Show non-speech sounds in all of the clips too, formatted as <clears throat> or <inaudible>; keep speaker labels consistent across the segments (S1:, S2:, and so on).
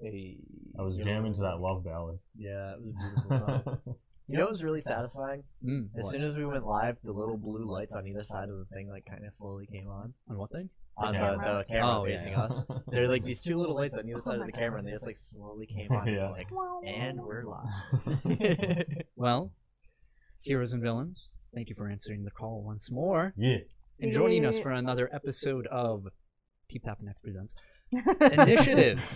S1: Hey,
S2: I was
S1: you know-
S2: jamming to that love ballad.
S1: Yeah, it was a beautiful
S3: <laughs>
S1: song. You know what was really satisfying?
S3: Mm,
S1: As
S3: what?
S1: soon as we went live, the little blue lights on either side of the thing like kind of slowly came on
S3: On what thing?
S1: on the,
S4: camera?
S1: the camera
S3: Oh, yeah,
S1: facing
S3: yeah.
S1: us.
S3: <laughs>
S1: So there were
S2: <laughs>
S1: like these two little lights on either side of the camera, and they just like slowly came on. It's
S2: Yeah.
S1: like, and we're
S3: <laughs>
S1: live.
S3: Well, heroes and villains, thank you for answering the call once more
S2: yeah.
S3: and joining us
S4: Yeah.
S3: for another episode of Keep Tapping X Presents
S4: <laughs>
S3: Initiative.
S4: <laughs>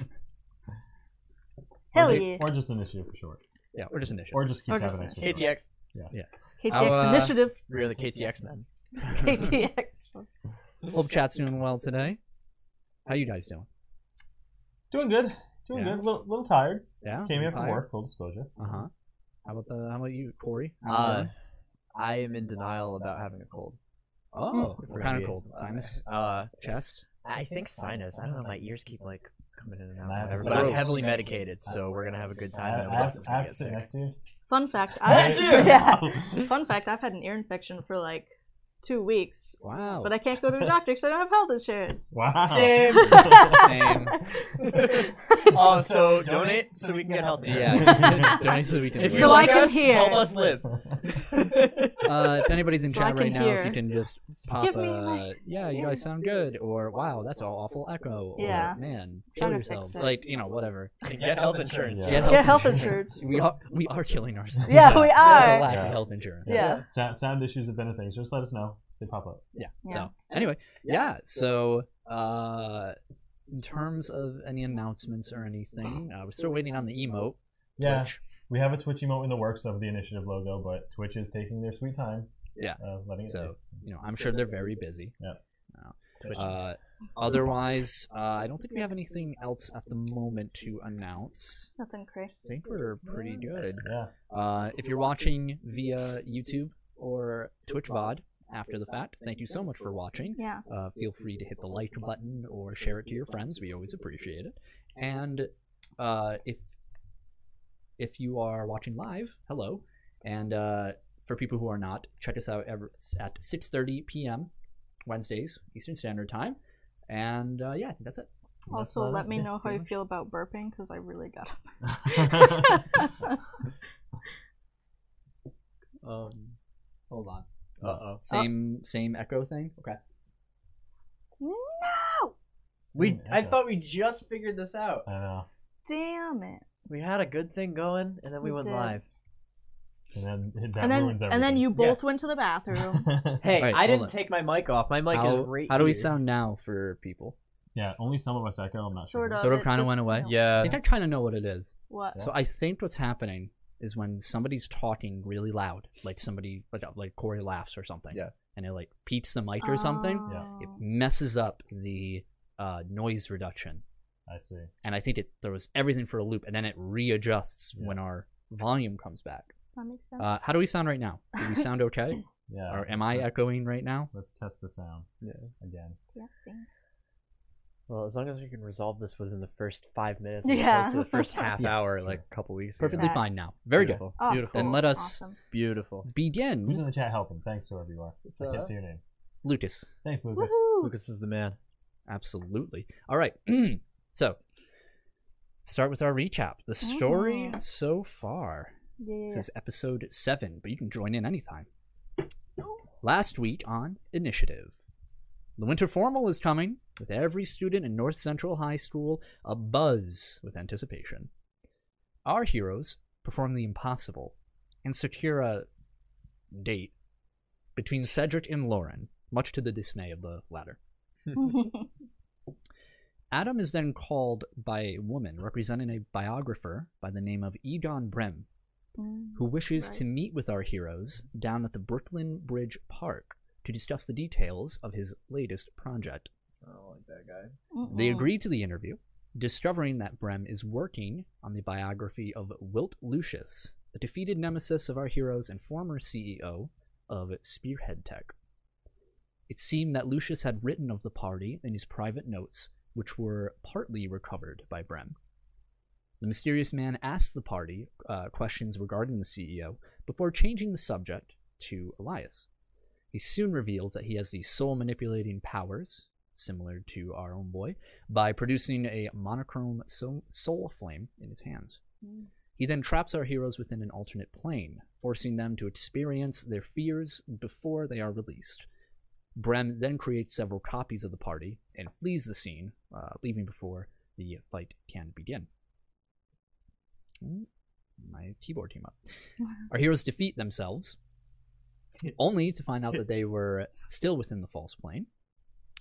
S4: Hell
S2: or, ju-
S4: yeah.
S2: Or just initiative for short.
S3: yeah, or just Initiative.
S2: Or just keep
S4: Or
S2: having
S4: just
S2: extra short.
S1: KTX,
S4: KTX
S3: Our- <laughs>
S4: initiative.
S1: we're the KTX men.
S4: KTX.
S3: Hope chat's doing well today. How you guys doing?
S2: Doing good. Doing
S3: Yeah.
S2: good. Little, little tired.
S3: Yeah.
S2: Came in from work. Full disclosure.
S3: Uh huh. How about the? How about you, Corey? How you
S1: Uh,
S3: doing?
S1: I am in denial about having a cold.
S3: oh,
S1: If
S3: what
S1: we're
S3: kind of
S1: being-
S3: cold? Sinus,
S1: Uh,
S3: chest.
S1: I think sinus. I don't know. My ears keep like coming in and
S2: I
S1: out.
S2: have
S1: But I'm
S3: gross.
S1: heavily medicated, so we're gonna have a good
S2: I,
S1: time.
S2: I,
S1: and
S2: have,
S1: everybody's
S2: I
S1: gonna
S2: have
S1: get
S2: to sit
S1: sick.
S2: <laughs> next to you.
S4: <laughs> Fun fact.
S1: That's
S4: I've,
S1: true.
S2: <laughs>
S4: <laughs> yeah. Fun fact. I've had an ear infection for like two weeks,
S3: Wow.
S4: but I can't go to the doctor because I don't have health insurance.
S2: Wow. <laughs>
S3: Same.
S4: <laughs>
S1: Oh, so donate so we can get healthy.
S2: <laughs>
S3: Yeah. Donate so we can.
S1: If
S3: live.
S4: So
S1: you
S4: I
S1: like
S4: can
S1: us,
S4: hear.
S1: help us live. <laughs>
S3: uh, if anybody's in
S4: So I
S3: chat
S4: can
S3: right now, if you
S4: hear.
S3: can just pop
S4: Give
S3: a
S4: me my-
S3: yeah, you guys sound good, or wow, that's all awful echo, or
S4: Yeah.
S3: man, kill
S4: Trying to fix
S3: yourselves,
S4: it.
S3: like you know, whatever.
S1: <laughs> Get health insurance.
S2: Yeah.
S3: Get
S4: Get
S3: <laughs> health
S4: health
S3: insurance.
S4: insurance.
S3: We are we are killing ourselves. <laughs>
S4: Yeah, we
S3: That's a
S4: are.
S3: lack
S2: Yeah.
S3: of health insurance.
S4: Yeah.
S2: Sound, sound issues have been a thing. Just let us know. They pop up.
S3: <laughs>
S4: Yeah.
S3: So anyway, yeah. So uh, in terms of any announcements or
S4: <clears throat>
S3: anything, uh, we're still waiting on the emote.
S2: Yeah.
S3: Twitch.
S2: We have a Twitch emote in the works of the initiative logo, but Twitch is taking their sweet time.
S3: Yeah.
S2: Uh, letting it
S3: So you know, I'm sure they're very busy. Uh, otherwise, uh, I don't think we have anything else at the moment to announce.
S4: Nothing crazy.
S3: I think we're pretty good.
S2: yeah.
S3: Uh, if you're watching via YouTube or Twitch VOD after the fact, thank you so much for watching.
S4: Yeah.
S3: Uh, feel free to hit the like button or share it to your friends. We always appreciate it. And uh, if if you are watching live, hello. And uh, for people who are not, check us out ever, at 6:30 p.m. Wednesdays Eastern Standard Time. And uh, yeah, I think that's it.
S4: Also,
S2: about
S4: let
S2: it.
S4: me
S2: Yeah,
S4: know how
S2: pretty
S4: you feel about burping because I
S2: <laughs>
S4: really got <laughs>
S2: much.
S4: it.
S1: Um, <laughs>
S3: Hold on.
S1: uh oh.
S3: Same same echo thing. Okay.
S1: We. I
S2: Echo.
S1: thought we just figured this out.
S2: I know.
S4: Damn it.
S1: We had a good thing going, and then we,
S4: We
S1: went
S4: did.
S1: live.
S2: And then that ruins
S4: and then
S2: everything.
S4: and then you
S1: Yeah.
S4: both went to
S2: <laughs>
S4: the <laughs> bathroom.
S1: <laughs> Hey,
S3: Alright,
S1: I
S3: hold
S1: didn't
S3: on.
S1: take my mic off. My mic
S3: how,
S1: is right.
S3: how do we
S1: here.
S3: sound now for people?
S2: yeah, only some of us echo. I'm not sure.
S4: sort of.
S3: Sort of
S4: it
S3: kinda
S4: just
S3: went away.
S4: went
S3: I
S1: Yeah.
S3: think I kind of know what it is.
S4: What?
S3: So I think what's happening is when somebody's talking really loud, like somebody like uh, like Corey laughs or something,
S1: Yeah.
S3: and it like peats the mic or something,
S2: Yeah.
S3: it
S4: Oh.
S3: messes up the uh, noise reduction,
S2: I see.
S3: and I think it throws everything for a loop, and then it readjusts
S2: Yeah.
S3: when our volume comes back.
S4: That makes sense.
S3: Uh, how do we sound right now? Do we sound
S4: <laughs>
S3: okay,
S2: Yeah.
S3: or am I echoing right now?
S2: Let's test the sound.
S1: Yeah.
S2: Again.
S4: yes, thank-
S1: Well, as long as we can resolve this within the first five minutes,
S4: as Yeah.
S1: opposed to the first half
S3: <laughs> Yes.
S1: hour,
S2: hour,
S1: like
S2: like
S1: a couple weeks.
S3: Perfectly
S4: Yes.
S3: fine now. Very
S1: Beautiful.
S4: Oh,
S1: Beautiful.
S3: Then
S4: cool.
S3: let us-
S4: Awesome.
S1: Beautiful.
S3: good.
S2: Who's
S3: Begin,
S2: in the chat helping? Thanks, whoever you are. I can't see your name.
S3: Lucas.
S2: Thanks, Lucas.
S4: Woohoo!
S1: Lucas is the man.
S3: Absolutely. All right. <clears throat> so, start with our recap. The story
S4: Mhm.
S3: so far.
S4: Yeah. <laughs>
S3: This is episode seven, but you can join in anytime. Last week on Initiative. The winter formal is coming, with every student in North Central High School abuzz with anticipation. Our heroes perform the impossible and secure a date between Cedric and Lauren, much to the dismay of the latter.
S4: Mm-hmm.
S3: Adam is then called by a woman representing a biographer by the name of Egon Brem, who wishes to
S4: Right.
S3: meet with our heroes down at the Brooklyn Bridge Park to discuss the details of his latest project.
S1: I don't like that guy.
S3: They
S4: <laughs>
S3: agree to the interview, discovering that Brem is working on the biography of Wilt Lucius, the defeated nemesis of our heroes and former CEO of Spearhead Tech. It seemed that Lucius had written of the party in his private notes, which were partly recovered by Brem. The mysterious man asks the party E uh, questions regarding the CEO before changing the subject to Elias. He soon reveals that he has these soul manipulating powers, similar to our own boy, by producing a monochrome soul, soul flame in his hands.
S4: Mm.
S3: He then traps our heroes within an alternate plane, forcing them to experience their fears before they are released. Brem then creates several copies of the party and flees the scene, uh, leaving before the fight can begin. Mm, My keyboard came up. Our heroes defeat themselves, only to find out that they were still within the false plane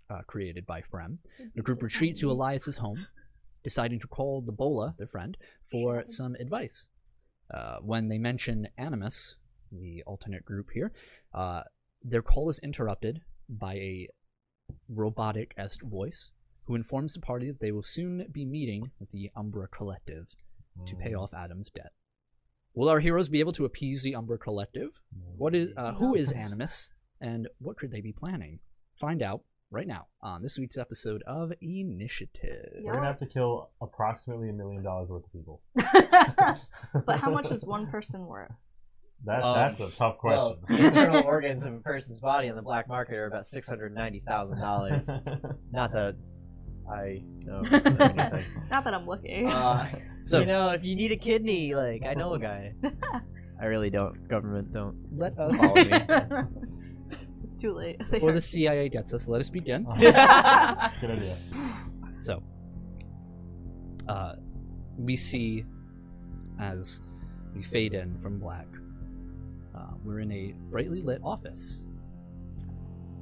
S3: uh, created by Frem. The group retreat to Elias's home, deciding to call the Bola, their friend, for some advice. Uh, when they mention Animus, the alternate group here, uh, their call is interrupted by a robotic esque voice who informs the party that they will soon be meeting with the Umbra Collective
S2: Mm,
S3: to pay off Adam's debt. Will our heroes be able to appease the Umbra Collective? What is uh, who is Animus, and what could they be planning? Find out right now on this week's episode of Initiative.
S2: We're gonna have to kill approximately a million dollars worth of people.
S4: <laughs> <laughs> but how much is one person
S3: <laughs>
S4: worth?
S2: <laughs> That,
S1: Um,
S2: that's a tough question.
S1: <laughs> Well, internal organs of a person's body on the black market are about six hundred ninety thousand
S2: <laughs>
S1: dollars. Not that I
S4: <laughs>
S1: know anything.
S4: Not that I'm looking. <laughs>
S1: Uh,
S3: So
S1: you know, if you need a kidney, like I know a
S4: <laughs>
S1: guy. I really don't. Government don't.
S3: let us,
S1: <laughs> Follow me.
S4: it's too late. <laughs>
S3: before the CIA gets us, let us begin.
S2: Uh-huh. Good idea.
S3: So, uh, we see as we fade in from black, uh, we're in a brightly lit office.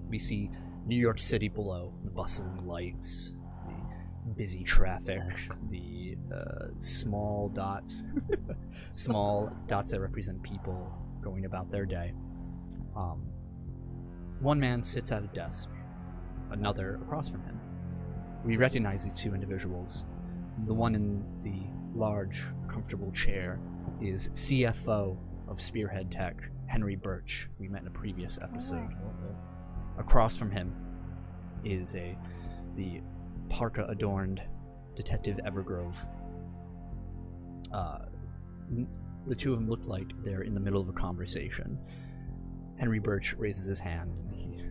S3: We see New York City below, the bustling lights, the busy traffic, the uh, small dots, small dots that represent people going about their day. Um, one man sits at a desk, another across from him. We recognize these two individuals. The one in the large, comfortable chair is CFO of Spearhead Tech, Henry Birch, we met in a previous episode. Across from him is a the parka adorned Detective Evergrove. Uh, n- the two of them look like they're in the middle of a conversation. Henry Birch raises his hand and he,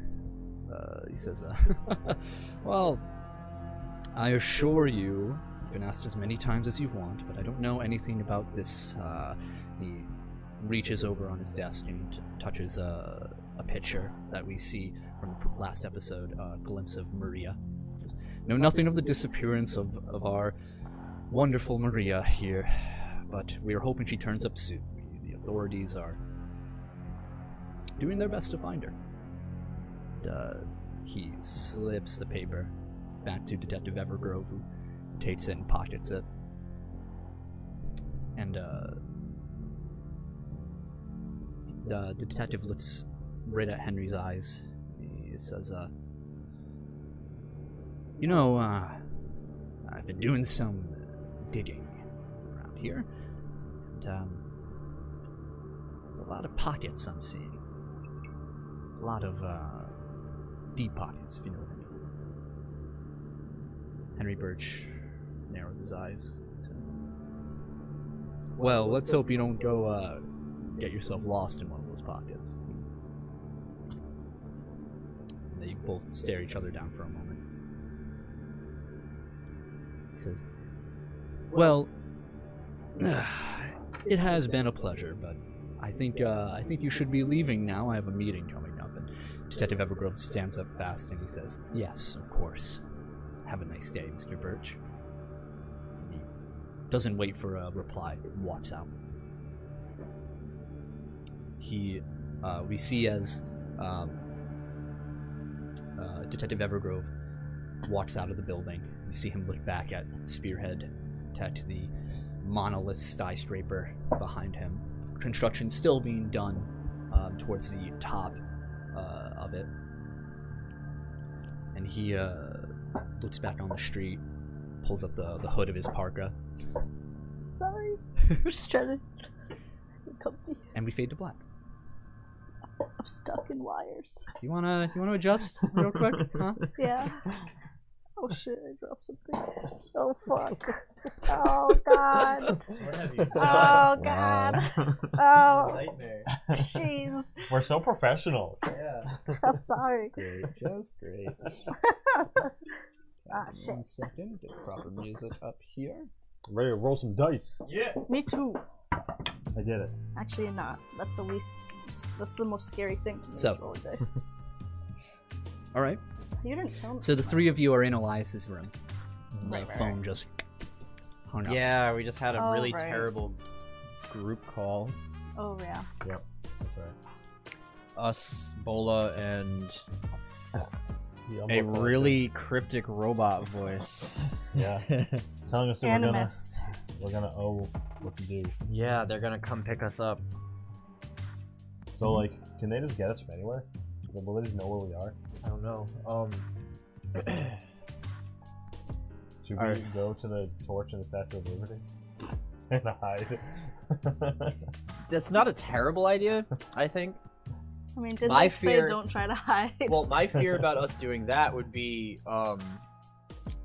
S3: uh, he says, uh, <laughs> Well, I assure you, you've been asked as many times as you want, but I don't know anything about this. Uh, he reaches over on his desk and t- touches a, a picture that we see from the p- last episode, a glimpse of Maria. Know nothing of the disappearance of, of our wonderful Maria here, but we are hoping she turns up soon. We, the authorities are doing their best to find her. And, uh, he slips the paper back to Detective Evergrove, who takes it and pockets it. And uh, the, the detective looks right at Henry's eyes. He says, uh, You know, uh, I've been doing some digging around here. And, um, there's a lot of pockets I'm seeing. A lot of uh, deep pockets, if you know what I mean. Henry Birch narrows his eyes. Well, let's hope you don't go uh, get yourself lost in one of those pockets. They both stare each other down for a moment. He says, "Well, <sighs> it has been a pleasure, but I think uh, I think you should be leaving now. I have a meeting coming up." And Detective Evergrove stands up fast and he says, "Yes, of course." Have a nice day, Mr. Birch. He doesn't wait for a reply, walks out. He, uh, we see as um, uh, Detective Evergrove walks out of the building. We see him look back at Spearhead Tech, the monolith skyscraper behind him. Construction still being done um, towards the top uh, of it. And he, uh, looks back on the street, pulls up the, the hood of his parka, <laughs>
S4: Sorry. I'm just trying to. Comfy.
S3: and we fade to black.
S4: I'm stuck in wires. <laughs>
S3: You wanna you wanna adjust real quick, huh?
S4: Yeah. Oh shit, I dropped something.
S3: <laughs>
S4: Oh fuck. Oh god.
S1: What have you done?
S4: Oh god.
S3: <laughs>
S4: Oh
S1: Nightmare.
S4: jeez.
S2: We're so professional.
S1: Yeah.
S4: I'm sorry. <laughs>
S3: Great, just great.
S4: Ah shit.
S3: One second, get proper music up here.
S2: Ready to roll some dice.
S1: Yeah.
S4: Me too.
S2: I did it.
S4: Actually, not. That's the least. That's the most scary thing to me.
S3: So-
S4: Is rolling dice.
S3: All right.
S4: <laughs> You didn't tell me.
S3: So the three of you are in Elias's room. The
S4: Right, right,
S3: phone just hung up.
S5: Yeah, we just had a
S4: Oh,
S5: really
S4: right.
S5: terrible group call.
S4: Oh yeah.
S2: That's right.
S5: Us, Bola, and
S2: The
S5: a
S2: umbilical
S5: really cryptic robot voice.
S2: cord. yeah, telling us that we're gonna
S4: Animus.
S2: we're gonna owe what to do.
S5: yeah, they're gonna come pick us up.
S2: So like, can they just get us from anywhere? Like, Will they just know where we are?
S5: I don't know. Um,
S2: Should we
S5: Alright.
S2: go to the torch and the Statue of Liberty <laughs> and hide? <laughs>
S5: that's not a terrible
S2: <laughs>
S5: idea, I think.
S4: I mean, did
S1: My
S4: they say
S1: fear-
S4: don't try to hide?
S1: Well, my fear about us doing that would be, um,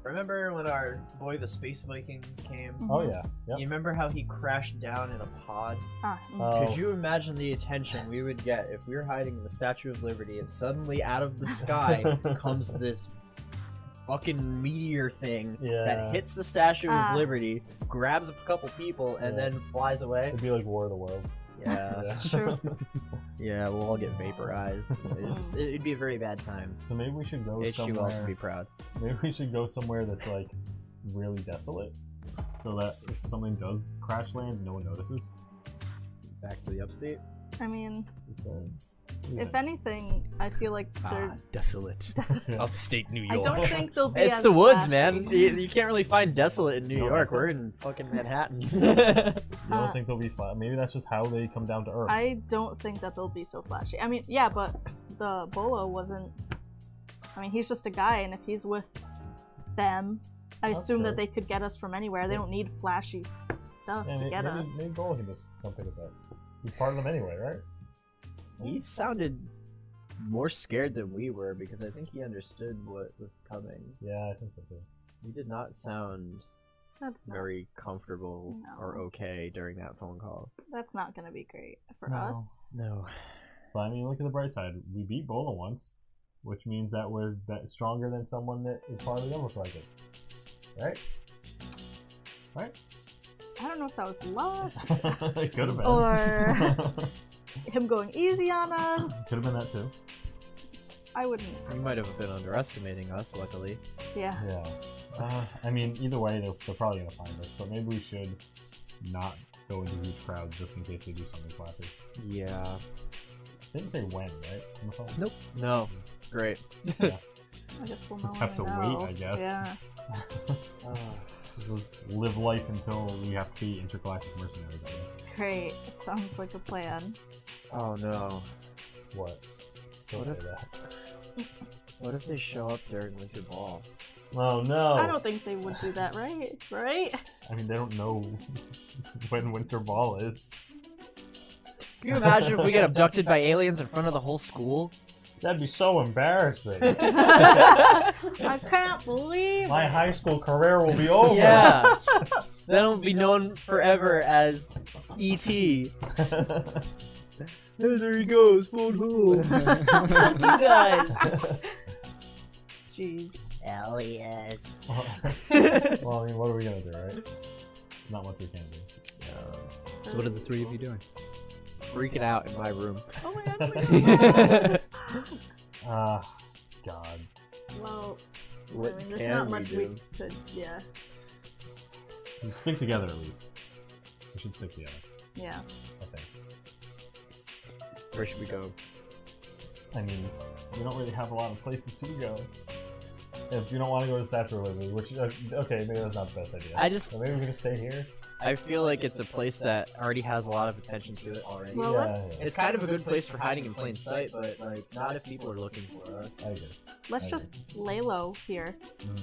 S1: remember when our boy the space Viking came?
S2: oh yeah,
S1: You remember how he crashed down in a pod?
S4: Ah, mm.
S2: Oh.
S1: Could you imagine the attention we would get if we were hiding in the Statue of Liberty and suddenly out of the
S2: <laughs>
S1: sky comes this fucking meteor thing
S2: Yeah.
S1: that hits the Statue
S4: Ah.
S1: of Liberty, grabs a couple people, and
S2: Yeah.
S1: then flies away?
S2: It'd be like War of the Worlds.
S1: Yeah.
S2: Yeah.
S4: True.
S1: Yeah, we'll all get vaporized. It'd, just, it'd be a very bad time.
S2: <laughs> So maybe we should go
S1: HQ will also
S2: somewhere.
S1: be proud.
S2: Maybe we should go somewhere that's like really desolate, so that if something does crash land, no one notices.
S1: Back to the upstate.
S4: I mean,
S2: Okay.
S4: if anything, I feel like
S3: Ah,
S4: they're. <laughs>
S3: desolate. Upstate New
S4: I
S3: York.
S4: don't think they'll be.
S5: it's
S4: as
S5: the woods,
S4: flashy.
S5: man. You, you can't really find desolate in New
S2: No,
S5: York.
S2: that's-
S5: We're in fucking Manhattan.
S2: You don't
S4: Uh,
S2: think they'll be flat? Maybe that's just how they come down to earth.
S4: I don't think that they'll be so flashy. I mean, yeah, but the Bolo wasn't. I mean, he's just a guy, and if he's with them, I assume
S2: Okay.
S4: that they could get us from anywhere. They don't need flashy s- stuff
S2: And
S4: to
S2: may-
S4: get
S2: maybe,
S4: us.
S2: Maybe Goal can just come pick us up. He's part of them anyway, right?
S1: <laughs> He sounded more scared than we were because I think he understood what was coming.
S2: Yeah, I think so too.
S1: He did not sound
S4: That's not.
S1: very comfortable or
S4: No.
S1: okay during that phone call.
S4: That's not gonna be great for
S2: No.
S4: us.
S5: no.
S2: But I mean, look at the bright side. We beat Bola once, which means that we're bet- stronger than someone that is part of the Umber Collective. <laughs> Right? Right?
S4: I don't know if that was
S2: <laughs>
S4: love
S2: Could have been. <laughs>
S4: or
S2: Could
S4: him going easy on us.
S2: have been that too.
S4: I wouldn't.
S1: You might have been underestimating us, luckily.
S4: Yeah.
S2: Yeah. Uh, I mean, either way, they're, they're probably going to find us, but maybe we should not go into huge crowds just in case they do something flashy.
S1: Yeah.
S2: Didn't say when, right? on the phone?
S3: Nope.
S1: No. Great.
S4: I guess we'll
S2: Just
S4: know
S2: have
S4: when we
S2: to wait,
S4: know.
S2: I guess.
S4: Yeah.
S2: <laughs> This is live life until we have to be intergalactic mercenaries. I mean.
S4: Great. It sounds like a plan.
S1: Oh no.
S2: What? Don't
S1: What
S2: say
S1: if-
S2: that.
S1: What if they show up during Winter Ball?
S2: Oh no!
S4: I don't think they would do that, right?
S2: <laughs>
S4: Right? <laughs>
S2: I mean, they don't know <laughs> when Winter Ball is.
S5: Can you imagine if we get abducted by aliens in front of the whole school?
S2: That'd be so embarrassing.
S4: <laughs> I can't believe <laughs>
S2: My high school career will be
S1: Oh
S2: over. <laughs>
S5: Yeah. <laughs> then it'll be known forever as E E.T.
S1: Hey, there he goes,
S5: <laughs>
S1: phone <laughs> hole.
S3: <laughs>
S4: it.
S5: Guys.
S4: Jeez.
S1: Hell yes.
S2: well, I mean, what are we gonna do, right? Not much we can do.
S3: So what are the three of you doing?
S1: Freaking out in my <laughs> room.
S4: Oh my god, oh my god.
S3: <laughs>
S2: Ah, God.
S4: well,
S1: What
S4: I mean, there's
S1: can
S4: not
S1: we
S4: much
S1: do?
S4: we could, yeah.
S2: We stick together at least. We should stick together.
S4: Yeah.
S2: I think.
S1: Where should we go?
S2: I mean, we don't really have a lot of places to go. If you don't want to go to Statue of Liberty, which uh, okay, maybe that's not the best idea.
S5: I just
S2: So maybe we can just stay here.
S5: I feel like it's a place that already has a lot of attention to it already.
S4: Well,
S2: Yeah,
S4: let's
S5: It's kind of a good place for hiding in plain sight, but like not if people are looking for us.
S2: I agree.
S4: let's just lay low here.
S1: Hmm.
S2: Mhm.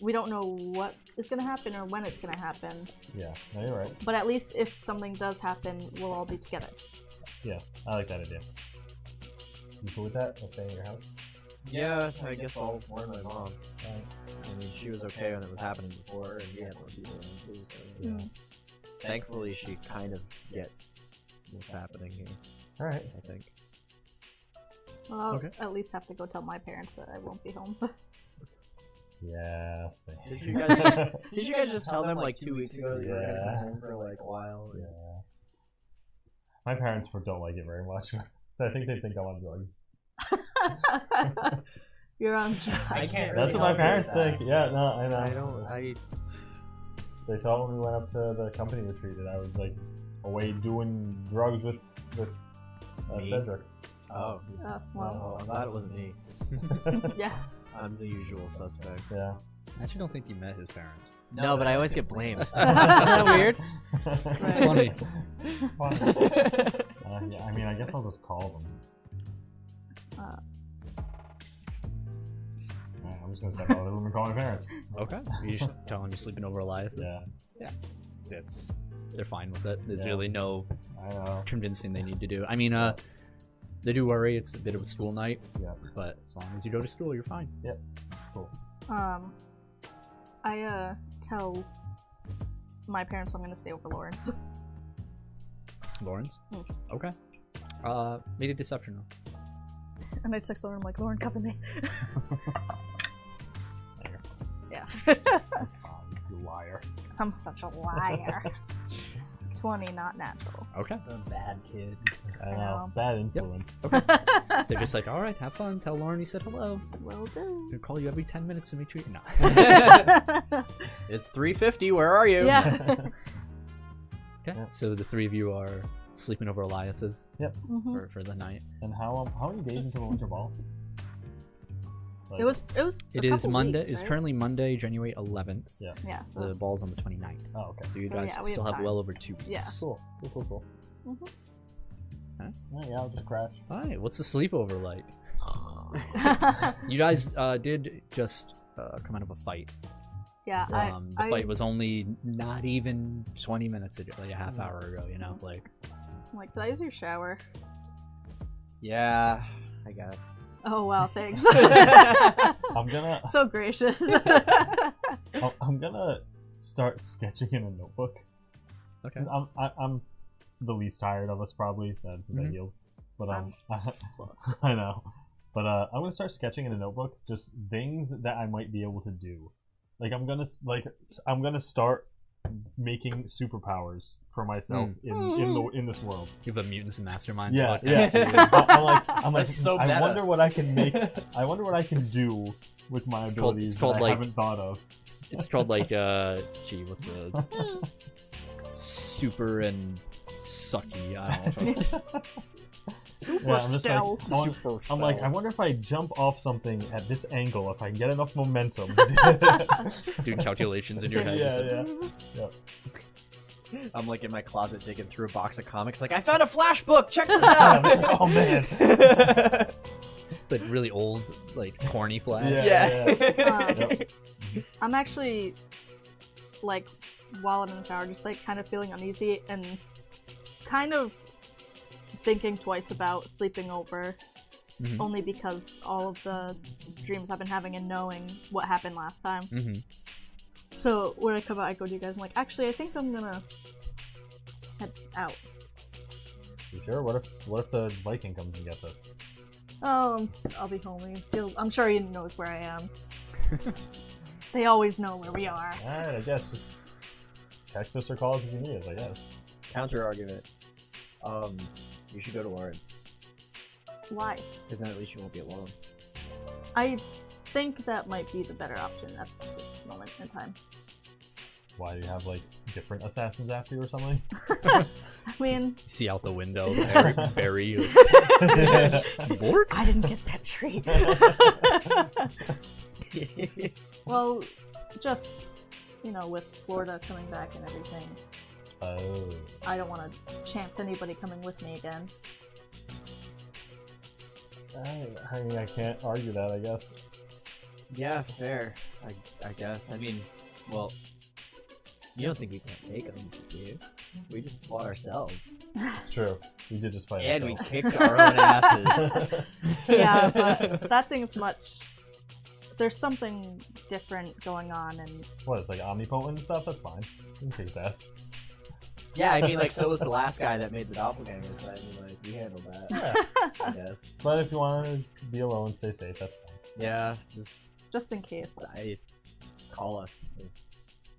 S4: We don't know what is gonna happen or when it's gonna happen,
S2: Yeah, no, you're right.
S4: but at least if something does happen, we'll all be together.
S2: I like that idea. You cool with that? I'll stay in your house.
S1: Yeah, I guess I'll
S2: warn my mom.
S1: I mean, she was okay when it was happening before, and we had more people in too. So
S4: Mm.
S1: thankfully, she kind of gets what's happening here.
S2: All right.
S1: I think.
S4: Well, I'll
S1: Okay.
S4: at least have to go tell my parents that I won't be
S1: <laughs>
S4: home.
S2: Yeah. <laughs> Same.
S1: Did you guys just- Did you guys just tell them like two weeks ago that you were gonna
S2: Yeah.
S1: come home for like a while?
S2: yeah. My parents don't like it very much. <laughs> I think they think I'm on drugs.
S4: You're on track.
S1: I can't. really help
S2: That's what my
S1: you with
S2: parents
S1: that.
S2: think. Yeah, no, I know.
S1: I don't.
S2: It's-
S1: I
S2: They thought when we went up to the company retreat that I was like away doing drugs with with uh,
S1: Me?
S2: Cedric.
S1: oh,
S4: Uh,
S1: <laughs>
S4: well,
S1: oh, I'm glad it wasn't me.
S4: yeah.
S1: I'm the usual suspect.
S2: Yeah.
S3: I actually don't think you met his parents.
S5: No, but I always get
S1: <laughs>
S2: <laughs>
S5: blamed.
S4: that
S5: weird?
S3: Funny.
S2: <laughs> Funny. Uh, yeah, I mean, I guess I'll just call them.
S4: Uh.
S2: Yeah, I'm just gonna step out of the room and call my parents.
S3: Okay. You <laughs> just tell him you're sleeping over Elias.
S2: Yeah,
S3: That's they're fine with it. There's
S2: Yeah.
S3: really no
S2: I know.
S3: convincing they need to do. I mean, uh, they do worry it's a bit of a school night.
S2: Yeah.
S3: But as long as you go to school, you're fine.
S4: Um, I uh tell my parents I'm gonna stay over Lawrence. <laughs>
S3: Lawrence.
S5: Hmm.
S4: Mm.
S3: Okay. Uh, made a deception roll.
S4: and I text Lauren I'm like, Lauren,
S1: <laughs>
S4: cover me. <laughs> yeah.
S1: <laughs>
S2: Oh, you liar.
S4: I'm such a <laughs> liar. Twenty, not <laughs> natural.
S3: Okay.
S1: I'm a bad kid.
S2: I
S4: know.
S2: know. Bad <laughs> influence.
S3: They're just like, all right, have fun. Tell Lauren you said hello.
S4: Will do.
S3: <laughs> They'll call you every ten minutes to make sure. No. <laughs>
S5: It's 350. Where are you?
S4: <laughs> yeah.
S3: Okay.
S2: Yeah.
S3: So the three of you are sleeping over Elias's
S4: Mhm.
S3: for, for the night.
S2: and how um, how many days until the winter ball? Like,
S4: It was. It was.
S3: It
S4: a
S3: is
S4: couple
S3: Monday.
S4: Weeks,
S3: It's
S4: right?
S3: currently Monday, January 11th.
S4: Yeah.
S3: So the
S4: So.
S3: ball's on the 29th.
S2: Oh, okay.
S3: So you
S4: So,
S3: guys
S4: yeah, we have
S3: still have,
S4: time.
S3: well over two weeks.
S4: Yeah.
S2: Cool. Cool. Cool. Cool.
S4: Mhm.
S3: Huh?
S2: Yeah, yeah, I'll just crash.
S3: All right. What's the sleepover like? You guys uh, did just uh, come out of a fight.
S4: <laughs> yeah. I.
S3: Um, the
S4: I
S3: fight was only not even 20 minutes ago, like a half hour ago. You know, like
S4: I'm like, did I use your shower?
S1: Yeah, I guess.
S4: Oh wow,
S3: <laughs>
S4: thanks. <laughs>
S2: I'm gonna
S4: so gracious. <laughs>
S2: I'm, I'm gonna start sketching in a notebook.
S3: okay.
S2: Since I'm, I, I'm the least tired of us probably uh, since I
S3: Mhm.
S2: healed, but um, <laughs> I know. But uh, I'm gonna start sketching in a notebook just things that I might be able to do. Like I'm gonna s- like s- I'm gonna start making superpowers for myself in, in the in this world.
S3: You have a mutants and masterminds.
S2: Yeah, yeah. <laughs>
S3: podcast.
S2: I, I'm like I'm like
S1: That's so
S2: I
S1: meta.
S2: wonder what I can make. I wonder what I can do with my
S3: It's called-
S2: abilities
S3: it's called,
S2: that I
S3: like-
S2: haven't thought of. <laughs>
S3: It's called like uh, gee, what's a super and sucky? I
S2: <laughs>
S3: don't know.
S4: Super
S2: Yeah, I'm just like,
S4: stealth.
S2: I want-
S1: Super.
S2: I'm like, I wonder if I jump off something at this angle, if I can get enough
S3: <laughs>
S2: momentum. <laughs> yeah,
S3: doing calculations in your head.
S2: Yeah,
S3: Yeah,
S2: yeah.
S1: I'm like in my closet digging through a box of comics. Like I found a flash book. Check
S2: <laughs>
S1: this
S2: I
S1: out.
S2: was like,
S1: <laughs>
S2: oh man.
S3: Like really old, like corny flash.
S2: Yeah.
S4: Um,
S2: Yep.
S4: I'm actually like while I'm in the shower, just like kind of feeling uneasy and kind of thinking twice about sleeping over,
S3: Mhm.
S4: only because all of the dreams I've been having and knowing what happened last time.
S3: Mm-hmm.
S4: So when I come out, I go to you guys. I'm like, actually, I think I'm gonna head out.
S2: You sure? What if what if the Viking comes and gets us?
S4: Um, I'll be home. He'll, I'm sure he knows where I am. they always know where we are.
S2: Alright, I guess just text us or call us if you need us, I guess.
S1: <laughs> Counter argument. Um, you should go to Lauren,
S4: Why?
S1: because then at least you won't be alone.
S4: I think that might be the better option at this moment in time. <laughs>
S2: Why do you have like different assassins after you or
S3: <laughs>
S2: something? <laughs>
S1: <laughs>
S4: I mean,
S3: see out the window, Barry, Barry Bork?
S4: I didn't get that tree. <laughs> well, just you know, with Florida coming back and everything,
S2: oh.
S4: I don't want to chance anybody coming with
S1: <laughs>
S4: me again.
S2: I, I mean I can't argue that I guess.
S1: <laughs> Yeah, fair. I, I guess. I mean, well, you don't think we can take them, do you? We just bought ourselves.
S2: It's true. We did just fight
S3: and we
S2: ourselves.
S3: kicked our
S1: <laughs>
S3: own asses.
S4: yeah, but that thing's much. There's something different going on, and
S2: <laughs> what, it's like omnipotent and stuff? That's fine. We can kick its ass.
S1: Yeah, I mean, like, so was the last guy that made the doppelganger, so I mean, like, we handled that,
S2: Yeah.
S1: I guess.
S2: but if you want to be alone, stay safe, that's fine.
S1: <laughs> Yeah, just,
S4: <laughs> just in case,
S1: I call us if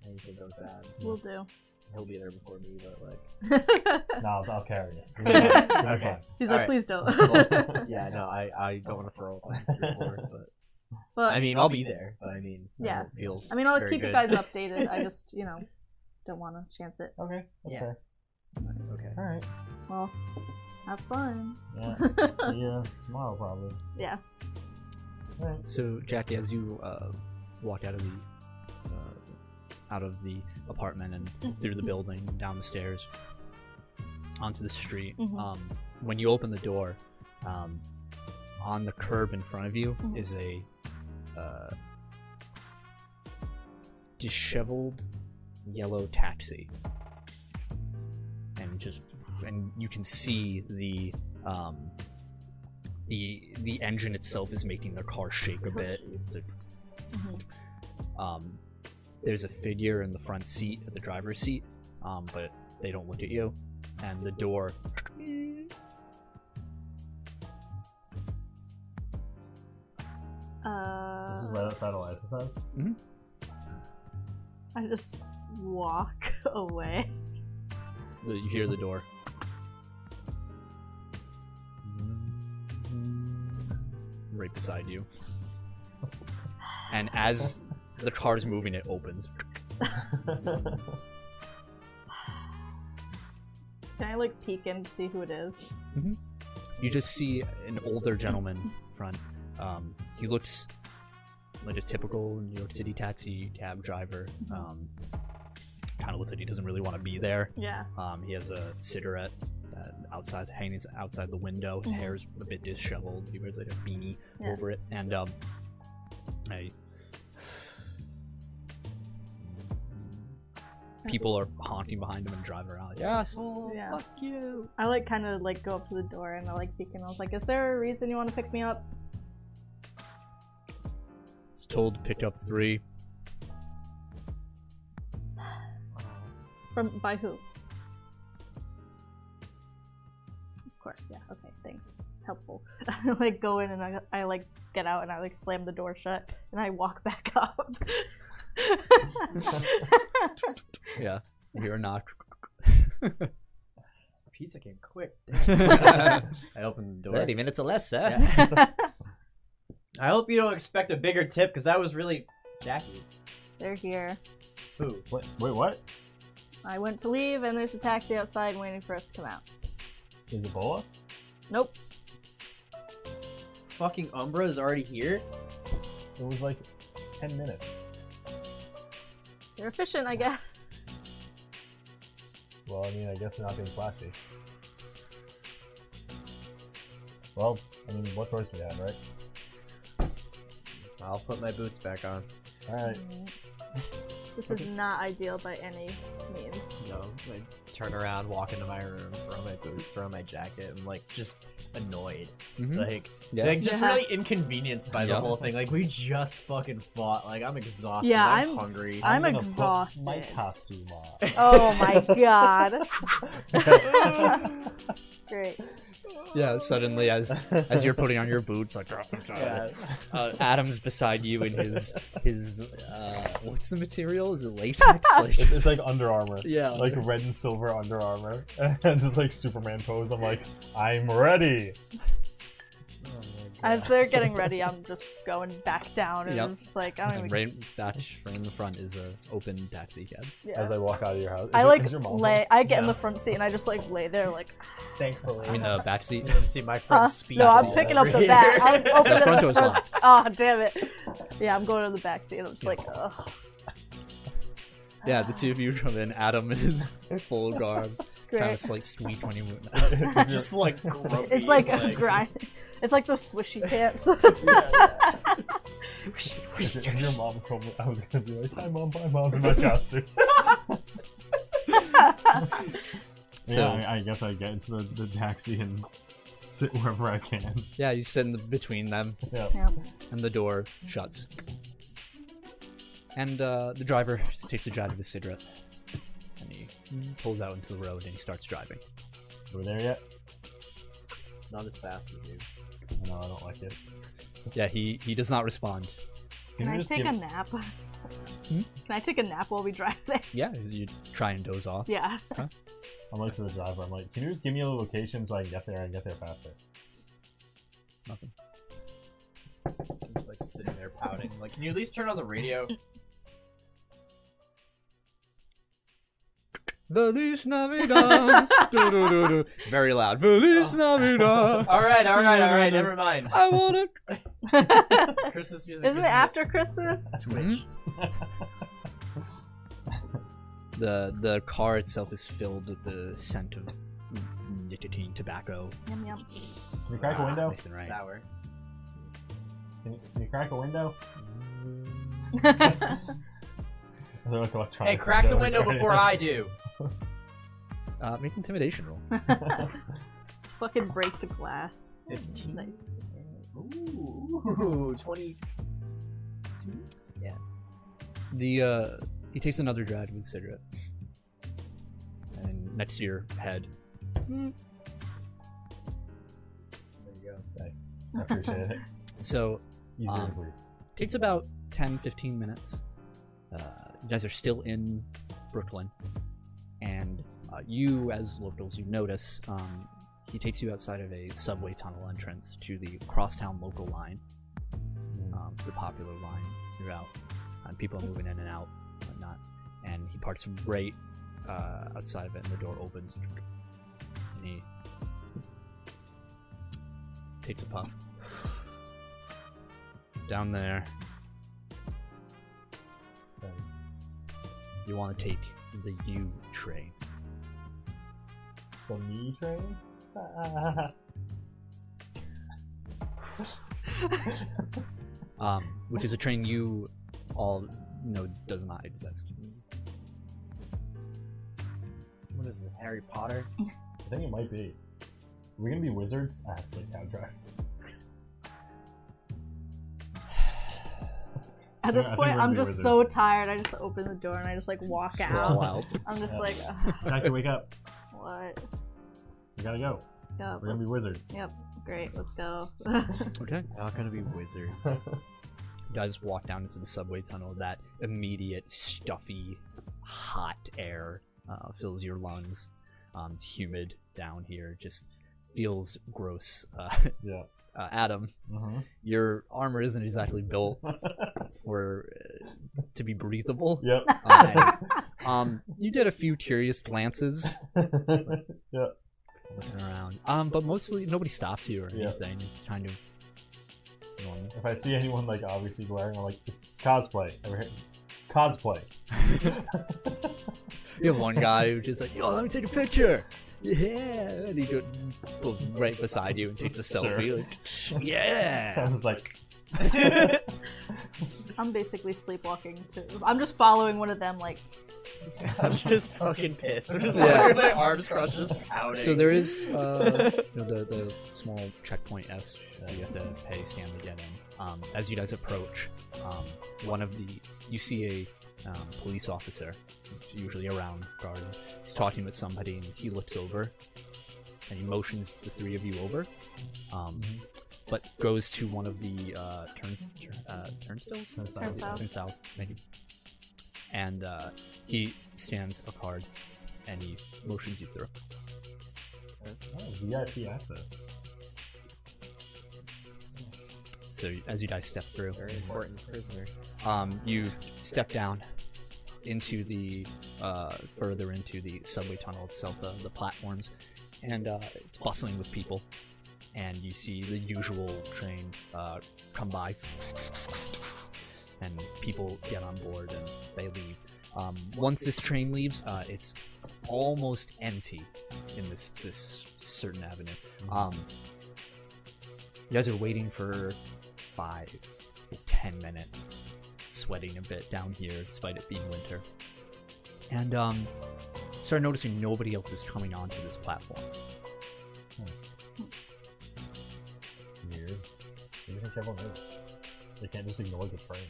S1: anything goes bad.
S4: we'll do.
S1: <laughs> He'll be there before me, but, like,
S2: No, I'll, I'll carry it. You'll be fine. You'll be
S1: Okay.
S4: <laughs> He's
S1: All
S4: like,
S1: right.
S4: please don't.
S1: yeah, no, I, I don't want to throw up on the floor, but
S4: <laughs> but
S1: I mean, I'll be there, but I mean,
S4: Yeah.
S1: I don't feel
S4: I mean, I'll
S1: very
S4: keep you
S1: good.
S4: guys updated. I just, you know, don't want to chance it.
S2: fine. Okay, that's
S1: Yeah.
S2: fair.
S1: okay.
S2: All right.
S4: Well, have fun.
S2: Yeah. See ya tomorrow, probably.
S4: Yeah.
S2: All right.
S3: So, Jackie, as you uh, walk out of the uh, out of the apartment and through the building, down the stairs, onto the street,
S4: Mhm.
S3: um, when you open the door, um, on the curb in front of you
S4: Mhm.
S3: is a uh, disheveled yellow taxi, and just and you can see the. Um, the, the engine itself is making the car shake a bit.
S4: Mhm.
S3: Um, there's a figure in the front seat, at the driver's seat, um, but they don't look at you. And the door.
S2: This is
S4: Uh,
S2: right outside Eliza's house. <laughs>
S4: I just walk <laughs> away.
S3: the- You hear the door. Right beside you. And as the car's moving, it opens.
S4: Can I like peek in to see who it is?
S3: You just see an older gentleman in front. Um, he looks like a typical New York City taxi cab driver. Um, kind of looks like he doesn't really want to be there.
S4: Yeah.
S3: Um, he has a cigarette uh, outside, hanging outside the window. His
S4: Mhm.
S3: hair's a bit disheveled. He wears like a beanie
S4: Yeah.
S3: over it, and um, I, people are honking behind him and driving around. Like, Asshole!
S4: Yeah.
S3: Oh, Fuck you!
S4: I like kind of like go up to the door and I like peek in. I was like, is there a reason you want to pick me up?
S3: It's told to pick up three
S4: From by who? Of course, yeah. Okay, thanks. Helpful. <laughs> I like go in and I, I like get out and I like slam the door shut and I walk <laughs> back up.
S3: Yeah. You hear a knock.
S1: Pizza came quick.
S3: Thirty
S1: Damn. <laughs> I opened the door.
S3: minutes or less, sir.
S1: Yeah. I hope you don't expect a bigger tip because that was really Jackie.
S4: They're here.
S1: Who?
S2: wait, wait, what?
S4: I went to leave and there's a taxi outside waiting for us to come out.
S2: Is it Bola?
S4: Nope.
S1: Fucking Umbra is already here.
S2: It was like 10 minutes.
S4: They're efficient, I guess.
S2: Well, I mean, I guess we're not being flashy. Well, I mean, what choice do we have, right?
S1: I'll put my boots back on.
S2: Alright.
S4: Mm. This is not ideal by any means.
S1: No, like turn around, walk into my room, throw my boots, throw my jacket. I'm like just annoyed, like,
S3: Hmm? Yeah.
S1: like just
S4: Yeah.
S1: really inconvenienced by
S3: Yeah.
S1: the whole thing. Like we just fucking fought. Like I'm exhausted.
S4: Yeah,
S1: I'm,
S4: I'm-
S1: hungry.
S4: I'm
S2: gonna put My
S4: exhausted.
S2: costume on.
S4: Oh <laughs> my god. <laughs> Great.
S3: Yeah, suddenly as as you're putting on your boots, like <laughs>
S1: Yeah.
S3: uh, Adam's beside you in his his uh, what's the material? Is it latex?
S4: <laughs>
S3: like
S2: It's, it's like Under Armour.
S3: Yeah.
S2: Like red and silver Under Armour. <laughs> And just like Superman pose. I'm like, I'm ready.
S4: As they're getting ready, I'm just going back down and
S3: Yep.
S4: I'm just like, I don't
S3: and
S4: even.
S3: right that right in the front is a open taxi cab.
S4: yeah.
S2: As I walk out of your house. Is
S4: I
S2: your-
S4: like
S2: is your mom
S4: lay.
S2: home?
S4: I get in
S1: Yeah.
S4: the front seat and I just like lay there like.
S1: Thankfully,
S3: I mean uh,
S4: <laughs>
S3: the back seat.
S1: you didn't see my
S4: Huh?
S1: friend speed.
S4: Uh, No, I'm
S3: seat
S4: picking up
S1: over
S4: the
S1: here. <laughs>
S2: <laughs>
S4: back. I'm opening
S3: The front
S4: the
S3: door's
S4: front.
S3: locked.
S4: Oh damn it! Yeah, I'm going to the back seat. I'm just like, ugh,
S3: Yeah, the two of you come in. Adam in
S4: <laughs>
S3: his full garb, kind of
S4: great.
S3: slight squeak when he
S2: <laughs>
S3: went.
S1: just like grumpy.
S4: <laughs> It's like a grind. It's like the swishy pants. <laughs>
S2: If
S3: <laughs>
S2: your- if your mom's home, I was gonna be <laughs> like, hi mom, hi mom, in my costume.
S3: So
S2: yeah, I, I guess I get into the, the taxi and sit wherever I can.
S3: yeah, you sit in the, between them,
S2: Yeah.
S4: Yep.
S3: and the door shuts. And uh, the driver just takes a jot of his cigarette, and he pulls out into the road and he starts driving.
S2: We're there yet?
S1: Not as fast as you.
S2: No, I don't like it.
S3: Yeah, he he does not respond.
S4: Can
S2: you
S4: I
S2: just
S4: take
S2: give- Hmm?
S4: a nap? <laughs> Can I take a nap while we drive there? <laughs>
S3: Yeah, you try and doze off.
S2: <laughs>
S4: Yeah. <laughs>
S2: I'm like to the driver. I'm like, can you just give me a location so I can get there and get there faster?
S3: Nothing.
S1: I'm just like sitting there pouting. Like, can you at least turn on the radio?
S3: Feliz <laughs> Navidad. Du-du-du-du. Very loud. Feliz Navidad.
S1: all right, all right, all
S4: <laughs>
S1: right. Never mind.
S3: I wanna.
S1: Christmas music.
S4: Isn't it after Christmas?
S1: Twitch?
S3: <laughs> The the car itself is filled with the scent of nicotine tobacco.
S4: Yum yum.
S2: Can you crack a
S3: Ah,
S2: window?
S3: nice and right.
S1: Sour.
S2: Can you, can you crack a window?
S4: <laughs>
S2: They're like electronic
S1: Hey, crack the
S2: windows,
S1: window
S2: right?
S1: before I
S3: <laughs>
S1: do.
S3: Uh, make an intimidation roll.
S4: Just fucking break the glass. Nice.
S1: Ooh, 20.
S3: The uh, he takes another drag with the cigarette, and then next to your head,
S1: There you go.
S2: Thanks. <laughs> I appreciate it.
S3: so
S2: Easier
S3: Um,
S2: to breathe.
S3: takes about 10 15 minutes uh, you guys are still in brooklyn and uh, you as locals you notice um, he takes you outside of a subway tunnel entrance to the crosstown local line um, it's a popular line throughout and people are moving in and out and whatnot and he parks right uh, outside of it and the door opens and he takes a puff down there
S2: Thanks.
S3: you want to take the U train.
S2: The me train? <laughs>
S3: um, which is a train you all know does not exist.
S1: What is this, Harry Potter?
S2: I think it might be. Are we gonna be wizards? Ah, sleep cab
S1: <laughs>
S2: driver.
S4: At this
S2: Yeah, I think
S4: point,
S2: we're gonna
S4: I'm
S2: be
S4: just
S2: wizards.
S4: so tired. I just open the door and I just like walk
S3: All
S4: out.
S3: out.
S4: I'm just
S2: Yeah.
S4: like, "Ugh,
S2: Jackie, wake up.
S4: what?
S2: We gotta go.
S4: Yep,
S2: We're gonna be
S4: let's-
S2: wizards.
S4: Yep. Great. Let's go. <laughs>
S3: <laughs> Okay.
S1: Not gonna be <laughs> wizards.
S3: You guys walk down into the subway tunnel. That immediate stuffy, hot air uh, fills your lungs. Um, it's humid down here. It Just feels gross. Uh, <laughs>
S2: Yeah.
S3: uh, Adam,
S2: hmm
S3: your armor isn't exactly
S1: <laughs>
S3: built for uh, to be breathable. <laughs>
S2: Yep. <laughs>
S3: Uh, um, you did a few curious glances looking around. Um, but mostly nobody stops you or
S2: Yeah.
S3: anything. It's kind of normal.
S2: if I see anyone like obviously glaring, I'm like, it's, it's cosplay. Over here. It's cosplay. <laughs>
S3: You have one guy who's just like, "Yo, let me take a picture." Yeah, and he just pulls right beside you and takes a
S2: Sure.
S3: selfie.
S1: <laughs>
S3: Like,
S2: I
S3: yeah.
S2: was like,
S4: I'm basically sleepwalking too. I'm just following one of them. Like,
S1: I'm just fucking pissed. I'm just
S2: <laughs>
S3: Yeah.
S1: yeah. my arms crossed, just pouting.
S3: So there is uh, you know, the the small checkpoint S that you have to pay Sam to get in. Um, as you guys approach, um, one of the you see a um, police officer, usually around guard. He's talking with somebody, and he looks over, and he motions the three of you over, um, but goes to one of the uh, turn, turn uh, turnstiles
S4: Turnstiles.
S3: turnstiles. Thank you. And uh, he stands a card, and he motions you through.
S2: oh, VIP access.
S3: So as you guys step through,
S1: Very important prisoner.
S3: um, you step down into the uh, further into the subway tunnel itself, the, the platforms, and uh, it's bustling with people. And you see the usual train uh, come by, and people get on board and they leave. Um, once this train leaves, uh, it's almost empty in this this certain avenue. Um, you guys are waiting for five, ten minutes, sweating a bit down here despite it being winter. And um, start noticing nobody else is coming onto this platform.
S2: Weird. What do you think everyone is? They can't just ignore the train.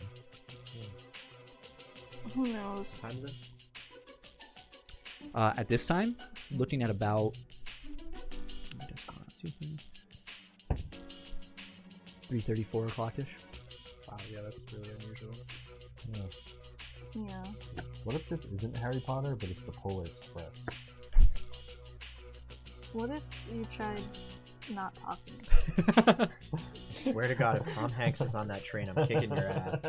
S4: Who knows?
S1: Time's up.
S3: Uh, at this time, looking at about three thirty, four o'clock <laughs> ish.
S1: Wow, yeah, that's really unusual.
S2: Yeah.
S4: Yeah.
S2: What if this isn't Harry Potter, but it's the Polar Express?
S4: What if you tried not talking?
S3: Uh,
S1: I swear to God, if Tom Hanks is on that train, I'm kicking your
S2: <laughs>
S1: ass.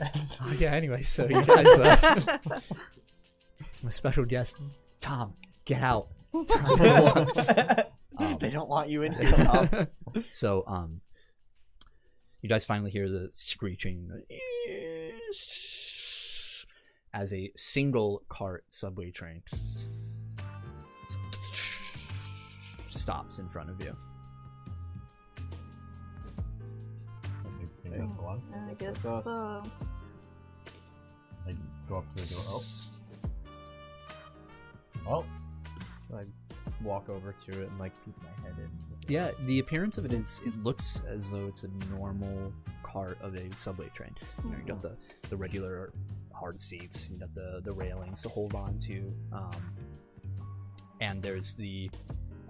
S2: ass.
S3: Oh, yeah. Anyway, so you guys, uh, <laughs> my special guest, Tom, get out. Tom,
S1: <laughs>
S3: um,
S1: they don't want you in here, <laughs> Tom.
S3: so, um, you guys finally hear the screeching as a single cart subway train stops in front of you.
S2: You think that's the one?
S4: <laughs> I
S1: Yes,
S4: guess
S1: that's us.
S4: so.
S2: I go up to the door. Oh. Well,
S1: Walk over to it and like peek my head in.
S3: Yeah, the appearance of it is it looks as though it's a normal cart of a subway train. You know, you got the, the regular hard seats, you got the, the railings to hold on to, um, and there's the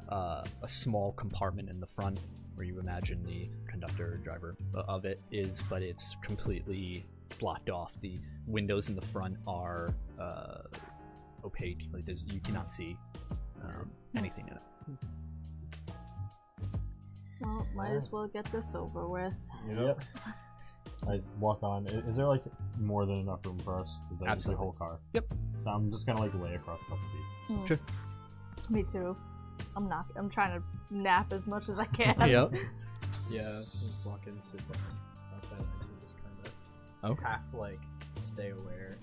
S3: uh, a small compartment in the front where you imagine the conductor or driver of it is, but it's completely blocked off. The windows in the front are uh, opaque; like there's you cannot see um, anything in it.
S4: Well, might as well get this over with.
S2: yep. I walk on. I- Is there like more than enough room for us? Is that just the
S3: Absolutely.
S2: whole car?
S3: Yep.
S2: So I'm just gonna like lay across a couple seats.
S4: Me too. I'm not. I'm trying to nap as much as I can.
S3: Yep.
S1: Yeah, just walk in, sit down. Not that actually just kind of
S3: Okay.
S1: half like stay aware.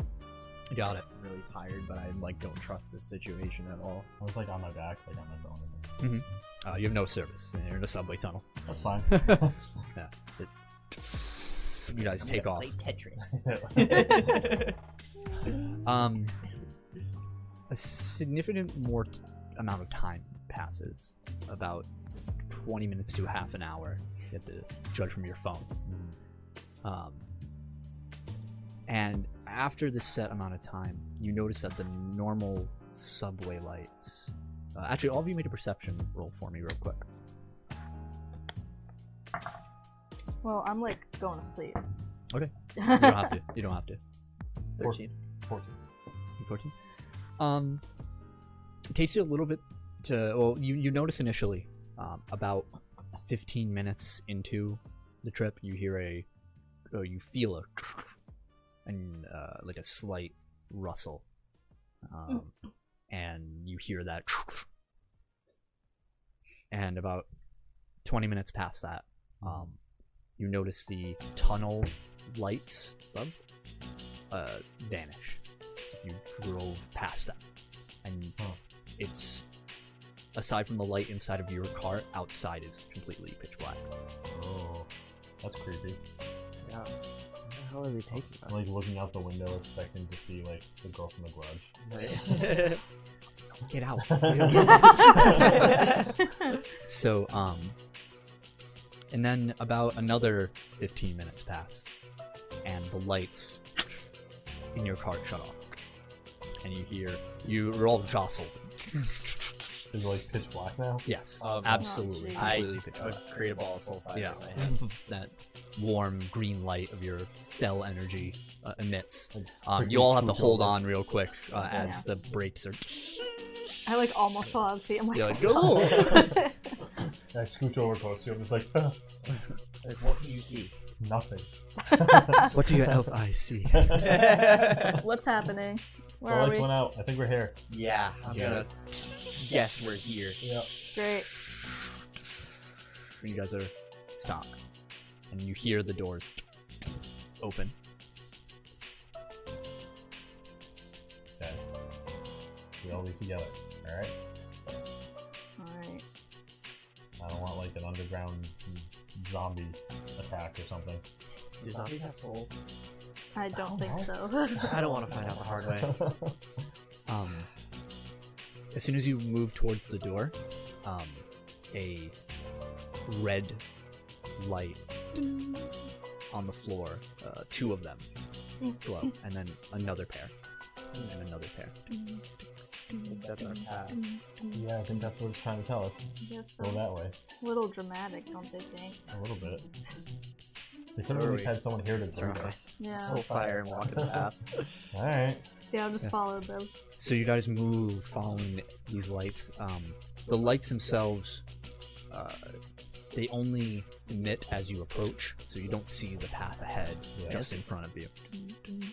S3: Got it.
S1: Really tired, but I like don't trust this situation at all.
S2: I was Oh, like on my back, like I'm not going. anywhere.
S3: Uh, you have no service. You're in a subway tunnel.
S2: That's fine.
S3: You guys take off.
S1: <laughs>
S2: <laughs>
S3: Um, a significant more t- amount of time passes, about 20 minutes to half an hour. You have to judge from your phones. Um, and after this set amount of time, you notice that the normal subway lights. Uh, actually, all of you made a perception roll for me, real quick.
S4: Well, I'm like going to sleep. <laughs>
S3: Okay. You don't have to. You don't have to.
S2: Or-
S1: 13.
S2: Fourteen.
S3: and 14. Um, it takes you a little bit to. Well, you, you notice initially, um, about 15 minutes into the trip, you hear a. Or you feel a. And uh, like a slight rustle. Um, and you hear that. And about 20 minutes past that, um, you notice the tunnel lights uh, vanish you drove past them. And
S2: Huh.
S3: it's aside from the light inside of your car, outside is completely pitch black.
S2: Oh, that's creepy.
S1: Yeah. Where the hell are they taking us?
S2: Like looking out the window, expecting to see like the girl from the Grudge.
S3: Get out. <laughs>
S1: <laughs>
S4: <laughs> That's
S3: so, um and then about another 15 minutes pass and the lights in your car shut off. And you hear you're all jostled.
S2: Is it like pitch black
S4: <laughs>
S2: now?
S3: Yes.
S1: Um,
S3: absolutely.
S4: Oh,
S1: I
S3: completely pitch black.
S1: create a ball of sulfide.
S3: Yeah.
S1: in my head.
S3: that warm green light of your fell energy uh, emits.
S2: Like,
S3: Um,
S2: quickly
S3: you all have to
S2: scooch
S3: hold
S2: over.
S3: on real quick uh, as the brakes <laughs> are.
S4: I like almost fell out of sleep. I'm like,
S3: You're like, "Oh!"
S2: And I scooch over close to him. It's like <laughs>
S1: Like, what do you see?
S2: nothing.
S3: <laughs>
S2: <laughs>
S3: what do your <laughs> elf eyes see?
S4: <laughs> what's happening? Where
S2: the
S4: are
S2: lights
S4: we?
S2: went out. I think we're here.
S1: <laughs> Yeah, I'm
S2: Yeah.
S1: gonna guess we're here.
S2: Yep.
S4: Great.
S3: You guys are stopped, and you hear the doors open.
S2: Guys, we all leave together. All right.
S4: All right.
S2: I don't want like an underground zombie attack or something.
S1: Does zombies have souls?
S4: I don't think
S3: Oh,
S4: so.
S1: I don't want to find out the hard way.
S3: Um, as soon as you move towards the door, um, a red light on the floor, uh, two of them glow, and then another pair, and another pair.
S1: That's our path.
S2: <laughs>
S4: <laughs>
S2: yeah, I think that's what it's trying to tell us.
S4: Yes,
S2: Go that way
S4: a little dramatic, don't they think?
S2: a little bit. They could have at least had someone here to turn us.
S4: Yeah.
S1: So fire and walk in the path.
S2: All right.
S4: yeah, I'll just
S3: Yeah.
S4: follow them.
S3: So you guys move following these lights. Um, the lights themselves, uh, they only emit as you approach, so you don't see the path ahead
S2: Yeah.
S3: just in front of you.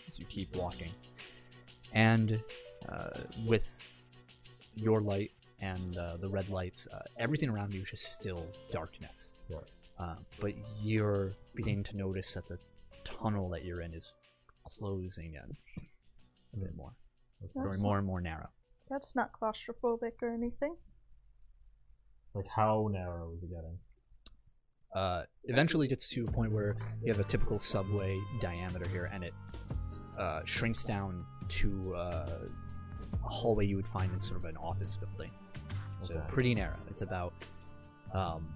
S3: As you keep walking, and uh, with your light and uh, the red lights, uh, everything around you is just still darkness.
S2: Yeah.
S3: Uh, but you're beginning to notice that the tunnel that you're in is closing in a bit more growing
S4: That's,
S3: more and more narrow.
S4: that's not claustrophobic or anything.
S2: Like, how narrow is it getting?
S3: Uh, eventually gets to a point where you have a typical subway diameter here, and it uh, shrinks down to uh, a hallway you would find in sort of an office building. So
S2: Okay.
S3: pretty narrow. It's about um,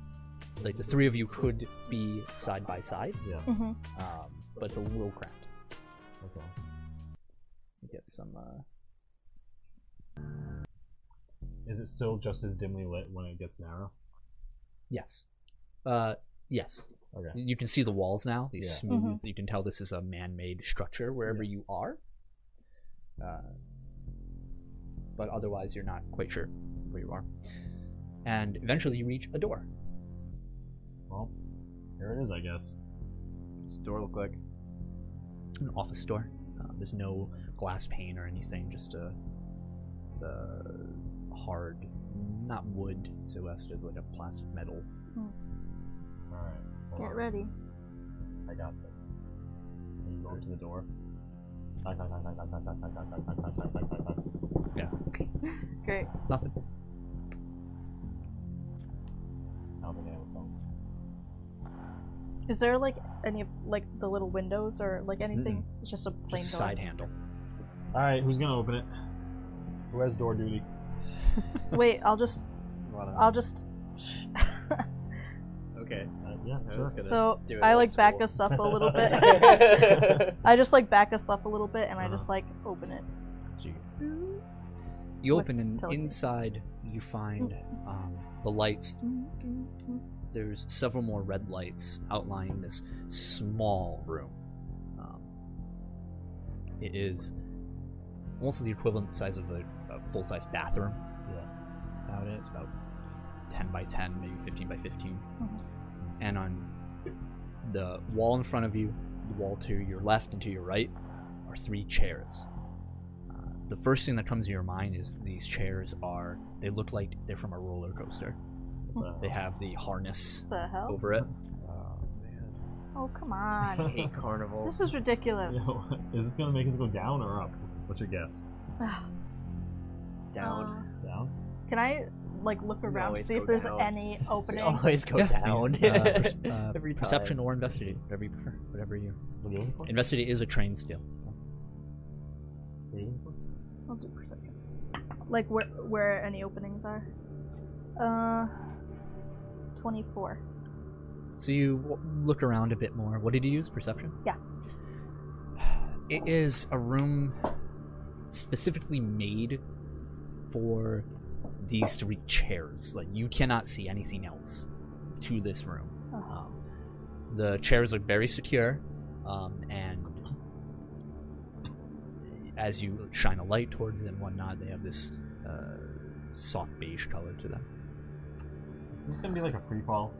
S3: like the three of you could be side by side,
S2: Yeah.
S4: Mm-hmm.
S3: um, but it's a little cramped.
S2: Okay.
S3: You get some. Uh,
S2: Is it still just as dimly lit when it gets narrow?
S3: yes. Uh, yes.
S2: Okay.
S3: You can see the walls now. These
S2: Yeah.
S3: smooth.
S4: Mm-hmm.
S3: You can tell this is a man-made structure wherever you are. Uh, but otherwise, you're not quite sure where you are. And eventually, you reach a door.
S2: Well, here it is, I guess.
S1: What's the door look like?
S3: An office door. Uh, there's no glass pane or anything. Just a the hard, not wood. So as just like a plastic metal.
S2: All right. hold
S4: Get
S2: on.
S4: ready.
S2: I got this. And you go to the door. Knock, knock, knock, knock, knock, knock, knock, knock, knock, knock, knock, knock, knock, knock, knock.
S4: Great.
S3: Nothing.
S2: I'll be there, it's all-
S4: Is there like any like the little windows or like anything? It's just a plain
S3: Just a
S4: door.
S3: side handle.
S2: All right, who's gonna open it? Who has door duty?
S4: <laughs> Wait, I'll just
S1: You wanna-
S4: I'll just
S1: Okay.
S2: Uh, yeah,
S1: I
S2: sure.
S1: was gonna
S4: <laughs> so
S1: do it
S4: I
S1: old
S4: like back
S1: school.
S4: us up
S1: <laughs>
S4: a little bit. <laughs> I just like back us up a little bit and
S1: Uh-huh.
S4: I just like open it.
S3: So you, you
S4: With Mm.
S3: open and
S4: telekinesis.
S3: inside you find um, the lights there's several more red lights outlining this small room. Um, it is almost the equivalent size of a, a full size bathroom. Yeah. About it. It's about 10 by 10, maybe 15 by 15.
S4: Mhm.
S3: And on the wall in front of you, the wall to your left and to your right, are three chairs. Uh, The first thing that comes to your mind is these chairs are, they look like they're from a roller coaster.
S2: Uh, <laughs>
S3: They have the harness
S4: The hell?
S3: over it.
S1: Oh man,
S4: Oh
S1: <laughs>
S4: come
S1: I
S4: on.
S1: hate carnivals.
S4: this is ridiculous. Uh,
S2: yo, <laughs> is this gonna make us go down or up? What's your guess?
S1: Down.
S4: Uh,
S2: Down?
S4: can I like look around to
S1: always
S4: see
S1: go
S4: if there's
S1: down.
S4: any
S1: <laughs> They
S4: opening?
S1: always go
S3: Yeah.
S1: down.
S3: Uh,
S1: <laughs>
S3: perc- uh,
S1: Every time.
S3: perception or investigate, whatever you prefer, whatever you.
S2: What are you looking for?
S3: Investigate is a train skill. So.
S2: What are you looking for?
S4: I'll do perception. Like where where any openings are. Uh, twenty four.
S3: So you w- look around a bit more. What did you use? Perception.
S4: Yeah.
S3: It is a room specifically made for these three chairs. Like you cannot see anything else to this room.
S4: Oh.
S3: Um, the chairs look very secure, um, and as you shine a light towards them and whatnot, they have this uh, soft beige color to them.
S2: Is this gonna be like a free fall?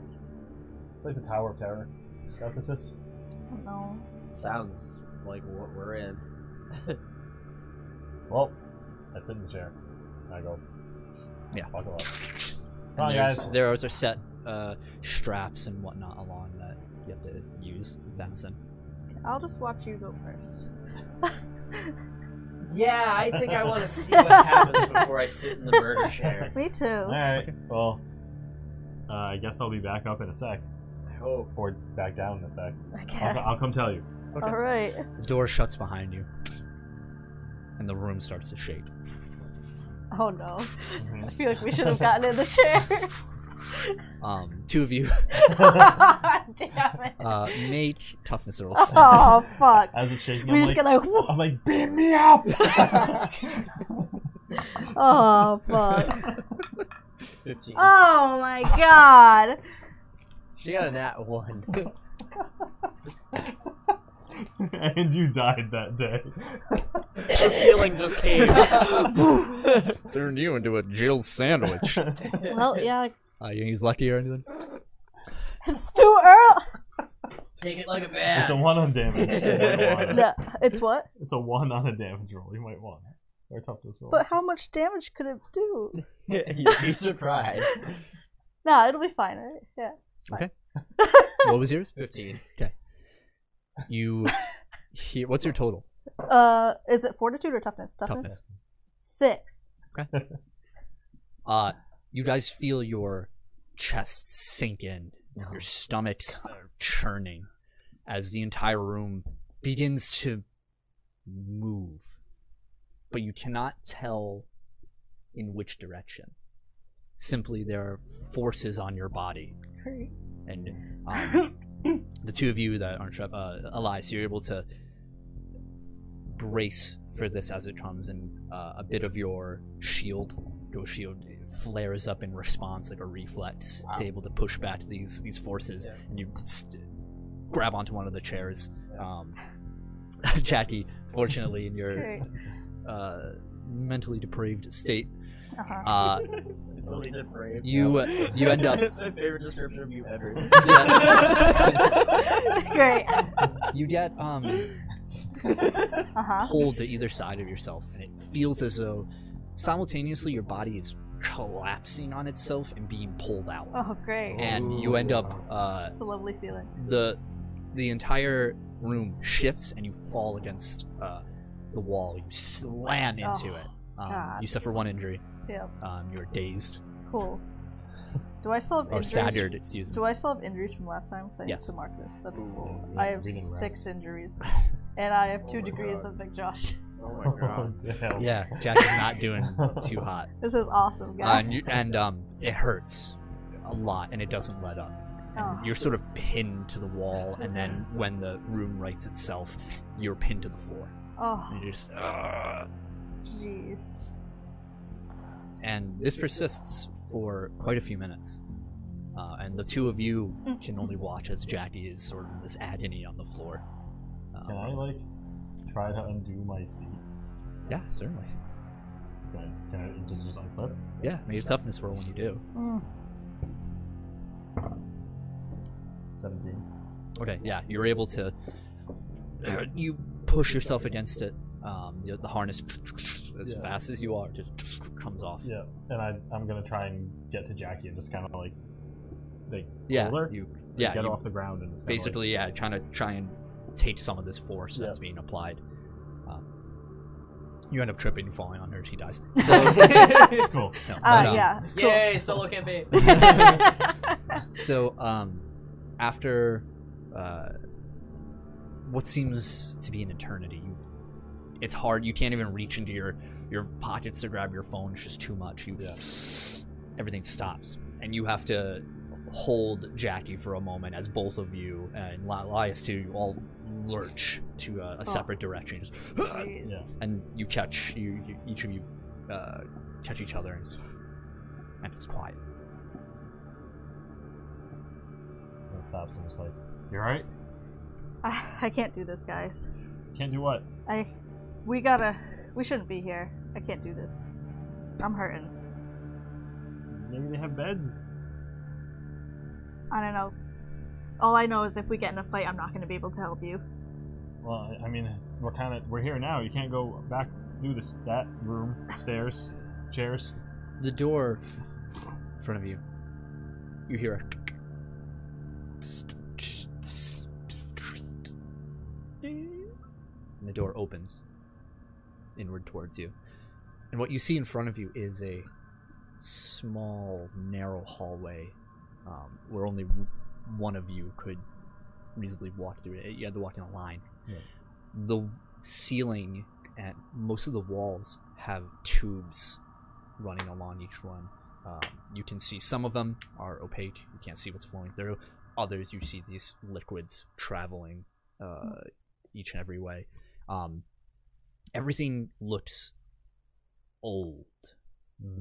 S2: Like the Tower of Terror? Ephesus?
S4: No.
S1: Sounds like what we're in.
S2: Well, I sit in the chair. I go.
S3: Yeah.
S2: Fuck it up.
S3: And
S2: Come on,
S3: there's-
S2: guys.
S3: There are also set uh, straps and whatnot along that you have to use venison.
S4: I'll just watch you go first.
S1: Yeah,
S2: I think I wanna
S4: see
S1: <laughs>
S4: what happens before
S1: I sit in the murder
S2: chair.
S4: Me too.
S2: Alright, well, uh, I guess I'll be back up in a sec.
S1: I hope.
S2: Or back down in a sec.
S4: I
S2: I'll,
S4: guess. <laughs>
S2: I'll come tell you.
S1: Okay.
S4: All right.
S3: The door shuts behind you, and the room starts to shake.
S2: <laughs>
S4: Oh no. I
S2: Mhm.
S4: feel like we should have
S2: <laughs>
S4: gotten in the chairs. <laughs>
S3: Um, two of you
S4: Damn it.
S3: uh, make toughness rolls.
S4: Oh fuck.
S2: As it's shaking,
S4: We're
S2: I'm
S4: just
S2: like,
S4: gonna. whoop.
S2: I'm like, beat me up. <laughs>
S4: <laughs> Oh fuck.
S1: 15.
S4: Oh my god.
S1: She got a nat 1.
S2: and you died that day.
S1: the ceiling just came.
S3: Turn you into a Jill sandwich.
S2: <laughs>
S4: Well, yeah.
S3: <laughs> Uh, you think he's lucky or anything?
S4: It's too early.
S1: Take it <laughs> like a
S2: It's a
S1: man.
S2: one on damage. You might want it.
S4: No, it's what?
S2: It's a one on a damage roll. You might want it. Or a toughness roll.
S4: But how much damage could it do?
S1: You'd be surprised.
S4: Nah, it'll be fine. Right? Yeah.
S3: What was yours?
S1: 15.
S3: You hear? What's your total?
S4: Uh, is it fortitude or toughness? Toughness.
S3: Toughness.
S4: Six.
S3: Uh, you guys feel your chests sink in, your stomachs are churning as the entire room begins to move, but you cannot tell in which direction. Simply, there are forces on your body, and um, the two of you that aren't Shrep, uh, Elias, you're able to brace for this as it comes, and uh, a bit of your shield, your shield flares up in response like a reflex. It's able to push back these these forces,
S1: Yeah.
S3: and you s grab onto one of the chairs. Um, <laughs> Jackie, fortunately, in your
S4: <laughs> Great.
S3: uh, mentally depraved state,
S4: Uh-huh.
S3: uh,
S1: Totally depraved.
S3: you uh, you end
S1: <laughs>
S3: up
S1: That's my favorite description of you ever.
S2: <laughs>
S4: Great.
S3: you get um.
S4: Uh-huh.
S3: pulled to either side of yourself, and it feels as though simultaneously your body is collapsing on itself and being pulled out,
S4: Oh, great.
S3: and you end up
S4: Oh.
S3: uh,
S4: It's a lovely feeling.
S3: the the entire room shifts, and you fall against uh, the wall. You slam into
S4: Oh,
S3: it. Um,
S4: God.
S3: you suffer one injury.
S4: Yep.
S3: Um, you're dazed
S4: Cool. Do
S3: <laughs>
S4: I still have
S3: or
S4: injuries?
S3: staggered. Excuse me.
S4: Do I still have injuries from last time? Because I
S3: Oh, Yes.
S4: need to mark this. That's
S2: Ooh,
S4: cool.
S2: yeah,
S4: I have
S2: we didn't
S4: six
S2: rest.
S4: injuries, and I have
S1: Oh
S4: two
S1: my
S4: degrees
S1: God.
S4: of Big Josh.
S1: <laughs>
S4: <laughs>
S1: Oh
S3: <laughs>
S1: my
S2: <laughs> Oh,
S1: god.
S2: damn.
S3: Yeah, Jack is not doing <laughs> too hot,
S4: This is awesome,
S3: uh,
S4: guys.
S3: and, you, and um, it hurts a lot, and it doesn't let up.
S4: Oh.
S3: You're sort of pinned to the wall, and then when the room rights itself, you're pinned to the floor.
S4: Oh,
S3: And you're just, "Ugh."
S4: jeez.
S3: and this persists for quite a few minutes. Uh, and the two of you can only watch as Jackie is sort of in this agony on the floor. Um,
S2: Can I like try to undo my seat?
S3: Yeah, certainly.
S2: Can I, can I just, just unclip?
S3: Yeah, make a toughness roll when you do.
S4: Mm.
S2: Seventeen.
S3: Okay, yeah, you're able to. <clears throat> You push yourself against it. Um, the the harness, <sniffs> as
S2: Yeah.
S3: fast as you are, just <sniffs> comes off.
S2: Yeah. And I I'm gonna try and get to Jackie and just kind of like like
S3: Yeah,
S2: Roller?
S3: you, yeah,
S2: get
S3: you
S2: off the ground and just kinda, like-
S3: basically yeah trying to try and take some of this force
S2: Yeah.
S3: that's being applied um, you end up tripping and falling on her and she dies
S2: <laughs>
S3: so
S2: cool.
S3: no, but,
S4: Uh,
S3: um,
S4: yeah. Cool.
S5: Yay, solo
S1: <laughs>
S5: campaign.
S4: <laughs>
S3: so um after uh what seems to be an eternity you it's hard you can't even reach into your your pockets to grab your phone it's just too much you <sniffs> everything stops and you have to hold jackie for a moment as both of you and Li- Lias too you all lurch to a, a separate direction just, <gasps>
S4: Jeez.
S2: Yeah.
S3: and you catch you, you each of you uh, catch each other and it's, and it's quiet
S2: And it stops and it's like, you alright?
S4: I, I can't do this, guys.
S2: Can't do what?
S4: I, we gotta, we shouldn't be here. I can't do this. I'm hurting.
S2: Maybe they have beds.
S4: I don't know. All I know is if we get in a fight, I'm not gonna be able to help you.
S2: Well, I- I mean, it's, we're kind of we're here now. You can't go back through this that room, stairs, chairs.
S3: the door in front of you you hear a and the door opens inward towards you and what you see in front of you is a small narrow hallway um, where only one of you could reasonably walk through it. You had to walk in a line.
S2: Yeah.
S3: The ceiling and most of the walls have tubes running along each one. Um, you can see some of them are opaque. You can't see what's flowing through. Others, you see these liquids traveling uh, each and every way. Um, everything looks old,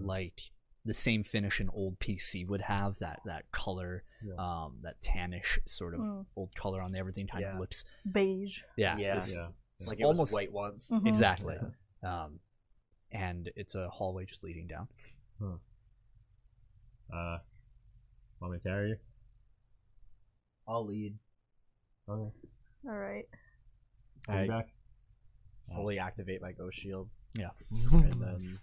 S3: like the same finish an old PC would have. That that color,
S2: Yeah.
S3: um, that tannish sort of
S4: Mm.
S3: old color on there. Everything kind
S1: Yeah.
S3: of looks.
S4: Beige.
S3: Yeah.
S1: Yeah.
S3: this is
S2: Yeah.
S1: Like it was
S3: almost-
S1: white once.
S5: Hmm.
S4: Mhm.
S3: Exactly. Um, and it's a hallway just leading down.
S2: Uh, want me to carry you?
S1: I'll lead.
S2: Okay.
S4: All right.
S2: I'll be
S1: I
S2: <laughs> back.
S1: fully activate my ghost shield
S3: Yeah.
S5: Hmm.
S1: and then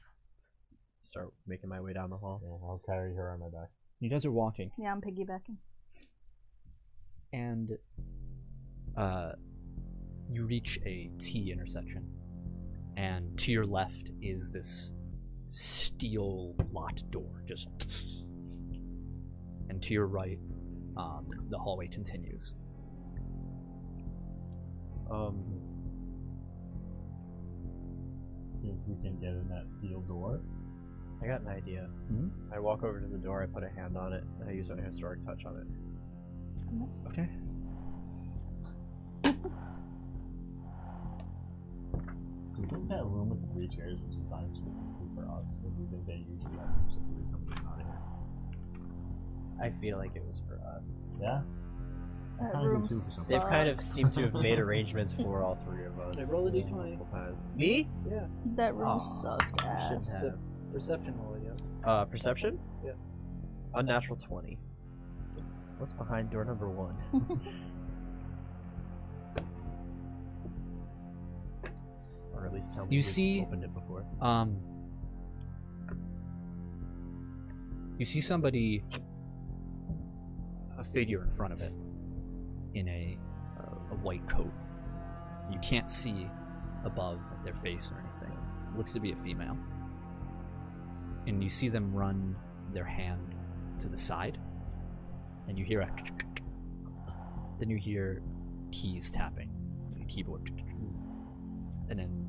S1: start making my way down the hall.
S2: Yeah, I'll carry her on my back.
S3: You guys are walking,
S4: Yeah, I'm piggybacking.
S3: and uh, you reach a T intersection, and to your left is this steel locked door, just, and to your right, um, the hallway continues.
S1: Um,
S2: If we can get in that steel door.
S1: I got an idea.
S3: Hmm?
S1: I walk over to the door. I put a hand on it. And I use my historic touch on it.
S3: Okay.
S2: Do you think that room with the three chairs was designed specifically for us? Or do you think they usually have rooms that we come in and out of here?
S1: I feel like it was for us.
S2: Yeah? I
S4: That
S2: kinda do
S4: room
S2: too for
S4: sucks.
S1: They've kind of seemed to have
S5: <laughs>
S1: <laughs> made arrangements for all three of us.
S5: I roll a d20.
S1: multiple times.
S5: Me? Yeah.
S4: That room
S1: Aw,
S4: sucked
S1: Shouldn't
S4: ass.
S1: have.
S5: Perception roll, yeah.
S1: Uh, perception?
S5: Yeah.
S1: Unnatural 20. What's behind door number one? or at least tell me
S3: You
S1: who's
S3: see-
S1: opened it before.
S3: Um, you see somebody, a figure in front of it, in a uh, a white coat. You can't see above their face or anything. Looks to be a female, and you see them run their hand to the side, and you hear a. <laughs> Then you hear keys tapping, and a keyboard, and then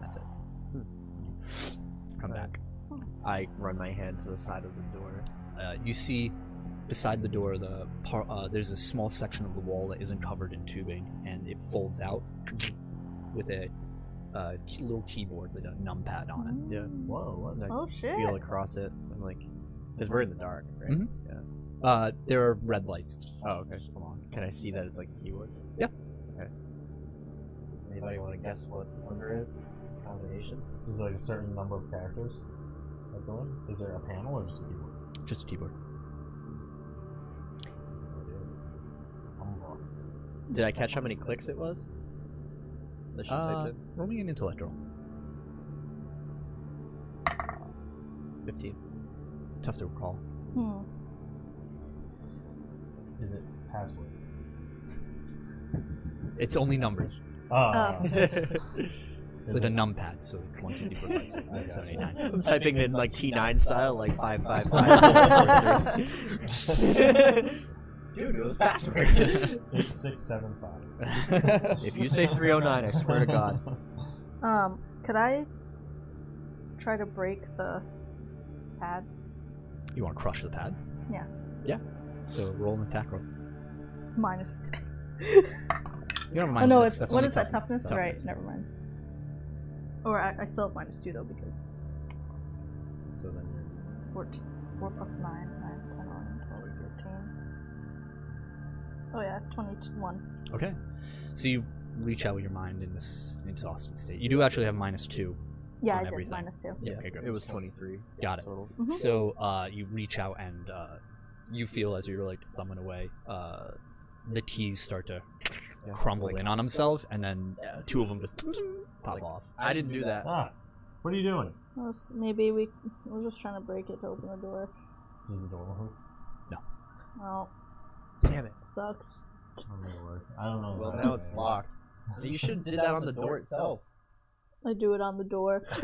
S3: that's it. Come back.
S1: I run my hand to the side of the door.
S3: Uh, you see, beside the door, the par- uh, there's a small section of the wall that isn't covered in tubing, and it folds out with a uh, key- little keyboard with a numpad on it.
S1: Yeah.
S2: Whoa, what?
S1: And I
S4: Oh shit.
S1: feel across it. I'm like, because we're in the dark, right?
S3: Mhm. Uh, there are red lights.
S1: Oh, okay. Hold on. Can I see that it's like a keyboard?
S3: Yeah.
S1: Okay. Anybody want to guess what the number is? Combination?
S2: Is there like a certain number of characters? Like the one? Is there a panel or just a keyboard?
S3: Just a keyboard.
S2: I'm wrong.
S1: Did I catch how many clicks it was? That she
S3: Uh,
S1: typed
S3: roll me an intellect roll.
S1: in? 15.
S3: Tough to recall.
S4: Hmm.
S2: Is it password?
S3: It's only numbers.
S2: Ah. <laughs>
S4: Oh.
S3: It's
S2: is
S3: like a
S2: it-
S3: numpad, so it's 1, 2, 3, 4, 5, 6,
S2: I
S3: 7,
S2: gotcha.
S3: 8, 9.
S1: I'm typing in like T9 style, like
S3: <laughs>
S1: 555. Dude, it was faster.
S2: Eight six seven five.
S1: <laughs>
S3: <laughs>
S1: if you say 309, I swear to God.
S4: Um, could I try to break the pad?
S3: You want to crush the pad?
S4: Yeah.
S3: Yeah. So roll an attack roll.
S4: Minus six. <laughs>
S3: You don't have
S4: oh
S3: minus
S4: no,
S3: six,
S4: it's
S3: that's
S4: what
S3: only
S4: is that
S3: toughness.
S4: toughness? Right, never mind. Or I, I still have minus two though because
S1: So then
S4: four, t- four plus nine, nine, ten, eleven, twelve, thirteen. Oh yeah, twenty-one.
S3: Okay. So you reach out with your mind in this exhausted state. You do actually have minus two.
S4: Yeah,
S3: On
S4: I did
S3: everything.
S4: minus two.
S1: Yeah,
S3: Okay, good.
S1: it was 23.
S3: Got it.
S1: Total.
S4: Mhm.
S3: So uh, you reach out and uh, you feel as you're like thumbing away, uh, the keys start to
S1: Yeah,
S3: crumble
S1: like-
S3: in on themselves, and then uh,
S1: Yeah.
S3: two of them just pop
S1: Like,
S3: off.
S1: I didn't do
S3: <laughs>
S1: that.
S2: <laughs> Ah, what are you doing?
S4: Unless maybe we we're just trying to break it to open the door.
S2: Is the door open?
S4: Well,
S1: Damn it.
S4: sucks.
S2: I don't know if it worked. I don't know.
S1: Well,
S2: if
S1: now
S2: that's <laughs>
S1: it's
S2: okay.
S1: locked. You should have did that on the door itself.
S4: I do it on
S3: <laughs>
S4: the door. <laughs>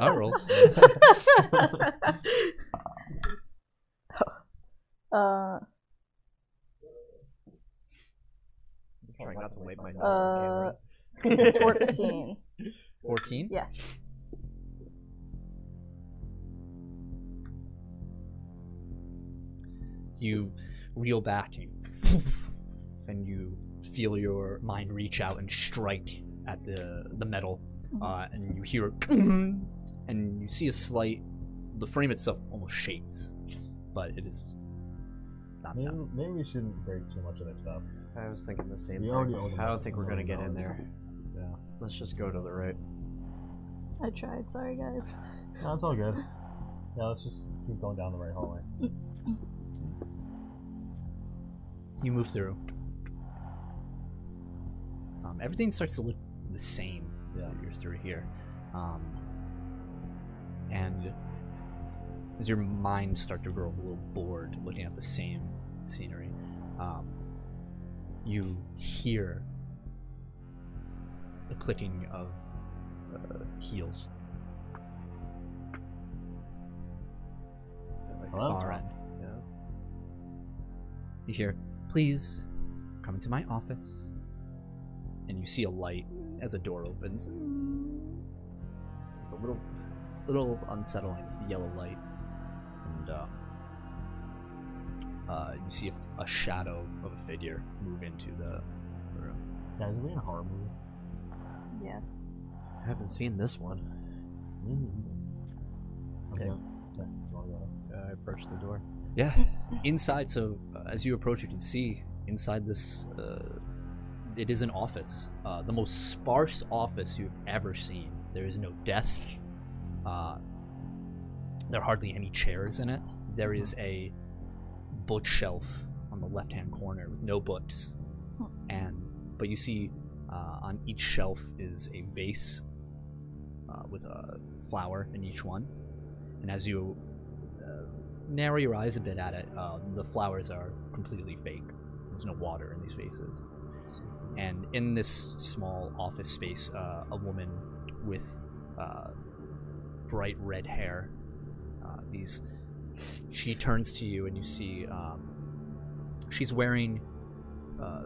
S3: I roll.
S4: <laughs> uh,
S1: Trying not to wipe my nose
S4: Uh,
S1: on camera.
S4: 14.
S3: 14?
S4: Yeah.
S3: You reel back and, and you feel your mind reach out and strike at the, the metal. Uh, and you hear <clears throat> and you see a slight. The frame itself almost shakes, but it is not
S2: Maybe,
S3: metal.
S2: maybe we shouldn't break too much of their stuff.
S3: Uh,
S1: I was thinking the same
S2: We already owe
S1: thing.
S2: them
S1: I
S2: a
S1: don't think we're gonna
S2: million
S1: get in
S2: dollars.
S1: there.
S2: Yeah.
S1: Let's just go to the right.
S4: I tried. Sorry, guys.
S2: No, it's all good. Yeah, let's just keep going down the right hallway.
S3: You move through. Um, everything starts to look the same as
S2: Yeah.
S3: you're through here. Um, and as your mind start to grow a little bored looking at the same scenery, um, you hear the clicking of uh, heels
S1: Like,
S2: Hello?
S3: far end.
S1: Yeah.
S3: You hear, please come into my office. And you see a light as a door opens. It's a little little unsettling. It's a yellow light. And um, uh, you see a, f- a shadow of a figure move into the room.
S2: Guys, are we in a horror movie?
S4: Yes.
S1: I haven't seen this one.
S2: Okay.
S1: Okay.
S2: Yeah, you wanna go?
S1: Uh, I approached the door.
S3: Yeah. Inside, so uh, as you approach, you can see inside this. Uh, it is an office, uh, the most sparse office you've ever seen. There is no desk. Uh, there are hardly any chairs in it. There is a bookshelf on the left-hand corner with no books,
S4: Hmm.
S3: and but you see uh, on each shelf is a vase uh, with a flower in each one, and as you uh, narrow your eyes a bit at it, uh, the flowers are completely fake. There's no water in these vases. And in this small office space, uh, a woman with uh, bright red hair, uh, these, she turns to you and you see um, she's wearing uh,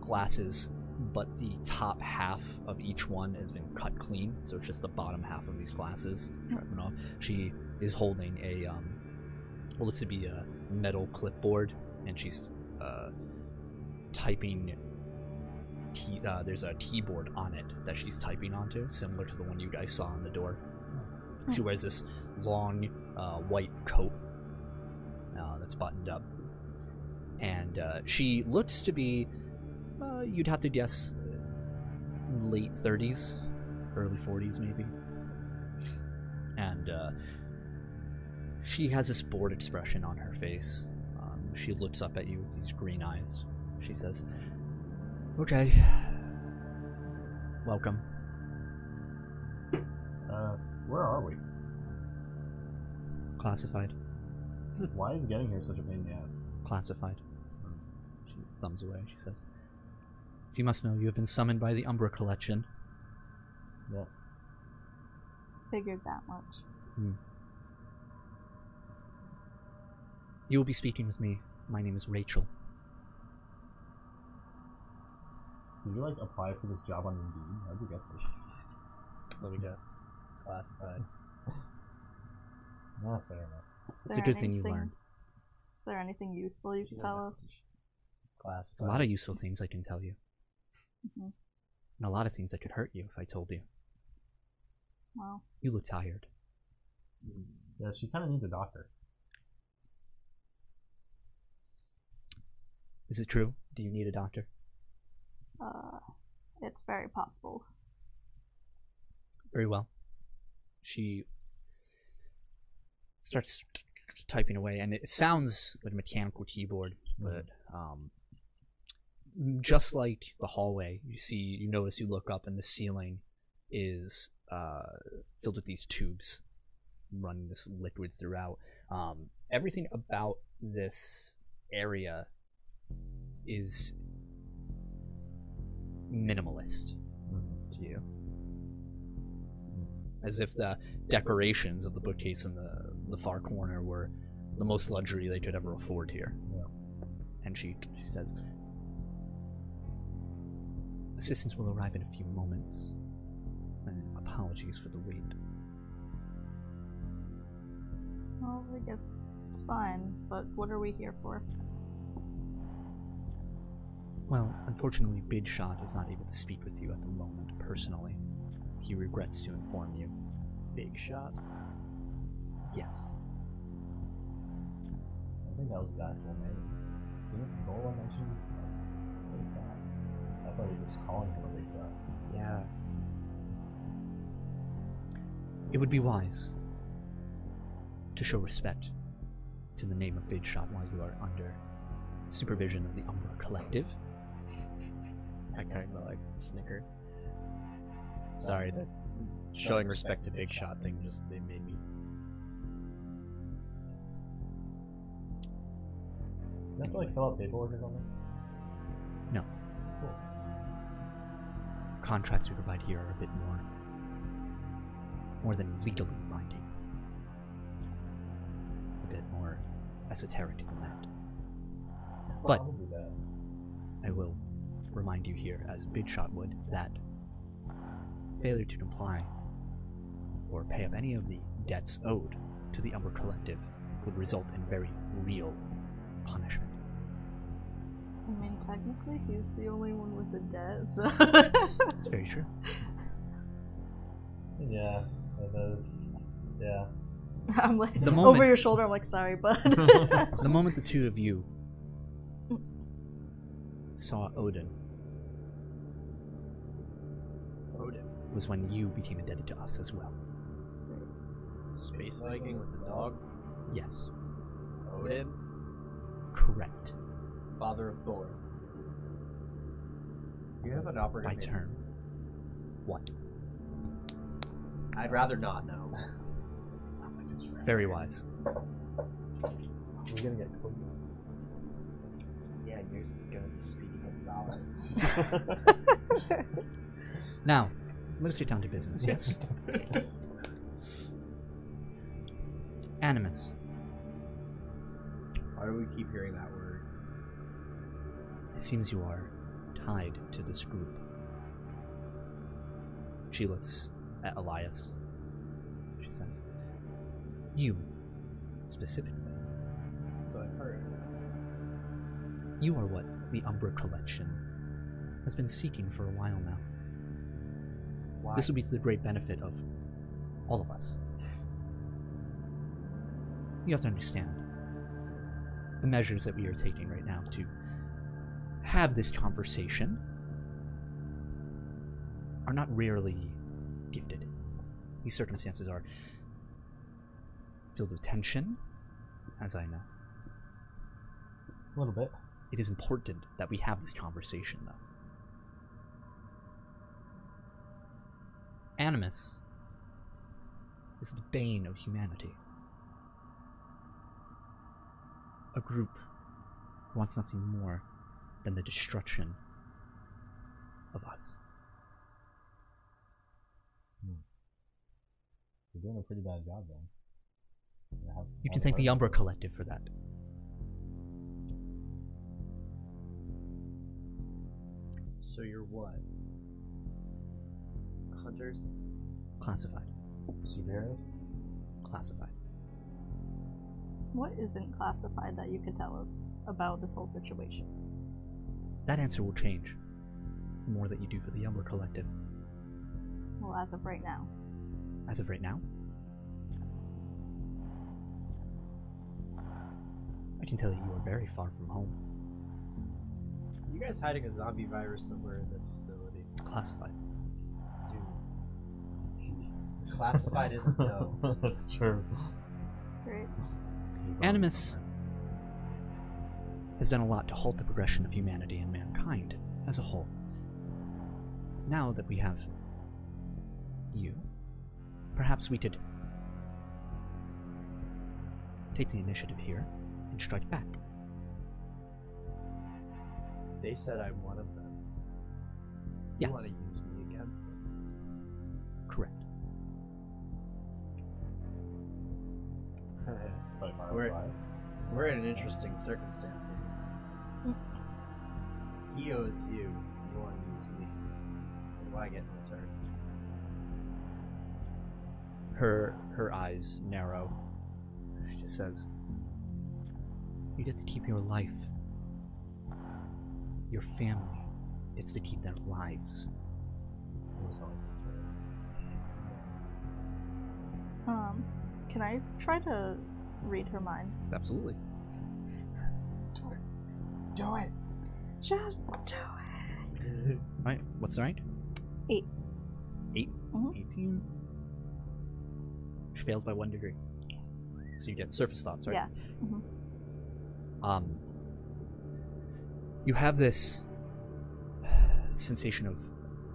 S3: glasses, but the top half of each one has been cut clean, so it's just the bottom half of these glasses. broken off. She is holding a um, what looks to be a metal clipboard, and she's uh, typing. Key, uh, there's a keyboard on it that she's typing onto, similar to the one you guys saw on the door. She wears this long uh, white coat uh, that's buttoned up, and uh, she looks to be, uh, you'd have to guess, uh, late 30s, early 40s maybe. And uh, she has this bored expression on her face. Um, she looks up at you with these green eyes. She says, Okay. Welcome.
S2: Uh, where are we?
S3: Classified.
S2: Why is getting here such a pain in the ass?
S3: Classified. She thumbs away. She says, If you must know, you have been summoned by the Umbra Collection.
S4: Figured that much.
S3: You will be speaking with me. My name is Rachel.
S2: Did you like apply for this job on Indeed? How'd you get this?
S1: Let me guess.
S2: <laughs>
S1: Classified.
S2: Not Ah, fair enough.
S3: It's
S4: Is
S3: a
S4: there
S3: good thing you
S4: anything-
S3: learned.
S4: Is there anything useful you can tell us?
S1: Classified.
S3: It's a lot of useful things I can tell you,
S4: Mhm.
S3: and a lot of things that could hurt you if I told you.
S4: Well,
S3: You look tired.
S2: Yeah, she kind of needs a doctor.
S3: Is it true? Do you need a doctor?
S4: uh, it's very possible.
S3: Very well. She starts t- t- typing away, and it sounds like a mechanical keyboard, but um, just like the hallway, you see, you notice, you look up, and the ceiling is uh, filled with these tubes running this liquid throughout. Um, everything about this area is minimalist to you as if the decorations of the bookcase in the, the far corner were the most luxury they could ever afford here.
S2: Yeah.
S3: And she she says, Assistance will arrive in a few moments. And apologies for the wait.
S4: Well, I guess it's fine, but what are we here for?
S3: Well, unfortunately, Big Shot is not able to speak with you at the moment personally. He regrets to inform you.
S1: Big shot.
S3: Yes.
S2: I think that was his actual name. Didn't Nola mention Big Shot? I thought he was just calling him a Big Shot.
S1: Yeah.
S3: It would be wise to show respect to the name of Big Shot while you are under supervision of the Umbra Collective.
S1: I kind of like snickered. Sorry that showing respect to Big Shot thing just they made me.
S2: Did you have to like fill out paperwork or something?
S3: Contracts we provide here are a bit more, more than legally binding. It's a bit more esoteric than that. But-
S2: I would do that.
S3: I will remind you here, as Big Shot would, that failure to comply or pay up any of the debts owed to the Umber Collective would result in very real punishment.
S4: I mean, technically, he's the only one with the debt, so.
S3: It's very true.
S2: Yeah, that is. Yeah.
S4: <laughs> I'm like,
S3: The
S4: over
S3: moment,
S4: your shoulder, I'm like, sorry,
S3: <laughs>
S4: bud.
S3: the moment the two of you saw Odin
S1: Odin.
S3: was when you became indebted to us as well.
S1: Space Viking with the dog.
S3: Yes,
S1: Odin.
S3: correct
S1: Father of Thor. You have an opportunity.
S3: by term. What?
S1: I'd rather not <laughs> know.
S3: Very wise.
S2: We're gonna get close.
S1: Yeah, yours is going to Speedy Gonzalez. <laughs>
S3: Now, let's get down to business. Yes. Animus.
S1: Why do we keep hearing that word?
S3: It seems you are tied to this group. She looks at Elias. She says, You, specifically,
S1: So I've heard.
S3: you are what the Umbra Collection has been seeking for a while now.
S1: Why?
S3: This will be to the great benefit of all of us. You have to understand the measures that we are taking right now to have this conversation are not rarely gifted. These circumstances are filled with tension, as I know.
S2: A little bit.
S3: It is important that we have this conversation, though. Animus is the bane of humanity. A group who wants nothing more than the destruction of us.
S2: You're doing a pretty bad job, then. You, have-
S3: You can thank the Umbra Collective for that.
S1: So you're what? Hunters?
S3: Classified.
S2: Superheroes?
S3: Classified.
S4: what isn't classified that you could tell us about this whole situation?
S3: That answer will change the more that you do for the Umbra Collective.
S4: Well, as of right now.
S3: As of right now, I can tell that you are very far from home.
S1: You guys hiding a zombie virus somewhere in this facility?
S3: Classified.
S1: Dude. Classified isn't <laughs> no.
S2: <laughs> That's true.
S4: Great.
S3: Animus has done a lot to halt the progression of humanity and mankind as a whole. Now that we have you, perhaps we could take the initiative here and strike back.
S1: They said I'm one of them. You want
S3: Yes,
S1: to use me against them.
S3: correct.
S2: But
S1: We're-
S2: Firefly.
S1: We're in an interesting circumstance here. He owes you. You want to use me. I get in the turn?
S3: Her her eyes narrow. She just says, "You get to keep your life, your family. It's to keep their lives."
S4: Um, can I try to read her mind?
S3: Absolutely.
S4: Do it. Just do it.
S3: All right. What's the rank?
S4: Eight.
S3: Eight?
S4: Mhm.
S3: Eighteen. She fails by one degree. So you get surface thoughts, right?
S4: Yeah. Mm-hmm. Mhm.
S3: Um. You have this sensation of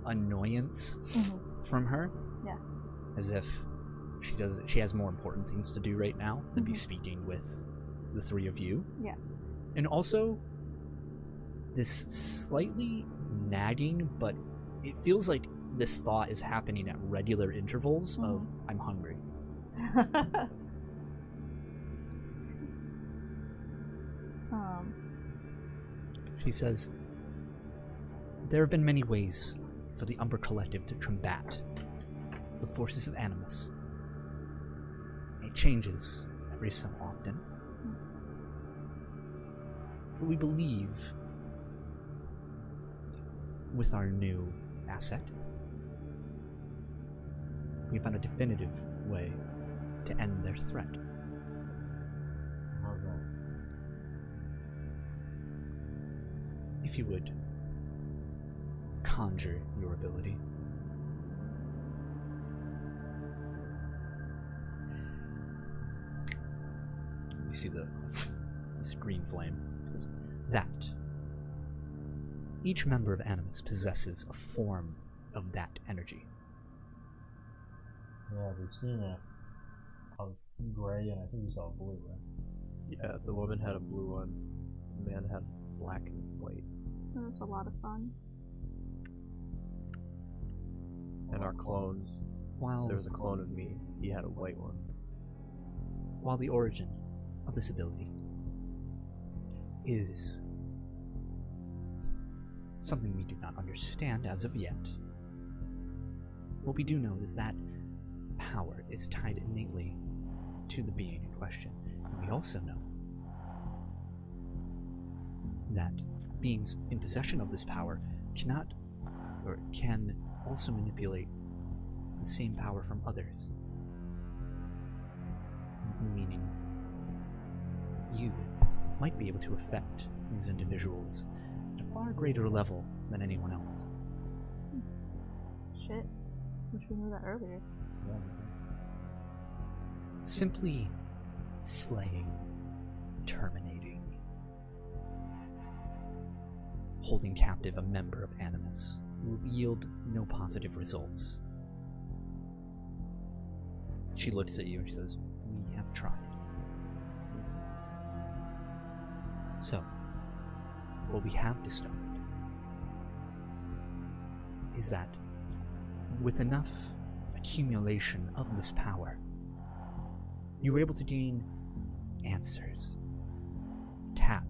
S3: annoyance
S4: Mhm.
S3: from her.
S4: Yeah.
S3: As if she does she has more important things to do right now than be
S4: Mhm.
S3: speaking with the three of you.
S4: Yeah.
S3: And also this slightly nagging, but it feels like this thought is happening at regular intervals of
S4: Mm-hmm.
S3: I'm hungry.
S4: <laughs> um,
S3: She says there have been many ways for the Umber Collective to combat the forces of Animus. It changes every so often. But we believe with our new asset, we found a definitive way to end their threat.
S2: How's that?
S3: If you would conjure your ability. You see the this green flame. That each member of Animus possesses a form of that energy.
S2: Yeah, we've seen a, a gray, and I think we saw a blue. Right?
S1: Yeah, the woman had a blue one. The man had black and white.
S4: it was a lot of fun.
S1: And our clones.
S3: While
S1: There was a clone of me. He had a white one.
S3: while the origin of this ability is something we do not understand as of yet, what we do know is that power is tied innately to the being in question. And we also know that beings in possession of this power cannot or can also manipulate the same power from others meaning you might be able to affect these individuals at a far greater level than anyone else.
S4: Shit. Wish we knew that earlier.
S2: Yeah.
S3: Simply slaying, terminating, holding captive a member of Animus will yield no positive results. She looks at you and she says, We have tried. So, what we have discovered is that with enough accumulation of this power, you were able to gain answers, tap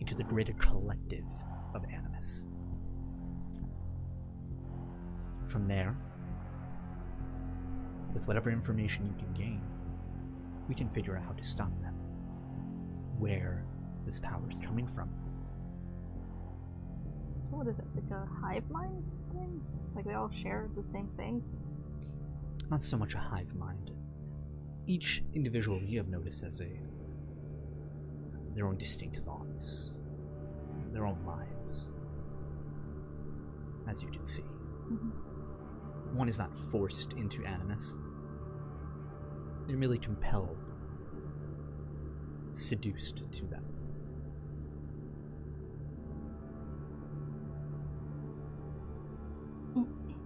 S3: into the greater collective of Animus. From there, with whatever information you can gain, we can figure out how to stop them, where this power is coming from.
S4: So what is it? Like a hive mind thing? Like they all share the same thing?
S3: not so much a hive mind. Each individual you have noticed has a their own distinct thoughts, their own lives. As you can see,
S4: Mhm.
S3: one is not forced into animus. They're merely compelled, seduced to that.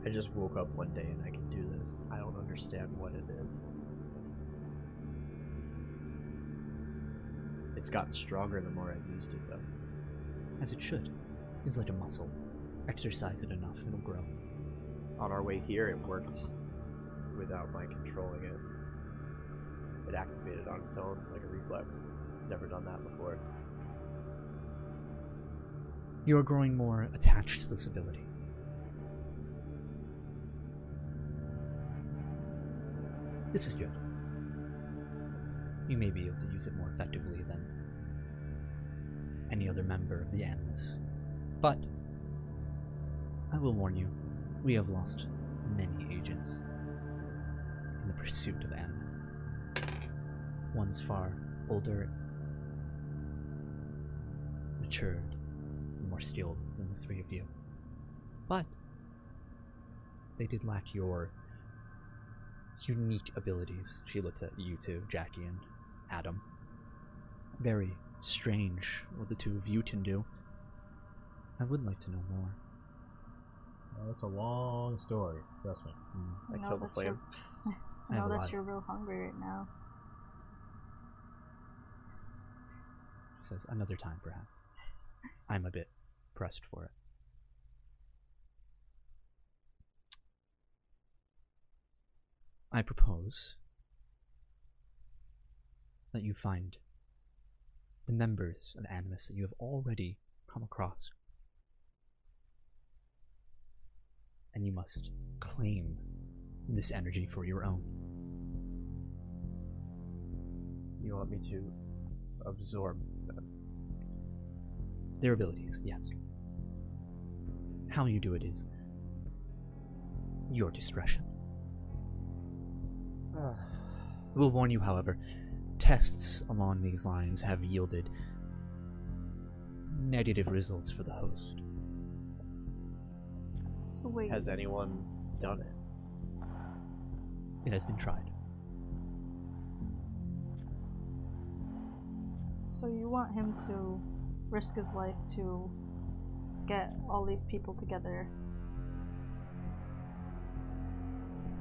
S1: I just woke up one day and I can do this. I don't understand what it is. It's gotten stronger the more I've used it, though.
S3: As it should. It's like a muscle. Exercise it enough, it'll grow.
S1: On our way here, it worked without my controlling it. It activated on its own like a reflex. It's never done that before.
S3: You are growing more attached to this ability. This is good. You may be able to use it more effectively than any other member of the Animus. But I will warn you, we have lost many agents in the pursuit of Animus. One's far older, matured, and more skilled than the three of you. But they did lack your unique abilities. She looks at you two, Jackie and Adam. Very strange what the two of you can do. I would like to know more.
S2: Uh, That's a long story. Trust me.
S4: I
S5: I
S4: know
S5: killed the
S4: that's your-
S5: flame.
S3: Hmm, I
S4: I
S3: have
S4: know
S3: a
S4: that
S3: lot.
S4: you're real hungry right now.
S3: She says, another time perhaps. I'm a bit pressed for it. I propose that you find the members of Animus that you have already come across. And you must claim this energy for your own.
S1: You want me to absorb them?
S3: Their abilities, yes. How you do it is your discretion. We'll warn you, however, tests along these lines have yielded negative results for the host.
S4: So wait,
S1: Has anyone done it?
S3: It has been tried.
S4: so you want him to risk his life to get all these people together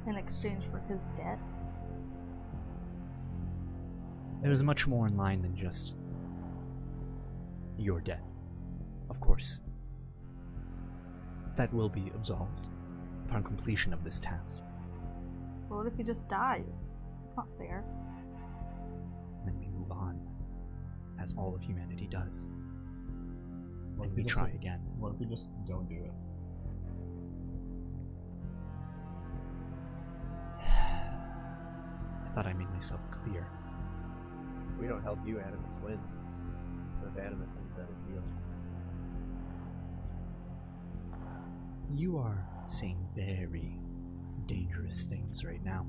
S4: in exchange for his debt?
S3: There is much more in line than just your debt. Of course. That will be absolved upon completion of this task.
S4: Well, what if he just dies? It's not fair.
S3: Then we move on, as all of humanity does.
S2: What
S3: and
S2: if
S3: we
S2: just-
S3: try again.
S2: What if we just don't do it?
S3: I thought I made myself clear.
S1: If we don't help you, Animus wins. But if Animus ends, that would deal.
S3: You are saying very dangerous things right now.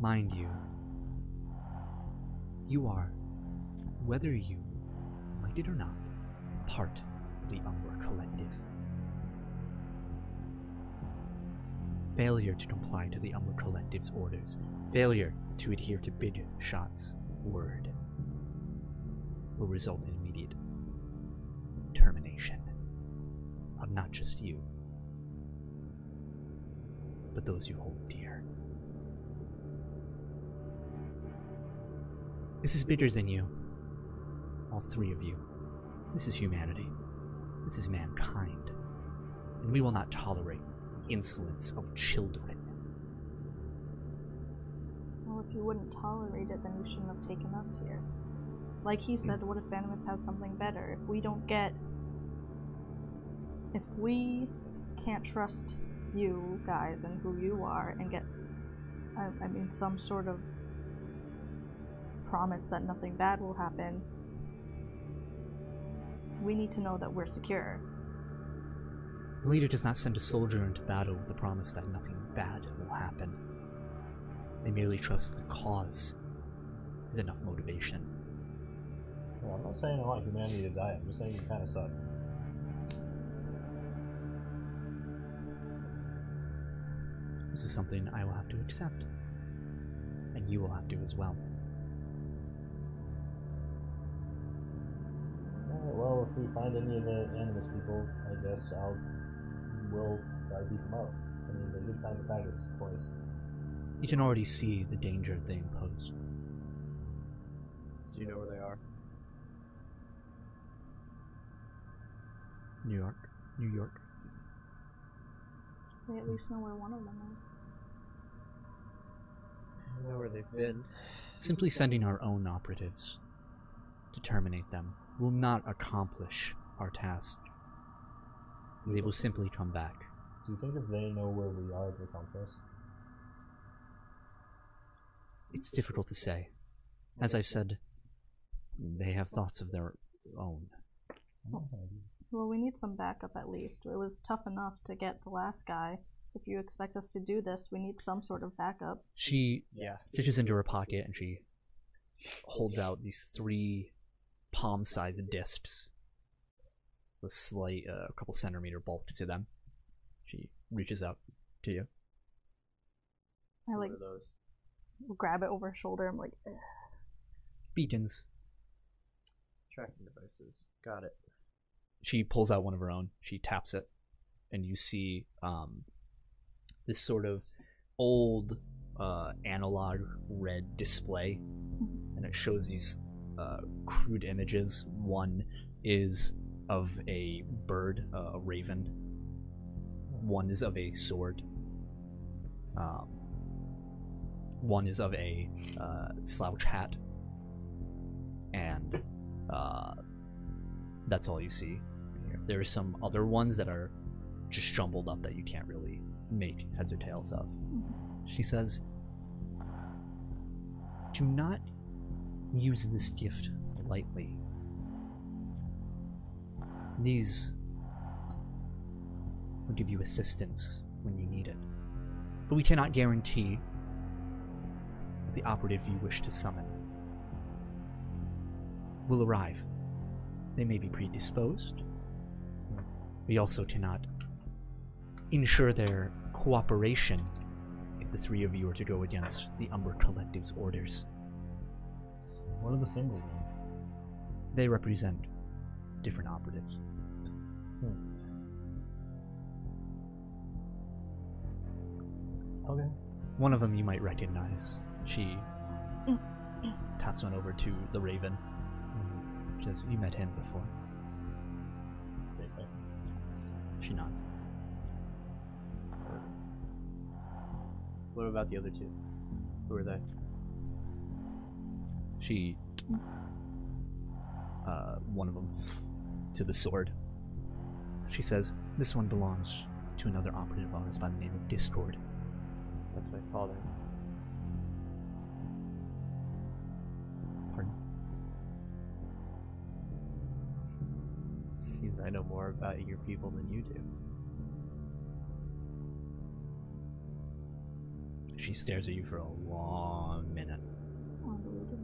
S3: Mind you, you are, whether you like it or not, part of the Umbra Collective. Failure to comply to the Umbra Collective's orders, failure to adhere to Big Shot's word, will result in immediate termination of not just you, but those you hold dear. This is bigger than you, all three of you. This is humanity. This is mankind. And we will not tolerate the insolence of children.
S4: Well, if you wouldn't tolerate it, then you shouldn't have taken us here. Like he said, what if Animus has something better? If we don't get. If we can't trust you guys and who you are and get. I, I mean, some sort of promise that nothing bad will happen, we need to know that we're secure.
S3: The leader does not send a soldier into battle with the promise that nothing bad will happen. They merely trust that the cause is enough motivation.
S2: Well, I'm not saying I want humanity to die. I'm just saying you kind of suck.
S3: This is something I will have to accept. And you will have to as well.
S2: Alright, well, if we find any of the animus people, I guess I'll will try to beat them up. I mean, they did find the Titus twice.
S3: You can already see the danger they impose.
S1: Do you know where they are?
S3: New York. New York.
S4: We at least know where one of them is.
S1: I know where they've been.
S3: Simply sending our own operatives to terminate them will not accomplish our task. They will simply come back.
S2: Do you think if they know where we are, they'll come for us?
S3: It's difficult to say. As I've said, they have thoughts of their own.
S4: Well, we need some backup at least. It was tough enough to get the last guy. If you expect us to do this, we need some sort of backup.
S3: She
S1: Yeah.
S3: fishes into her pocket and she holds out these three palm sized discs, the slight, uh, a couple centimeter bulk to them. She reaches out to you.
S4: I
S1: What
S4: like
S1: are those?
S4: grab it over her shoulder. I'm like, "Ugh."
S3: Beacons.
S1: Tracking devices. Got it.
S3: She pulls out one of her own. She taps it, and you see um, this sort of old uh, analog red display, and it shows these uh, crude images. One is of a bird, uh, a raven. One is of a sword. Um, one is of a uh, slouch hat, and uh, that's all you see. There are some other ones that are just jumbled up that you can't really make heads or tails of. She says, Do not use this gift lightly. These will give you assistance when you need it. But we cannot guarantee the operative you wish to summon will arrive. They may be predisposed. We also cannot ensure their cooperation if the three of you are to go against the Umber Collective's orders.
S2: What are the symbols? mean?
S3: They represent different operatives.
S2: Okay.
S3: One of them you might recognize. She taps one over to the Raven. She says, You met him before.
S2: Space Viking.
S3: She nods.
S1: What about the other two? Who are they?
S3: She. Uh, one of them to the sword. She says, This one belongs to another operative of ours by the name of Discord.
S1: That's my father.
S3: Pardon?
S1: Seems I know more about your people than you do.
S3: She stares at you for a long minute.
S4: Unbelievable.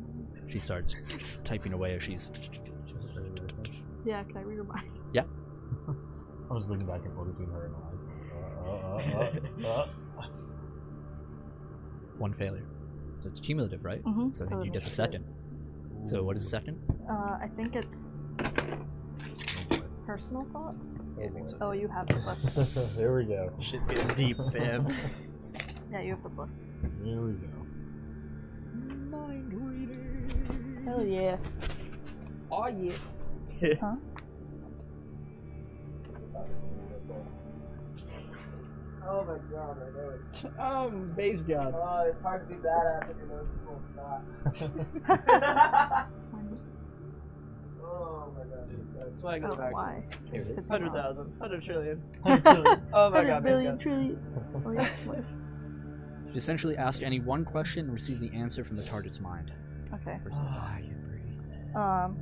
S3: She starts typing away as she's.
S4: yeah, can I read her mind?
S2: I was looking back and forth between her and Eliza. Uh, uh, uh, uh, uh.
S3: One failure. So it's cumulative, right?
S4: <laughs> Mhm,
S3: Mm-hmm. So,
S4: so
S3: then
S4: it
S3: you get the
S4: makes it-
S3: second. So what
S2: <laughs>
S3: is the second?
S4: Uh, I think it's personal thoughts.
S1: Yeah, I think so,
S4: Oh,
S1: too.
S4: you have the book.
S2: there we go.
S1: Shit's getting deep, fam.
S4: Yeah, you have the book.
S2: There we go.
S3: Mind
S4: Hell yeah.
S1: Oh yeah.
S5: Oh my god, I know it.
S4: <laughs>
S3: Um, base god.
S5: Oh, it's hard to be badass if you know the full
S4: <laughs>
S5: stop.
S4: Mine was-
S5: oh my god.
S1: That's why I
S4: I
S1: go
S4: don't know
S1: back.
S4: oh, why.
S1: Here it is.
S5: 100,000, 100
S4: <laughs>
S5: trillion.
S1: <laughs>
S2: That's
S5: Oh my
S4: 100
S5: god,
S4: billion,
S5: man.
S4: trillion. Oh, yeah. what?
S3: She essentially asked any one question and received the answer from the target's mind.
S4: Okay.
S3: Personal thought.
S4: Um,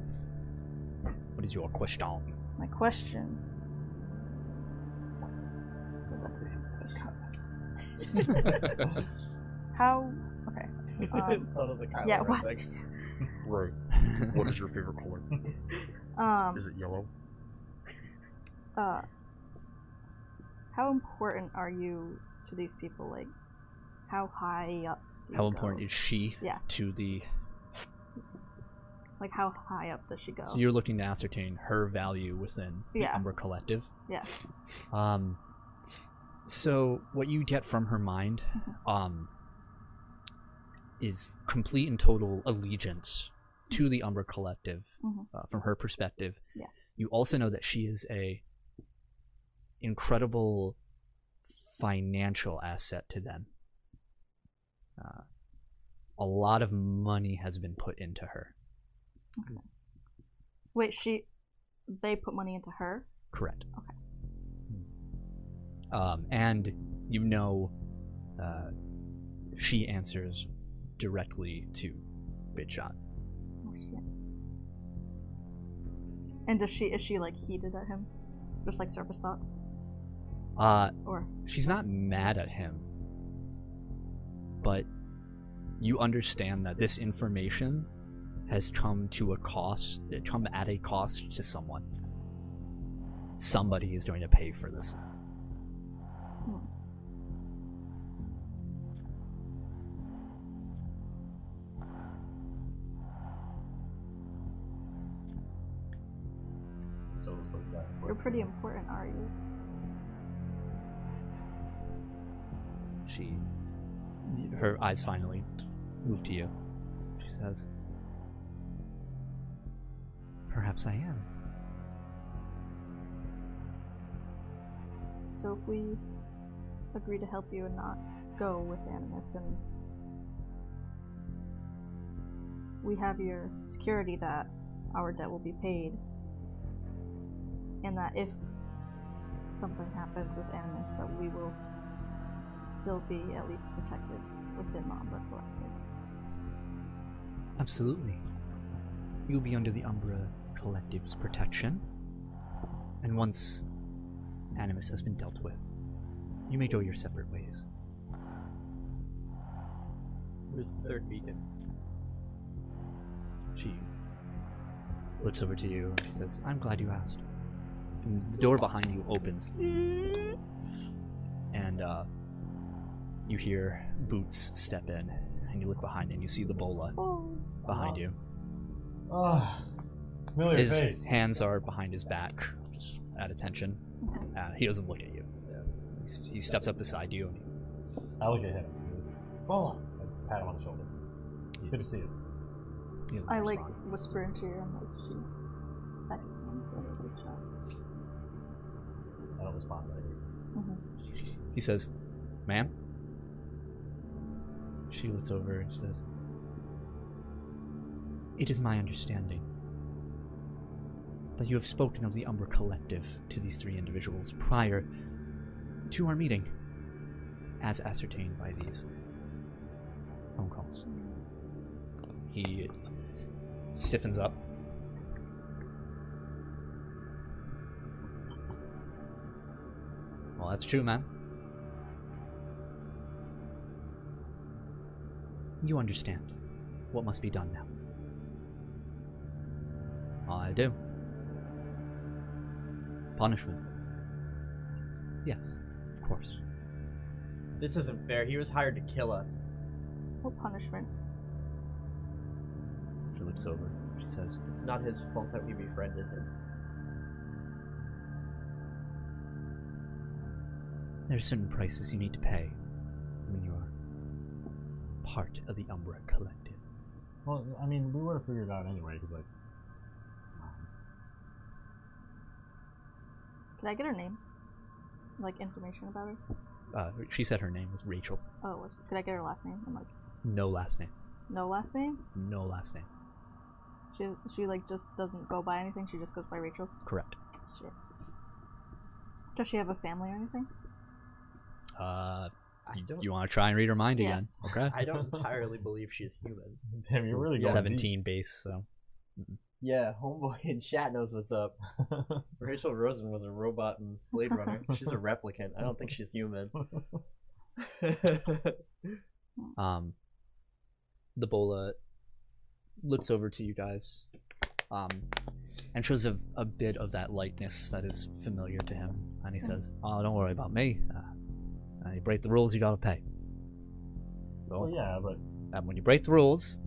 S3: What is your question?
S4: my question. Oh, that's a- that's a cut. How? Okay.
S1: <laughs>
S4: Um, yeah. What?
S6: Right. What is your favorite color?
S4: Um.
S6: Is it yellow?
S4: Uh. How important are you to these people? Like, how high up? do you
S3: How
S4: go?
S3: important is she
S4: Yeah.
S3: to the.
S4: Like, how high up does she go?
S3: So you're looking to ascertain her value within the
S4: Yeah.
S3: Umber Collective?
S4: Yeah.
S3: Um, so what you get from her mind
S4: Mm-hmm.
S3: um, is complete and total allegiance to the Umber Collective
S4: Mhm.
S3: uh, from her perspective.
S4: Yeah.
S3: You also know that she is a incredible financial asset to them. Uh, a lot of money has been put into her.
S4: Wait, she. They put money into her.
S3: Correct. Hmm. Um, and you know, uh, she answers directly to Bitshot.
S4: Oh, shit. And does she is she like heated at him? Just like surface thoughts?
S3: Uh,
S4: Or
S3: she's not mad at him, but you understand that this information has come to a cost, it come at a cost to someone. Somebody is going to pay for this.
S2: So it's like that.
S4: you're pretty important, are you?
S3: She, her eyes finally move to you. She says, "Perhaps I am."
S4: So if we agree to help you and not go with Animus and we have your security that our debt will be paid and that if something happens with Animus that we will still be at least protected within the Umbra Collective.
S3: Absolutely. You'll be under the Umbra Collective's protection. And once Animus has been dealt with, you may go your separate ways.
S1: Who's the third beacon?
S3: She looks over to you and she says, I'm glad you asked. And the door behind you opens. And uh, you hear Boots step in. And you look behind and you see the bola
S4: Oh,
S3: behind you.
S2: Ah, familiar
S3: His
S2: face.
S3: hands are behind his back, just at attention.
S4: okay.
S3: Uh, he doesn't look at you. He s- He steps up beside you and
S2: I look at him. Well, I pat him on the shoulder. Good to see you.
S3: he doesn't
S4: I like
S3: respond.
S4: whisper into your ear, I'm like she's second hand to uh, every job.
S2: I don't respond right away.
S3: He says, "Ma'am." She looks over and says, "It is my understanding that you have spoken of the Umbra Collective to these three individuals prior to our meeting, as ascertained by these phone calls." He stiffens up. Well, that's true, man. You understand what must be done now. I do. Punishment. Yes, of course.
S1: <laughs> This isn't fair. He was hired to kill us.
S4: What punishment?
S3: She looks over. She says,
S1: It's not his fault that we befriended him.
S3: There are certain prices you need to pay when you are part of the Umbra Collective.
S2: Well, I mean, we would have figured it out anyway, because, like, <laughs>
S4: Did I get her name? Like information about her?
S3: Uh, she said her name was Rachel.
S4: Oh, what- did I get her last name? I'm like,
S3: No last name.
S4: no last name.
S3: No last name.
S4: She she like just doesn't go by anything. She just goes by Rachel.
S3: Correct.
S4: Shit. Does she have a family or anything?
S3: Uh,
S1: I don't.
S3: you want to try and read her mind again?
S4: Yes.
S1: <laughs>
S3: Okay.
S1: I don't entirely believe she's human.
S2: damn, you're really going
S3: 17 base, so.
S1: Yeah, homeboy in chat knows what's up. <laughs>
S2: deep.
S1: Rachel Rosen was a robot in Blade <laughs> Runner. She's a replicant. I don't think she's <laughs> human.
S3: Um, the bola looks over to you guys, um, and shows a, a bit of that lightness that is familiar to him. And he says, "Oh, don't worry about me. Uh, uh, you break the rules, you gotta pay. So,
S2: well, yeah, but
S3: and when you break the rules,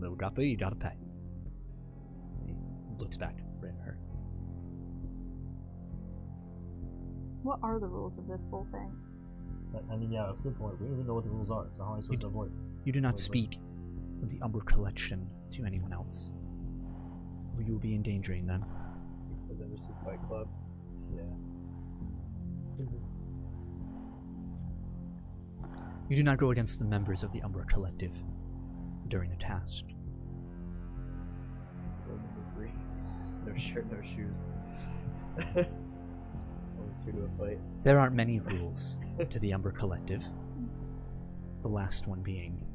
S3: little grappa, you gotta pay." He looks back at her.
S4: What are the rules of this whole thing?
S2: But, I mean, yeah, that's a good point. We don't even know what the rules are, so how am I supposed to avoid? it?
S3: You do
S2: Wait,
S3: not
S2: wait.
S3: speak of the Umbra collection to anyone else, or you will be endangering them.
S1: I've never seen Fight Club.
S3: You do not go against the members of the Umbra Collective during a task.
S1: Rule number three. No shirt, no shoes. <laughs> Only two to a fight.
S3: There aren't many rules to the Umbra Collective, the last one being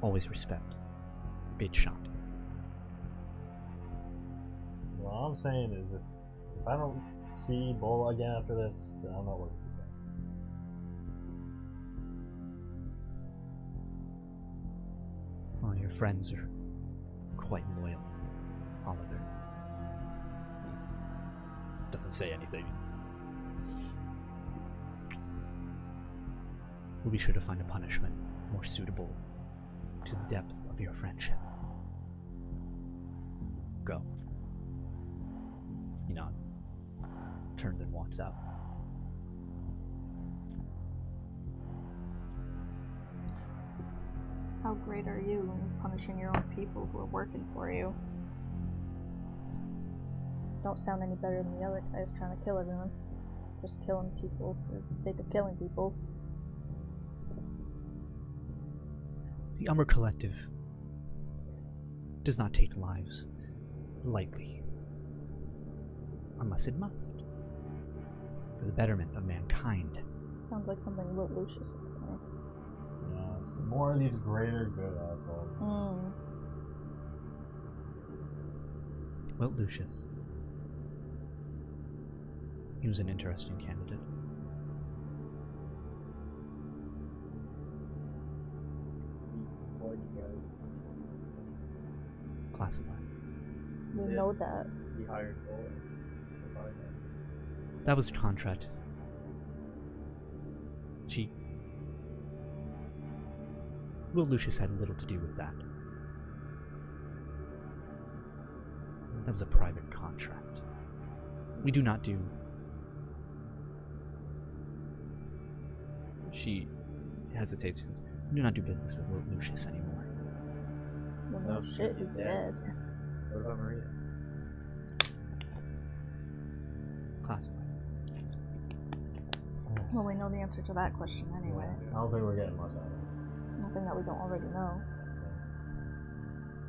S3: Always respect. Big shot.
S2: Well, all I'm saying is if, if I don't see Bola again after this, then I'm not working for you guys.
S3: Well, your friends are quite loyal, Oliver. Doesn't say anything. We'll be sure to find a punishment more suitable to the depth of your friendship. Go. He nods, turns and walks out.
S4: How great are you in punishing your own people who are working for you? Don't sound any better than the other guys trying to kill everyone. Just killing people for the sake of killing people.
S3: The Umber Collective does not take lives lightly, unless it must, for the betterment of mankind.
S4: Sounds like something Lit Lucius would say.
S2: Yeah, it's more of these greater good assholes.
S4: Mm.
S3: Well, Lucius, he was an interesting candidate.
S1: Lord, you guys,
S3: Classified.
S4: We
S1: Yeah.
S4: know that.
S1: he hired Bola.
S3: That was a contract. She. Will Lucius had little to do with that. That was a private contract. We do not do. She hesitates. and says, We do not do business with Will Lucius anymore.
S4: Well,
S1: No,
S4: no shit,
S1: because he's
S4: he's
S1: dead.
S4: dead.
S1: What about Maria?
S3: Classified.
S4: Well, we know the answer to that question anyway.
S2: I don't think we're getting much out of it.
S4: Nothing that we don't already know.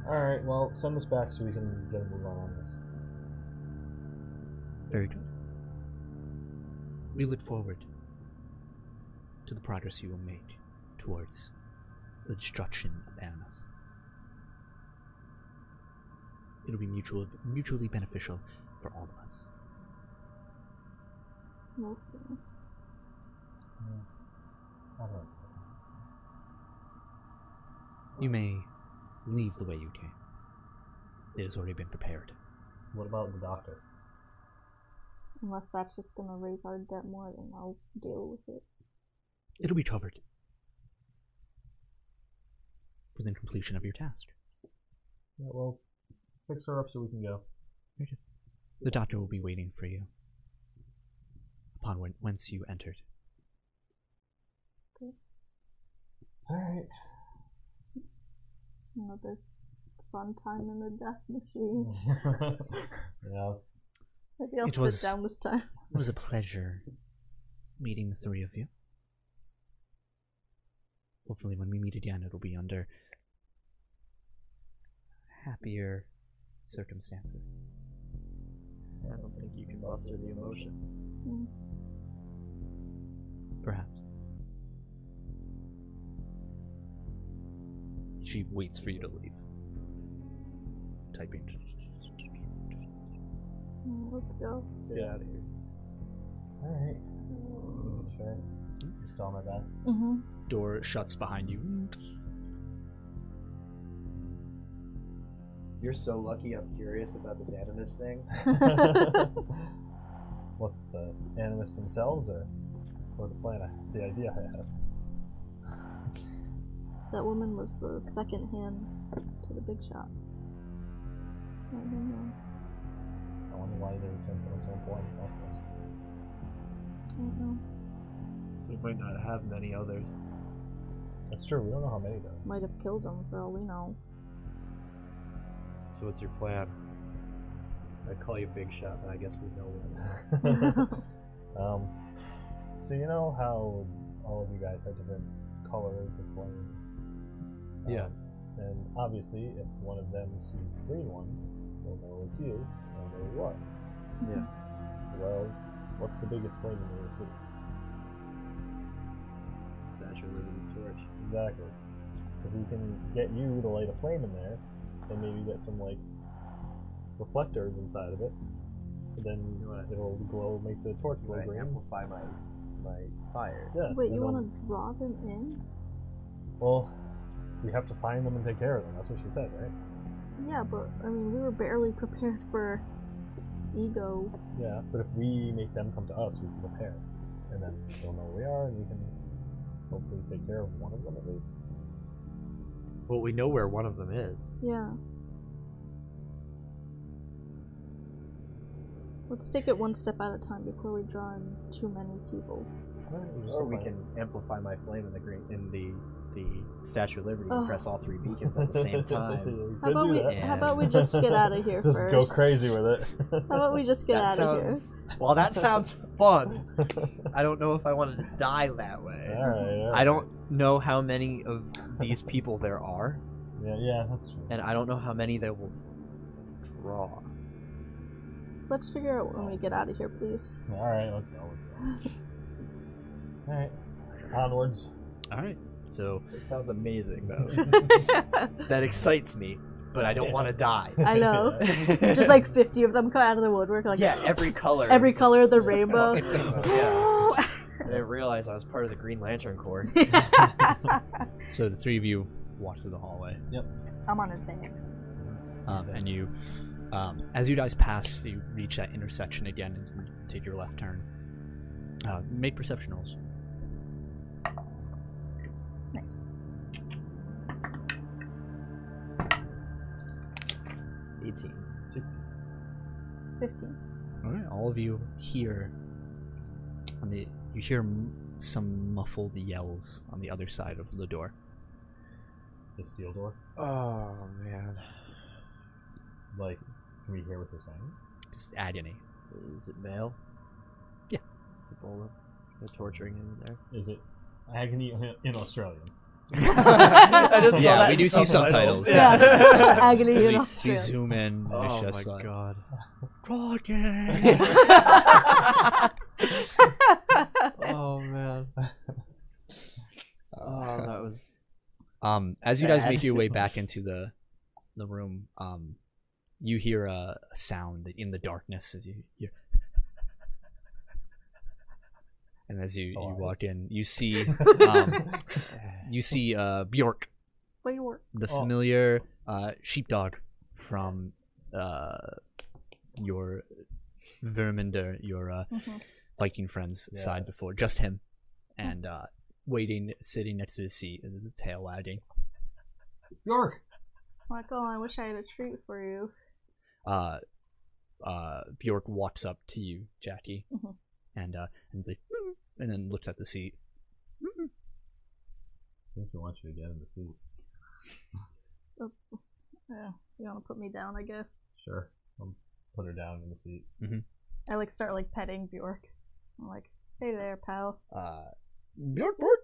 S2: Alright, well, send this back so we can get a move on on this.
S3: Very good. We look forward to the progress you will make towards the destruction of animals. It'll be mutual, mutually beneficial for all of us.
S4: We'll see.
S2: I don't know.
S3: You may leave the way you came. It has already been prepared.
S2: What about the doctor?
S4: Unless that's just gonna raise our debt more, then I'll deal with it.
S3: It'll be covered within completion of your task.
S2: Yeah, well, fix her up so we can go.
S3: The doctor will be waiting for you upon when, whence you entered.
S2: Alright. <laughs>
S4: Another fun time in the death
S2: Mm.
S4: machine.
S2: yeah,
S4: Maybe I'll
S3: It
S4: sit
S3: was-
S4: down this time.
S3: It was a pleasure meeting the three of you. Hopefully, when we meet again, it'll be under happier circumstances.
S1: I don't think you can muster the emotion.
S4: Mm.
S3: Perhaps. She waits for you to leave. Typing.
S4: Mm, Let's go.
S1: Get out of here.
S2: Alright. Sure. You're still on my back.
S4: Mm-hmm.
S3: Door shuts behind you.
S1: You're so lucky. I'm curious about this animus thing.
S2: <laughs> what the animus themselves or or the plan I, the idea I have.
S4: That woman was the second hand to the big shot. I don't know.
S2: I wonder why they would send someone so important to help us.
S4: I don't know.
S1: We might not have many others.
S2: That's true, we don't know how many though.
S4: Might have killed him for all
S2: <laughs>
S4: we know.
S1: So what's your plan? I call you Big Shot, but I guess we know one.
S2: um so you know how all of you guys have different colors of flames.
S1: Yeah.
S2: Um, and obviously if one of them sees the green one, they'll know it's you, they'll know you are.
S1: Yeah.
S2: Well, what's the biggest flame in New York City?
S1: Statue of Liberty's torch.
S2: Exactly. If we can get you to light a flame in there, and maybe get some like reflectors inside of it, then it'll glow, make the torch glow
S1: Right,
S2: green.
S1: amplify my my fire.
S2: Yeah.
S4: Wait,
S2: and
S4: you
S2: then-
S4: want to draw them in?
S2: Well, we have to find them and take care of them. That's what she said, right?
S4: Yeah, but I mean, we were barely prepared for ego.
S2: Yeah. But if we make them come to us, we can prepare, and then they'll know where we are, and we can hopefully take care of one of them at least.
S7: Well, we know where one of them is.
S4: Yeah. Let's take it one step at a time before we draw in too many people.
S2: Alright, we'll just
S1: Or we
S2: apply it.
S1: can amplify my flame in the green in the the Statue of Liberty
S4: Ugh.
S1: and press all three beacons
S2: <laughs>
S1: at the same time.
S2: You
S4: How
S2: could
S4: about
S2: do
S4: we?
S2: that.
S4: How
S2: <laughs>
S4: about <laughs> we just get out of here
S2: Just
S4: first?
S2: go crazy with it.
S4: <laughs> How
S2: <laughs>
S4: about we just get
S5: that
S4: out
S5: sounds. Well,
S4: <laughs>
S5: that sounds fun. I don't know if I wanted to die that way.
S2: All right.
S5: I don't know how many of these people there are,
S2: Yeah, yeah, that's true.
S5: and I don't know how many they will draw.
S4: of here? Let's figure out when we get out of
S5: <laughs>
S4: here, please.
S2: All right, let's go. Let's go. All right, onwards.
S3: All right. So
S1: It sounds amazing though.
S5: <laughs> That excites me, but I don't want to die.
S4: I know.
S1: <laughs>
S2: Yeah.
S4: Just like 50 of them come out of the woodwork, like
S5: <laughs> yeah, every color.
S4: <laughs> every color of the rainbow. <laughs>
S5: yeah. I didn't realize I was part of the Green Lantern Corps.
S3: so the three of you walk through the hallway.
S4: I'm on his back.
S3: um, and you um, as you guys pass you reach that intersection again and take your left turn uh, make perception rolls
S4: Nice.
S5: 18.
S2: Sixteen.
S4: 15.
S3: all right all of you hear on the you hear m- some muffled yells on the other side of the door
S2: The steel door.
S5: Oh, man.
S2: Like, can we hear what they're saying?
S3: just agony
S5: Is it male?
S3: Yeah.
S5: It's the Ebola. They're torturing him in there.
S2: Is it agony in Australian?
S5: <laughs> I just saw
S3: Yeah,
S5: that
S3: we
S5: in
S3: do see subtitles,
S4: <laughs> Yeah, <laughs> it's just agony in
S3: we, we
S4: Australia.
S3: zoom in and it's
S5: Oh
S3: just
S5: my
S3: like
S5: <laughs> god.
S3: Roger!
S5: <laughs> Oh man. <laughs> Oh, that was.
S3: Um, as you guys
S5: Sad.
S3: make your way
S2: <laughs>
S3: back into the the room, um, you hear a, a sound in the darkness as you hear. <laughs> And as you, you
S2: Alive.
S3: walk in,
S2: <laughs>
S3: you see um, you see uh, Bjork,
S4: Where you were.
S3: the
S2: Oh.
S3: familiar uh, sheepdog from uh, your Verminder, your uh,
S4: Mhm.
S3: Viking friend's side
S2: Yes.
S3: before, just him, and uh, waiting, sitting next to his seat, and the tail wagging.
S2: York.
S4: Michael, oh, I wish I had a treat for you.
S3: uh, uh, Bjork walks up to you, Jackie,
S4: Mhm.
S3: and uh, and, is like, "Mm," and then looks at the seat.
S2: I think he wants you to get in the seat.
S4: Yeah, you want to put me down, I guess.
S2: Sure. I'll put her down in the seat.
S4: I like start like petting Bjork. I'm like, hey there, pal.
S3: Uh, Bjork, Bjork.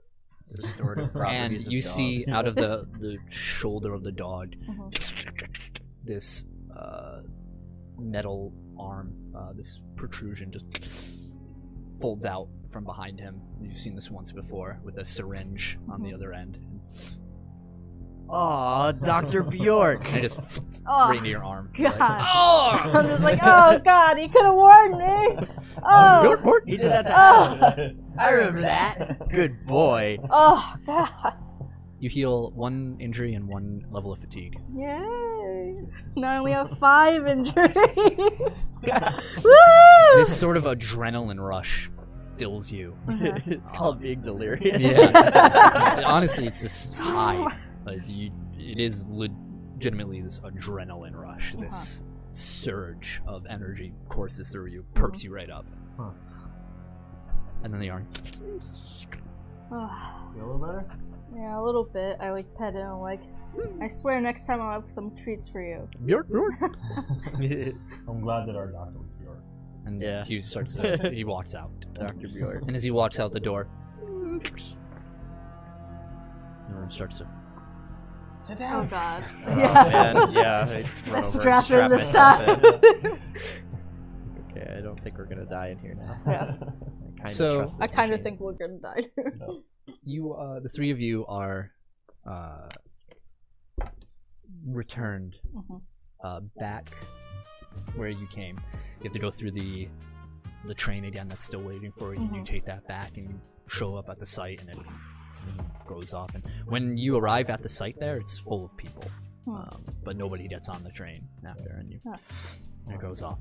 S2: <laughs>
S5: Restorative
S3: And
S5: properties of
S3: you see <laughs>
S5: dogs.
S3: out of the, the shoulder of the dog
S4: Mhm.
S3: this uh, metal arm, uh, this protrusion just folds out from behind him. You've seen this once before with a syringe on the
S4: Mhm.
S3: other end.
S5: Aw, Dr. Bjork.
S3: And it just
S4: Oh,
S3: right into your arm.
S4: <laughs> God.
S5: Oh!
S4: <laughs> I'm just
S2: <laughs>
S4: like, oh, God, he could have warned me.
S3: Bjork,
S4: Oh,
S3: Bjork.
S5: He did that to
S4: Oh.
S5: I remember that. Good boy.
S4: oh, God.
S3: You heal one injury and one level of fatigue.
S4: Yay. Now I only have five injuries. Woo! <laughs> <sighs>
S3: This sort of adrenaline rush fills you.
S4: Uh-huh.
S5: it's called being delirious.
S3: Yeah. Honestly, it's this high. Like you, it is legitimately this adrenaline rush. This surge of energy courses through you, perks you right up.
S2: Huh.
S3: And then the arm.
S4: Oh,
S2: You a little better?
S4: yeah, a little bit. I like pet him. I'm like, I swear next time I'll have some treats for you.
S3: Bjork, bjork.
S2: I'm glad that our doctor was York.
S3: And
S5: Yeah.
S3: he starts to, he walks out.
S5: Dr. Bjork.
S3: And as he walks out the door, the room starts to
S2: Sit
S4: Oh,
S2: down.
S4: God.
S5: Oh,
S4: yeah. <laughs>
S5: man, <laughs> yeah. I run over
S4: I
S5: and
S4: strap him this
S5: myself
S4: time.
S5: in. Okay, I don't think we're gonna die in here now.
S4: <laughs> Yeah.
S5: I kinda
S3: So-
S5: trust
S4: I
S5: this
S4: kind of
S3: <laughs>
S5: machine.
S4: Mm-hmm. think we're gonna die.
S3: you uh the three of you are uh returned
S4: Mhm.
S3: uh, back where you came. You have to go through the the train again that's still waiting for you. You
S4: Mhm.
S3: take that back and you show up at the site, and it goes off. And when you arrive at the site, there it's full of people,
S4: Hmm.
S3: um, but nobody gets on the train after, and you
S4: Yeah.
S3: it goes off.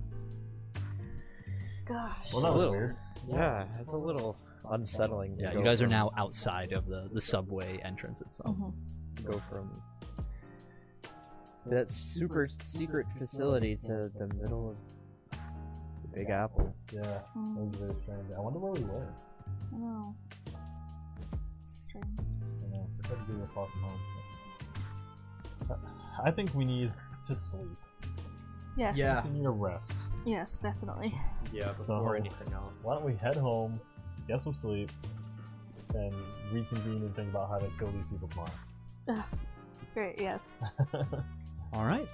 S4: Gosh.
S2: Well, that was
S7: Hello.
S2: weird.
S7: Yeah, it's a little unsettling. to
S3: Yeah,
S7: go
S3: you guys are
S7: from-
S3: now outside of the the subway entrance itself.
S4: Mhm.
S7: go from that super secret facility to the middle of the Big Apple.
S2: Yeah, that
S4: Mm,
S2: was very strange. I wonder where we were.
S4: I know. Oh. Strange.
S2: I know. It's hard to do it far from home. Uh, I think we need to sleep.
S4: Yes.
S1: Yeah.
S2: We need a rest.
S4: Yes, definitely.
S1: Yeah,
S2: So-
S1: before anything else.
S2: Why don't we head home, get some sleep, and reconvene and think about how to kill these people tomorrow?
S4: Great. Yes.
S3: All right.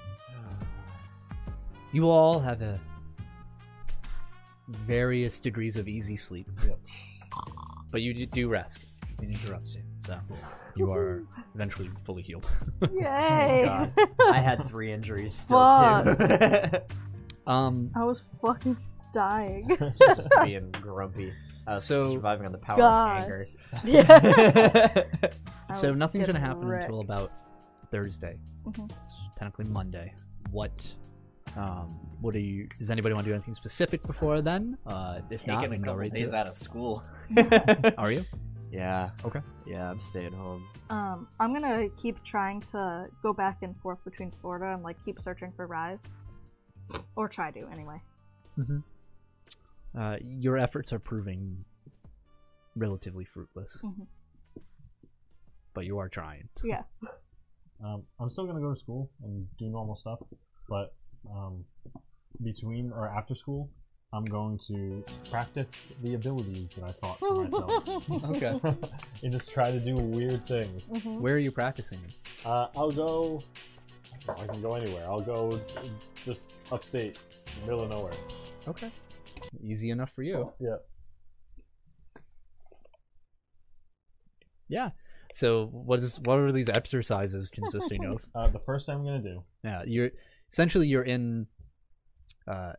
S3: You all have a various degrees of easy sleep,
S2: Yep.
S3: but you d- do rest. It interrupts you, so <laughs> you are eventually fully healed. <laughs>
S4: Yay!
S1: God. I had three injuries still
S4: Fuck.
S1: too.
S3: Um,
S4: I was fucking
S3: <laughs>
S4: dying. <laughs>
S1: Just being grumpy. I was
S3: So-
S1: surviving on the power
S4: God.
S1: of anger. <laughs>
S4: Yeah. I
S3: <laughs> so
S4: was
S3: nothing's gonna
S4: getting
S3: happen until
S4: wrecked.
S3: about Thursday.
S4: Mhm.
S3: It's Technically Monday. What? Um, what do you? Does anybody want to do anything specific before then? Uh, if not, we
S1: Taking a
S3: can go
S1: couple
S3: right
S1: days
S3: to.
S1: out of school.
S3: Are you?
S1: Yeah.
S3: Okay.
S1: Yeah, I'm staying home.
S4: Um, I'm gonna keep trying to go back and forth between Florida and like keep searching for Rise, or try to anyway.
S3: Uh, your efforts are proving relatively fruitless,
S4: Mhm.
S3: but you are trying.
S4: Yeah.
S2: Um, I'm still gonna go to school and do normal stuff, but um, between or after school, I'm going to practice the abilities that I taught
S4: <laughs>
S2: for myself, <laughs>
S3: Okay.
S2: and just try to do weird
S4: <laughs>
S2: things.
S4: Mhm.
S3: Where are you practicing?
S2: Uh, I'll go. I can go anywhere. I'll go just upstate, middle of nowhere.
S3: Okay. Easy enough for you.
S2: Yeah.
S3: Yeah. So what is what are these exercises
S2: <laughs>
S3: consisting of?
S2: Uh, the first thing I'm gonna do.
S3: Yeah, you're essentially you're in uh,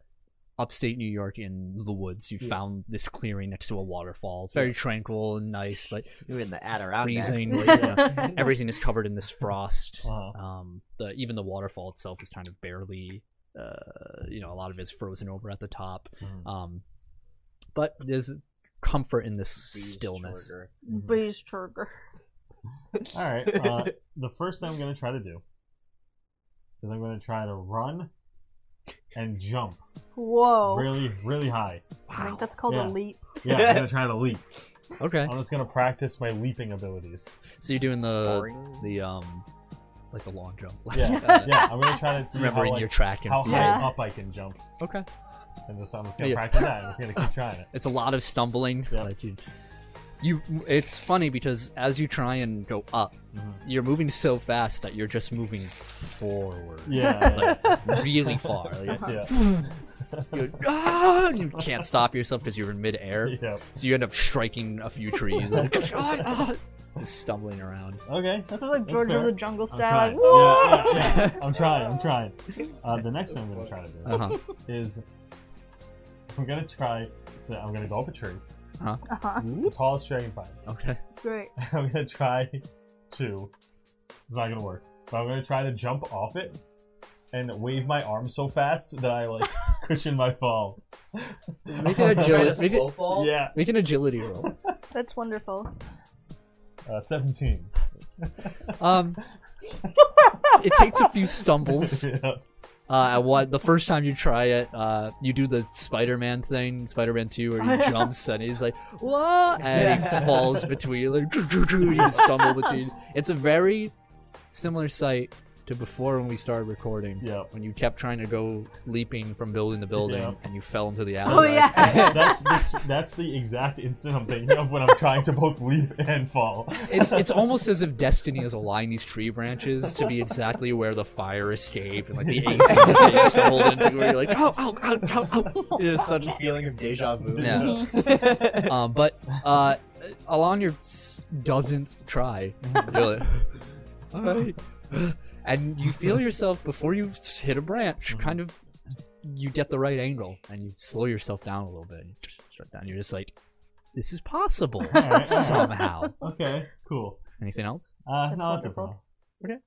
S3: upstate New York in the woods. You
S2: Yeah.
S3: found this clearing next to a waterfall. It's very tranquil and nice, but
S1: You're in the Adirondacks. <laughs>
S3: Freezing.
S1: boy.
S4: <laughs>
S3: Yeah. everything is covered in this frost.
S2: Uh,
S3: Um, the even the waterfall itself is kind of barely, uh, you know, a lot of it is frozen over at the top.
S2: Mhm.
S3: Um, but there's comfort in this
S1: Please,
S3: stillness.
S1: Schwarger.
S4: Beige trigger.
S2: all right.
S3: <laughs>
S2: Uh, the first thing I'm gonna try to do is I'm gonna try to run and jump
S4: Whoa.
S2: really, really high.
S3: <laughs>
S4: I think that's called
S2: Yeah.
S4: a leap.
S2: Yeah, I'm gonna try to leap.
S3: Okay,
S2: I'm just gonna practice my leaping
S3: <laughs>
S2: abilities.
S3: so you're doing the
S1: Boring.
S3: the um, like the long jump. <laughs> like,
S2: Yeah,
S3: uh,
S2: yeah. I'm gonna try to see how,
S3: remembering
S2: like,
S3: your track and
S2: how
S3: field.
S2: high
S4: Yeah.
S2: up I can jump,
S3: Okay.
S2: and just I'm just gonna
S3: Yeah.
S2: practice that. I'm just gonna keep trying it.
S3: It's a lot of stumbling.
S2: Yeah.
S3: Like you, you. It's funny because as you try and go up,
S2: Mhm.
S3: you're moving so fast that you're just moving forward, <laughs>
S2: Yeah,
S4: <laughs>
S3: really far. Like, uh-huh.
S2: yeah, yeah.
S3: <laughs> you're- ah, and you can't stop yourself because you're in midair,
S2: yeah.
S3: so you end up striking a few <laughs> trees, like, ah, ah, just stumbling around.
S2: Okay, that's
S4: This is like
S2: that's
S4: George of
S2: fair.
S4: the Jungle
S2: I'm
S4: style.
S2: trying. Yeah,
S4: like,
S2: yeah, yeah. I'm trying. I'm trying. Uh, the next thing I'm gonna try to do
S3: Uh huh.
S2: is I'm gonna try to I'm gonna go up a tree,
S4: <laughs> Uh-huh.
S2: the tallest tree I can find.
S3: Okay.
S4: Great.
S2: <laughs> I'm gonna try to. It's not gonna work. But I'm gonna try to jump off it and wave my arm so fast that I
S4: <laughs>
S2: like cushion my fall.
S3: Make
S2: <laughs>
S3: an
S1: Trying to
S3: agility. Make, it-
S1: slow <laughs> fall?
S2: yeah,
S3: make an agility roll.
S4: That's wonderful.
S2: uh, 17.
S3: <laughs> Um, it takes a
S2: <laughs>
S3: few stumbles.
S2: yeah.
S3: Uh, what the first time you try it, uh, you do the Spider-Man thing, Spider-Man Two, where <laughs> he jumps and he's like, "What?" and he falls between, like, <laughs> you just stumble between. It's a very similar sight to before when we started recording,
S2: Yeah.
S3: when you kept trying to go leaping from building to building
S2: Yeah.
S3: and you fell into the
S4: Oh
S3: alley.
S4: yeah. <laughs>
S2: That's this, that's the exact instant I'm thinking of when I'm trying to both leap and fall.
S3: It's it's almost as if destiny has aligned these tree branches to be exactly where the fire escape and like
S4: <laughs>
S3: the AC escape sold into. Where you're like, "Oh, oh, oh, oh, oh!"
S1: There's such a feeling of deja vu.
S3: Yeah.
S4: <laughs>
S3: um, but uh,
S4: <laughs>
S3: along your s- doesn't try. You're like, all right, and you feel yourself before you hit a branch kind of you get the right angle and you slow yourself down a little bit and you start down you're just like this is
S4: <laughs>
S3: possible
S8: <laughs>
S2: Alright,
S3: somehow
S2: Okay, cool.
S3: anything else
S2: Uh,
S4: That's
S2: no, that's a
S4: wonderful.
S2: problem.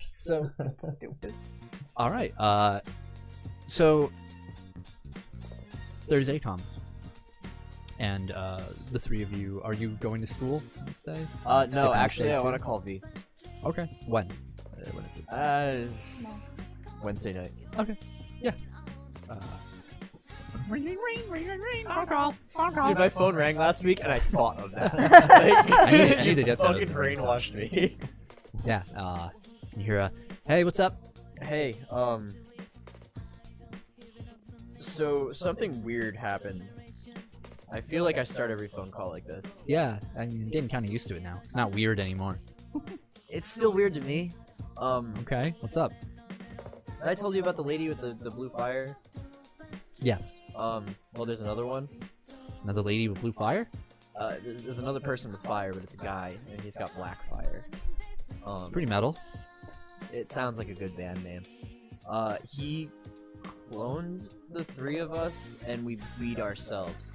S4: so stupid.
S3: all right uh so there's atom and uh the three of you are you going to school this day
S1: Uh,
S3: Skip
S1: no,
S3: any
S1: actually, I
S3: states,
S1: want to
S3: yeah.
S1: call V.
S3: okay when uh, when is it
S1: Uh, Wednesday night.
S3: uh,
S1: Dude, my phone rang last week, and I thought of <laughs> that.
S3: I need, I need to get that
S1: Fucking
S3: as well.
S1: brainwashed me.
S3: yeah uh you hear a hey what's up
S1: Hey, um. So something weird happened. I feel like I start every phone call like this.
S3: Yeah, I mean, I'm getting kind of used to it now. It's not weird anymore.
S7: It's still weird to me.
S1: Um,
S3: Okay, what's up?
S1: did I told you about the lady with the, the blue fire.
S3: Yes,
S1: Um, well, there's another one.
S3: another lady with blue fire.
S1: Uh, th- there's another person with fire, but it's a guy, and he's got black fire. Um,
S3: It's pretty metal.
S1: It sounds like a good band name. Uh, he cloned the three of us, and we beat ourselves.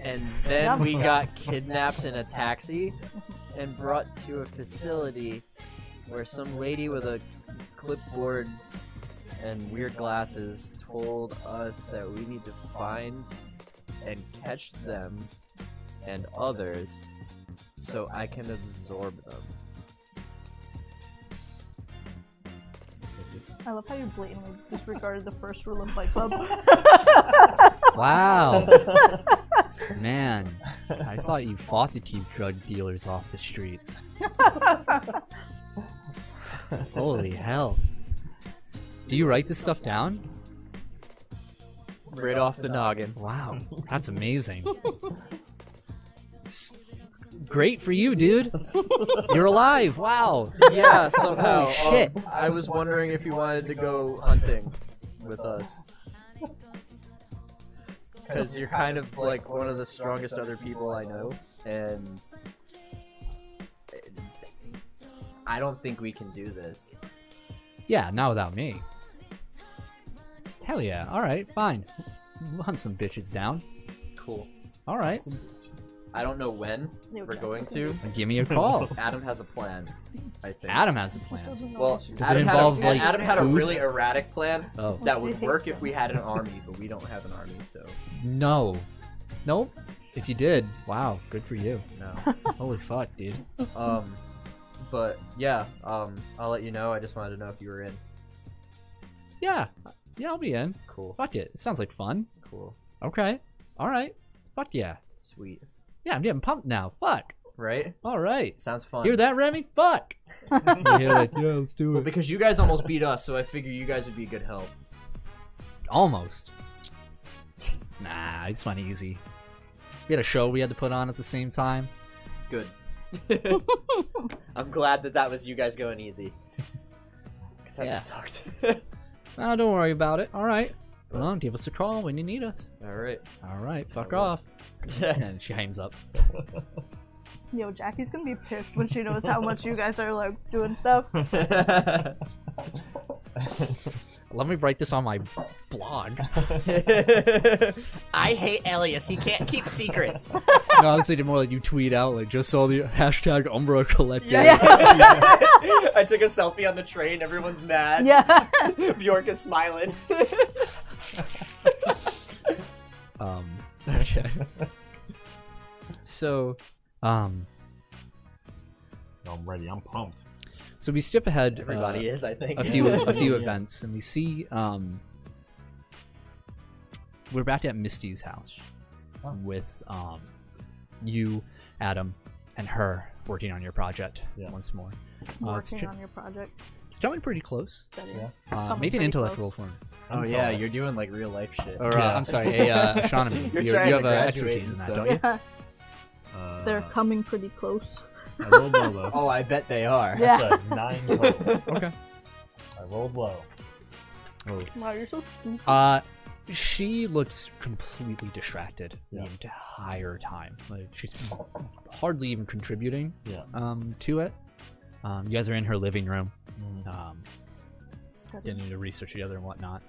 S1: and then we got kidnapped in a taxi and brought to a facility where some lady with a clipboard and weird glasses told us that we need to find and catch them and others so I can absorb them.
S4: I love how you blatantly disregarded the first rule of Fight
S1: <laughs>
S4: Club.
S3: Wow, man, I thought you fought to keep drug dealers off the streets. Holy hell! Do you write this stuff down?
S1: Right off the noggin.
S3: Wow, that's amazing. It's great for you, dude. You're alive. Wow.
S1: <laughs> Yeah, somehow.
S3: Holy
S1: um,
S3: shit.
S1: I was wondering if you wanted to go hunting with us. Because you're kind of like one of the strongest other people I know, and I don't think we can do this.
S3: Yeah, not without me. Hell yeah. All right, fine. We'll hunt some bitches down.
S1: Cool.
S3: All right.
S1: I don't know when we're going to.
S3: Give me a call.
S1: Adam has a plan. I think.
S3: Adam has a plan.
S1: Well,
S3: Does it
S1: Adam
S3: involve,
S1: had a,
S3: like,
S1: Adam had a
S3: food?
S1: really erratic plan
S3: Oh,
S1: that
S3: <laughs>
S1: would work if we had an army, but we don't have an army, so
S3: no. Nope. If you did, wow, good for you.
S1: no.
S3: <laughs> Holy fuck, dude.
S1: Um, but yeah, um, I'll let you know. I just wanted to know if you were in.
S3: Yeah. Yeah, I'll be in.
S1: Cool,
S3: Fuck it. It sounds like fun.
S1: cool,
S3: Okay. All right. Fuck yeah.
S1: sweet,
S3: Yeah, I'm getting pumped now. Fuck.
S1: right?
S3: All right.
S1: Sounds fun.
S3: Hear that, Remy? Fuck. <laughs> You hear like, yeah, let's do
S1: Well, because you guys almost beat us, so I figure you guys would be good help.
S3: Almost. Nah, it's not easy. We had a show we had to put on at the same time.
S1: Good. <laughs> I'm glad that that was you guys going easy. 'Cause that
S3: Yeah.
S1: sucked. <laughs>
S3: Oh, don't worry about it. All right. Well, give us a call when you need us.
S1: All <laughs> right.
S3: All right. Fuck
S1: will.
S3: off. <laughs> and she hangs up.
S4: <laughs> Yo, Jackie's gonna be pissed when she knows how much you guys are like doing stuff.
S3: Let me write this on my blog.
S7: I hate Elias. He can't keep secrets.
S3: <laughs> no, honestly, the more like you tweet out, like just saw the hashtag Umbra Collective.
S1: I took a selfie on the train. Everyone's <laughs> mad.
S4: <laughs> Yeah.
S1: Bjork is smiling.
S3: Um, okay. so, um,
S2: I'm ready. I'm pumped.
S3: so we skip ahead. uh,
S1: Everybody is, I think.
S3: a few a few
S1: <laughs>
S3: events, and we see um, we're back at Misty's house
S2: Oh.
S3: with um, you, Adam, and her working on your project
S2: Yeah.
S3: once more. Uh, it's,
S4: <laughs> Working
S3: tr-
S4: on your project.
S3: it's coming pretty close.
S4: Study.
S2: Yeah.
S3: Uh,
S4: Coming
S3: make an
S4: pretty
S3: intellect
S4: close.
S3: roll for me,
S8: Oh
S2: I'm
S8: yeah,
S2: pumped.
S8: you're doing like real life shit.
S3: or uh,
S2: Yeah.
S3: I'm sorry, a uh, astronomy.
S1: <laughs> You're
S3: you
S1: trying
S3: you
S1: to
S3: have uh,
S1: graduate
S3: expertise
S1: and
S3: in that,
S1: stuff.
S3: don't you?
S2: Uh,
S4: They're coming pretty close.
S2: I rolled
S4: <laughs>
S2: low though.
S8: Oh, I bet they are.
S1: <laughs>
S4: Yeah.
S2: That's
S5: <laughs>
S2: a nine total.
S3: Okay.
S2: I rolled low.
S4: Wow, you're so stupid.
S3: Uh, she looks completely distracted
S2: Yeah.
S3: the entire time. Like she's hardly even contributing
S2: Yeah.
S3: um, to it. Um, you guys are in her living room,
S2: Mm.
S5: Mm-hmm.
S3: um,
S4: Study.
S3: getting to research together and whatnot.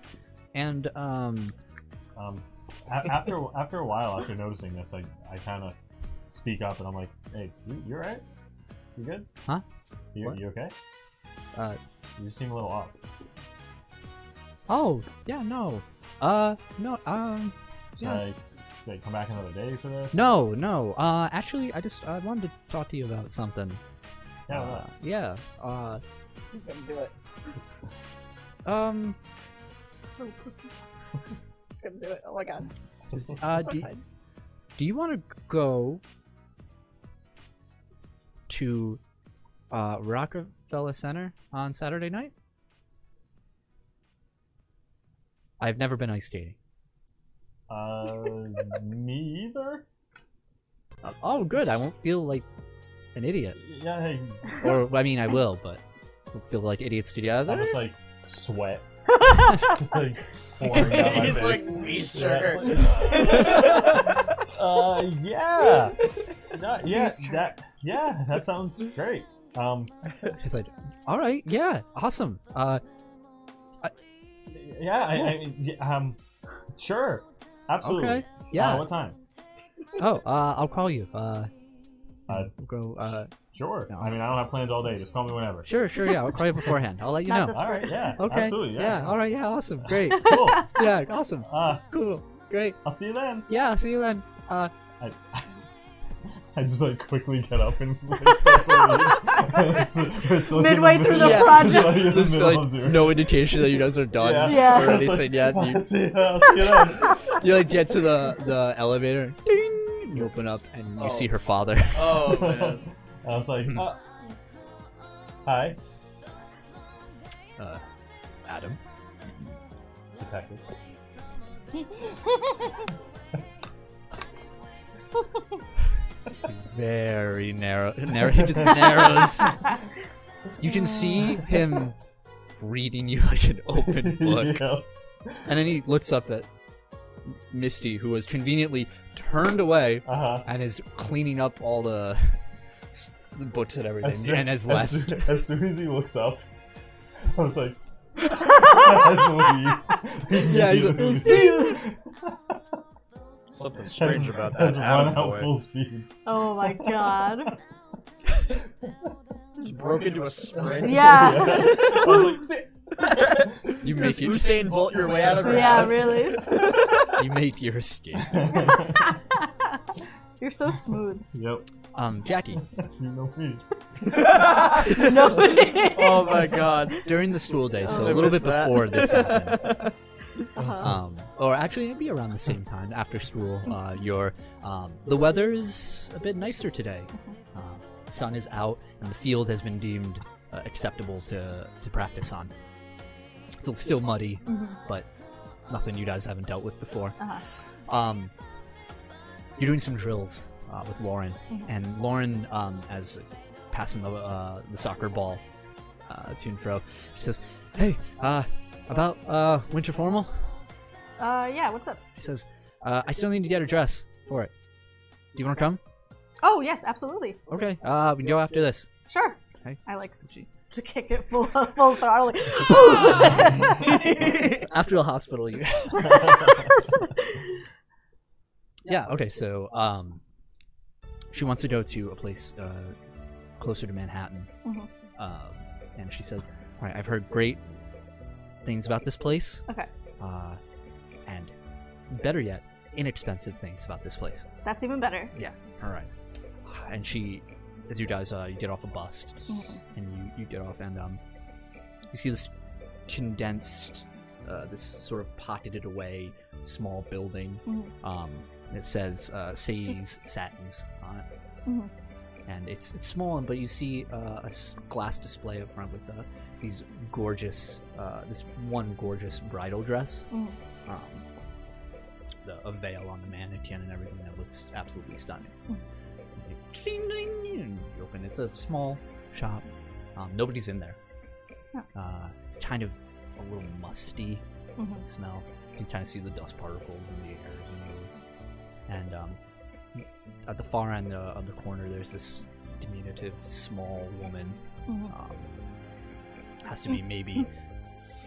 S3: And um,
S2: Um, a- after after a while, after noticing this, I, I kind of speak up and I'm like, "Hey, you, you all right? You good?
S3: Huh?
S2: You,
S3: What?
S2: you okay?
S3: Uh,
S2: you seem a little off.
S3: oh yeah, no, uh, no, um,
S2: Should
S3: yeah.
S2: I like, come back another day for this?
S3: No, no. Uh, actually, I just I wanted to talk to you about something.
S2: Yeah.
S3: uh,
S2: well,
S3: yeah. Uh,
S5: Oh, He's gonna do it. <laughs>
S3: um,
S5: He's gonna do it. Oh my god.
S3: is- uh, do, do you want to go to uh, Rockefeller Center on Saturday night? I've never been ice skating.
S2: uh, <laughs> me either.
S3: Uh, Oh, good. I won't feel like an idiot.
S2: Yeah. Hey,
S3: Or I mean, I will, but won't feel like idiots together.
S2: I
S3: <laughs>
S2: just like sweat. <laughs> Just, like, pouring down
S5: <laughs>
S2: my
S5: He's like,
S2: face.
S5: me
S2: Yeah, it's
S5: sure.
S2: like, uh, uh, <laughs> yeah. No, yeah, that, yeah, that sounds great. Um,
S3: He's like, all right, yeah, awesome. Uh,
S2: yeah, I, I, yeah, um, sure, absolutely.
S3: okay,
S2: Uh,
S3: yeah.
S2: what time?
S3: oh, uh, I'll call you. Uh,
S2: Uh,
S3: we'll go. Uh,
S2: Sure.
S3: No.
S2: I mean, I don't have plans all day. Just call me whenever.
S3: sure, sure, yeah. I'll call you beforehand. I'll let you
S4: Not
S3: know.
S4: dis-
S2: All right. Yeah.
S3: okay.
S2: Absolutely. Yeah.
S3: All right. Yeah. Awesome. Great.
S2: <laughs> Cool. <laughs>
S3: yeah. Awesome.
S2: Uh,
S3: Cool. Great.
S2: I'll see you then.
S3: Yeah. See
S2: <laughs>
S3: you then. Uh,
S2: I, I just like quickly get up and like, start <laughs> to leave. It's like-
S4: <laughs> Midway through the
S2: it's
S4: <laughs> project.
S2: <laughs> like in the
S3: there's
S2: middle
S3: like
S2: of doing-
S3: no indication that you guys are done
S2: <laughs> Yeah.
S4: Yeah.
S2: It's
S3: or
S2: like,
S3: anything yet.
S2: <laughs> I'll
S3: You,
S2: see you, I'll see you then.
S3: <laughs> you like get to the the elevator. Ding. You open up and you
S5: Oh.
S3: see her father.
S5: Oh man.
S2: I was
S3: <laughs>
S2: like, uh, hi,
S3: Uh, Adam. Mm-hmm.
S2: detective.
S3: <laughs> very narrow narrow into the narrows. You can see him reading you like an open
S9: <laughs>
S2: <laughs>
S3: book.
S2: Yeah.
S3: And then he looks up at Misty, who was conveniently turned away
S2: Uh-huh.
S3: and is cleaning up all the, s- the books and everything,
S2: As soo-
S3: and has
S2: as
S3: left.
S2: soo- as soon as he looks up, I was like, <laughs> that's
S3: <laughs>
S2: <laughs> leave.
S3: Yeah, he's like, "See
S9: Something strange about that.
S2: Has
S9: Adam
S2: run out
S9: boy.
S2: full speed. <laughs>
S4: Oh my god.
S9: Just broke into a sprint.
S4: Yeah.
S2: Yeah. I was like,
S3: you
S9: Just
S3: make it,
S9: Usain Bolt your way out of her
S4: Yeah,
S9: ass.
S4: really.
S3: you make your escape.
S4: You're so
S2: <laughs>
S4: smooth. <laughs>
S2: yep,
S3: Um,
S7: <laughs>
S3: Jackie,
S2: you know
S3: <laughs>
S2: me. <laughs>
S4: Nobody.
S7: <laughs> Oh my god.
S3: during the school day, so
S7: Oh,
S3: a
S7: I
S3: little bit
S7: missed that.
S3: before
S7: <laughs>
S3: this happened,
S4: Uh-huh.
S3: um, or actually it'd be around the same time after school uh, your um, the weather is a bit nicer today
S7: Mm-hmm.
S3: um, sun is out and the field has been deemed uh, acceptable to, to practice on it's still muddy
S4: Mhm.
S3: but nothing you guys haven't dealt with before
S4: Uh-huh.
S3: um, you're doing some drills uh, with Lauren,
S4: Mhm.
S3: and Lauren, um, as passing the, uh, the soccer ball uh, to and fro, she says, "Hey, uh, about uh, winter formal."
S4: Uh, yeah. What's up?
S3: She says, uh, "I still need to get a dress for it. Do you want to come?"
S4: Oh yes, absolutely.
S3: Okay, uh, we can go after this.
S4: Sure.
S3: Okay.
S4: I like s- <laughs> to kick it full full throttle. <laughs> Like, "Ooh!"
S3: After the hospital, you. yeah. Okay. So, um, she wants to go to a place uh, closer to Manhattan,
S4: Mhm.
S3: um, and she says, "All right, I've heard great things about this place.
S4: Okay.
S3: Uh, and better yet, inexpensive things about this place.
S4: That's even better.
S3: All right." And she, as you guys, uh, you get off a bus, and you you get off, and um, you see this condensed, uh, this sort of pocketed away small building
S4: Mhm.
S3: um, that says uh, Say's Satins on it.
S4: Mhm.
S3: And it's, it's small, but you see uh, a s- glass display up front with uh, these gorgeous, uh, this one gorgeous bridal dress.
S4: Mhm.
S3: Um, the, a veil on the mannequin and everything that looks absolutely stunning.
S4: Mhm.
S3: Ding, ding, ding. You open. It's a small shop. Um, nobody's in there.
S4: Oh.
S3: Uh, it's kind of a little musty
S4: Mhm.
S3: smell. You can kind of see the dust particles in the air as you move. And um, at the far end uh, of the corner, there's this diminutive, small woman.
S4: Mhm.
S3: Um, has to be
S4: <laughs>
S3: maybe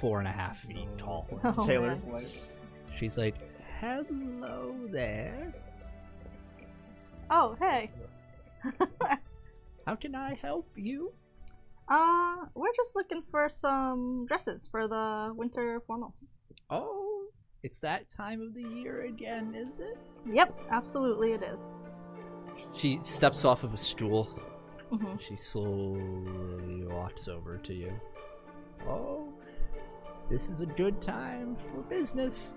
S3: four and a half feet tall.
S4: Mm. Oh,
S1: Taylor's
S4: man.
S1: like,
S3: She's like, "Hello there.
S4: Oh, hey.
S3: How can I help you?"
S4: Uh, we're just looking for some dresses for the winter formal.
S3: Oh, it's that time of the year again, is it?
S4: Yep, absolutely it is.
S3: She steps off of a stool.
S4: Mhm.
S3: She slowly walks over to you. Oh, this is a good time for business.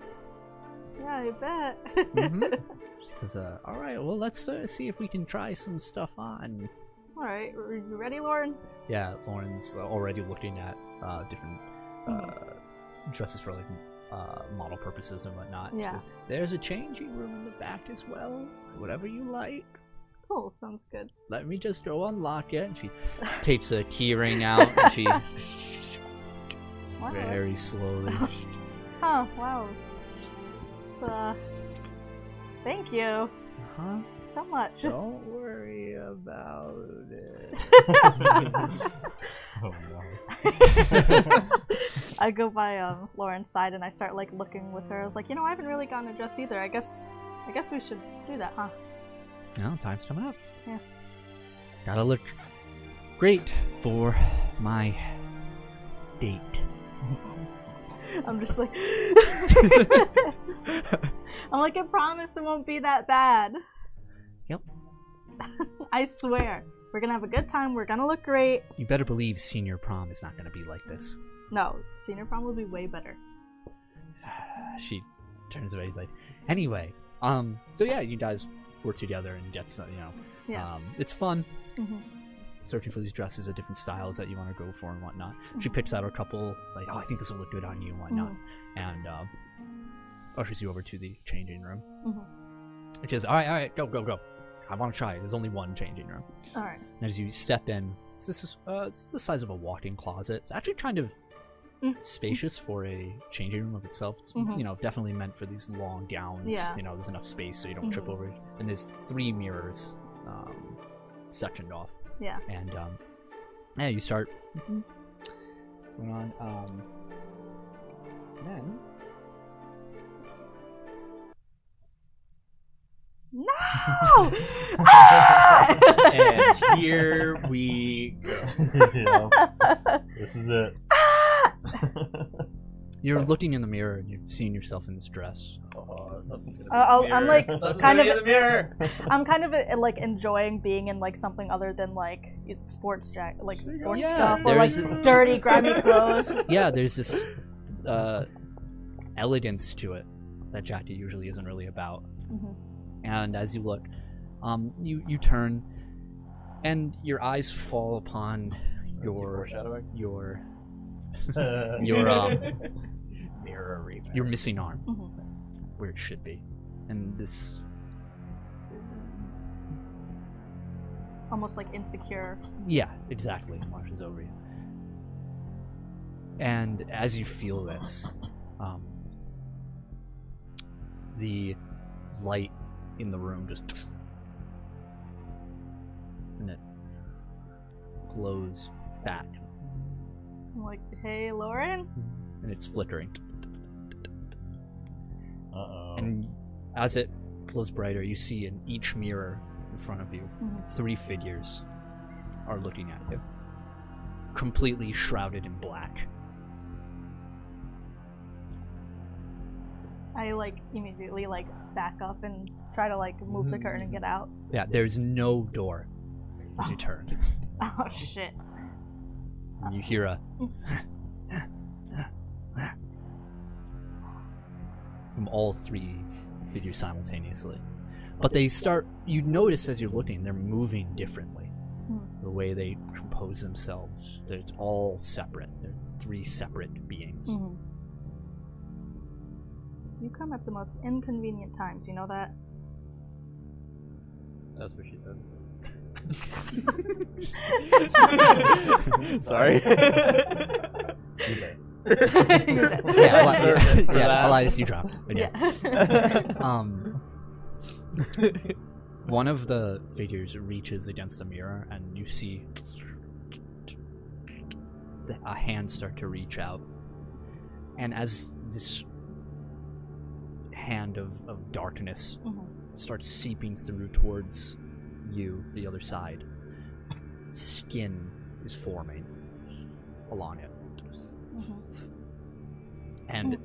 S4: Yeah, I bet.
S3: Mhm. She says, uh, "All right, well, let's uh, see if we can try some stuff on."
S4: <laughs> All right, are you ready, Lauren?
S3: Yeah, Lauren's already looking at uh, different uh, dresses for like uh, model purposes and whatnot. She
S4: Yeah.
S3: says, There's a changing room in the back as well. Whatever you like.
S4: Cool, sounds good.
S3: Let me just go unlock it. And
S4: <laughs>
S3: she takes a key ring out. And she
S4: Wow.
S3: very slowly.
S4: Huh, wow. So, uh, thank you
S3: huh?
S4: so much.
S3: Uh-huh.
S4: <laughs>
S3: Don't worry about it.
S2: Oh no. <laughs>
S4: I go by um, Lauren's side and I start like looking with her. I was like, you know, I haven't really gotten a dress either. I guess, I guess we should do that, huh?
S3: Now time's coming up.
S4: Yeah.
S3: Gotta look great for my date.
S4: <laughs> I'm just like, <laughs> I'm like, I promise it won't be that bad.
S3: Yep.
S4: <laughs> I swear, we're gonna have a good time. We're gonna look great.
S3: You better believe senior prom is not gonna be like this.
S4: No, senior prom will be way better.
S3: she turns away like anyway um so yeah you guys work together and get some you know
S4: Yeah.
S3: um it's fun
S4: Mhm.
S3: searching for these dresses of different styles that you want to go for and whatnot she picks out a couple like oh i think this will look good on you and whatnot and um ushers you over to the changing room
S4: Mhm.
S3: and she says all right all right go go go i want to try it there's only one changing room
S4: Mm-hmm. All right. <laughs>
S3: and as you step in, it's, this is, uh, it's the size of a walk-in closet. It's actually kind of
S4: Mm.
S3: spacious for a changing room of itself. It's
S4: Mhm.
S3: you know definitely meant for these long gowns.
S4: Yeah.
S3: You know, there's enough space so you don't trip
S4: Mhm.
S3: over. And there's three mirrors um, sectioned off.
S4: Yeah. Mm-hmm.
S3: And um, yeah, you start going on. Um, then
S4: No! Ah!
S3: <laughs>
S1: and here we go.
S2: yeah, this is it.
S4: Ah!
S3: you're looking in the mirror and you're seeing yourself in this dress.
S1: Oh, something's gonna be
S4: Uh, I'll-
S1: in the
S4: I'm
S1: mirror.
S4: like
S1: Something's
S4: kind
S1: gonna
S4: of-
S1: be in the mirror.
S4: <laughs> I'm kind of uh, like enjoying being in like something other than like sports jack, like sports
S3: Yeah,
S4: stuff or
S3: there
S4: like
S3: is-
S4: dirty, grimy clothes.
S3: yeah, there's this uh, elegance to it that Jackie usually isn't really about.
S4: Mhm.
S3: And as you look, um, you you turn, and your eyes fall upon your
S1: foreshadowing.
S3: your <laughs>
S2: Uh,
S3: your um
S1: mirror remix.
S3: your missing arm
S4: Mhm.
S3: where it should be, and this
S4: Almost like insecure.
S3: yeah exactly washes over you. And as you feel this, um, the light in the room just and it glows back
S4: I'm like, hey, Lauren.
S3: and it's flickering
S2: Uh-oh.
S3: and as it glows brighter you see in each mirror in front of you
S4: Mhm.
S3: three figures are looking at you completely shrouded in black
S4: I like immediately like back up and try to like move the curtain and get out. <laughs>
S3: yeah there's no door as you turn
S4: Oh shit.
S3: and you hear a from all three figures simultaneously. But they start, you notice as you're looking, they're moving differently.
S4: Hmm.
S3: The way they compose themselves, that it's all separate. They're three separate beings.
S4: Mhm. You come at the most inconvenient times. You know
S3: <laughs>
S4: that. <laughs>
S1: That's what she said. Sorry.
S7: uh,
S3: <laughs>
S2: You bet.
S4: You're dead.
S3: Yeah, Eli-
S7: Sir,
S3: yeah,
S7: for that.
S3: Elias, you drop. I do.
S7: <laughs>
S4: Yeah.
S3: Um, one of the figures reaches against the mirror, and you see a hand start to reach out. And as this hand of, of darkness <laughs>
S4: Mhm.
S3: starts seeping through towards you, the other side, skin is forming along it
S4: Mhm.
S3: and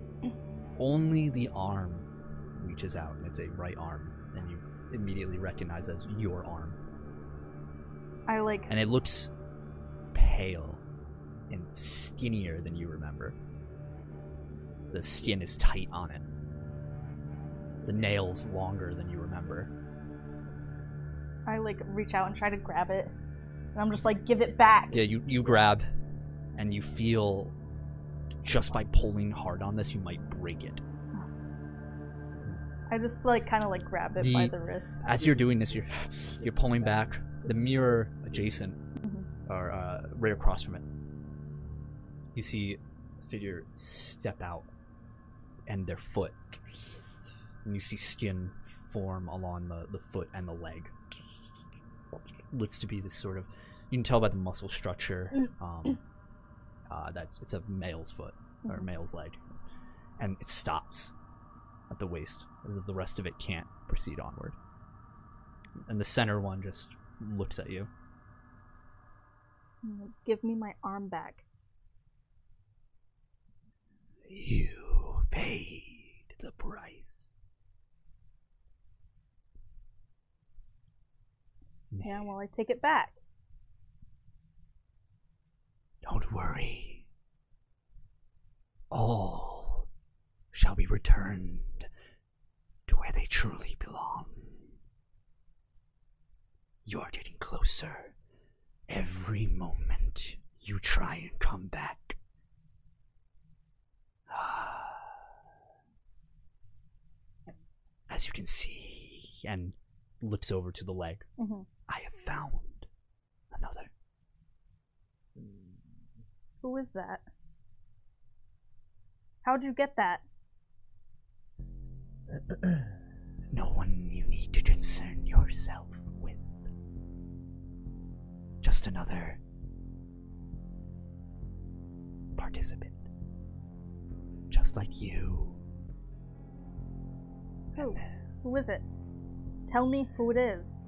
S3: only the arm reaches out, and it's a right arm, and you immediately recognize as your arm,
S4: I like
S3: and it looks pale and skinnier than you remember. The skin is tight on it. The nails longer than you remember.
S4: I like reach out and try to grab it, and I'm just like, give it back.
S3: Yeah, you, you grab, and you feel just by pulling hard on this, you might break it.
S4: I just like kind of like grab it by
S3: The-
S4: the wrist.
S3: As you're doing this, you're you're pulling back. The mirror adjacent, or uh, right across from it, you see a figure step out, and their foot, and you see skin form along the the foot and the leg. Looks to be this sort of, you can tell by the muscle structure. Um, uh, that's it's a male's foot or
S4: Mhm.
S3: male's leg, and it stops at the waist as if the rest of it can't proceed onward and the center one just looks at you.
S4: I'm like, Give me my arm back.
S3: You paid the price.
S4: Yeah, well, I take it back.
S3: Don't worry. All shall be returned to where they truly belong. You're getting closer every moment you try and come back. Ah. As you can see, and looks over to the leg,
S4: Mhm.
S3: I have found another.
S4: Who is that? How'd you get that?
S3: no one you need to concern yourself with. Just another participant. Just like you.
S4: Who? Who is it? Tell me who it is.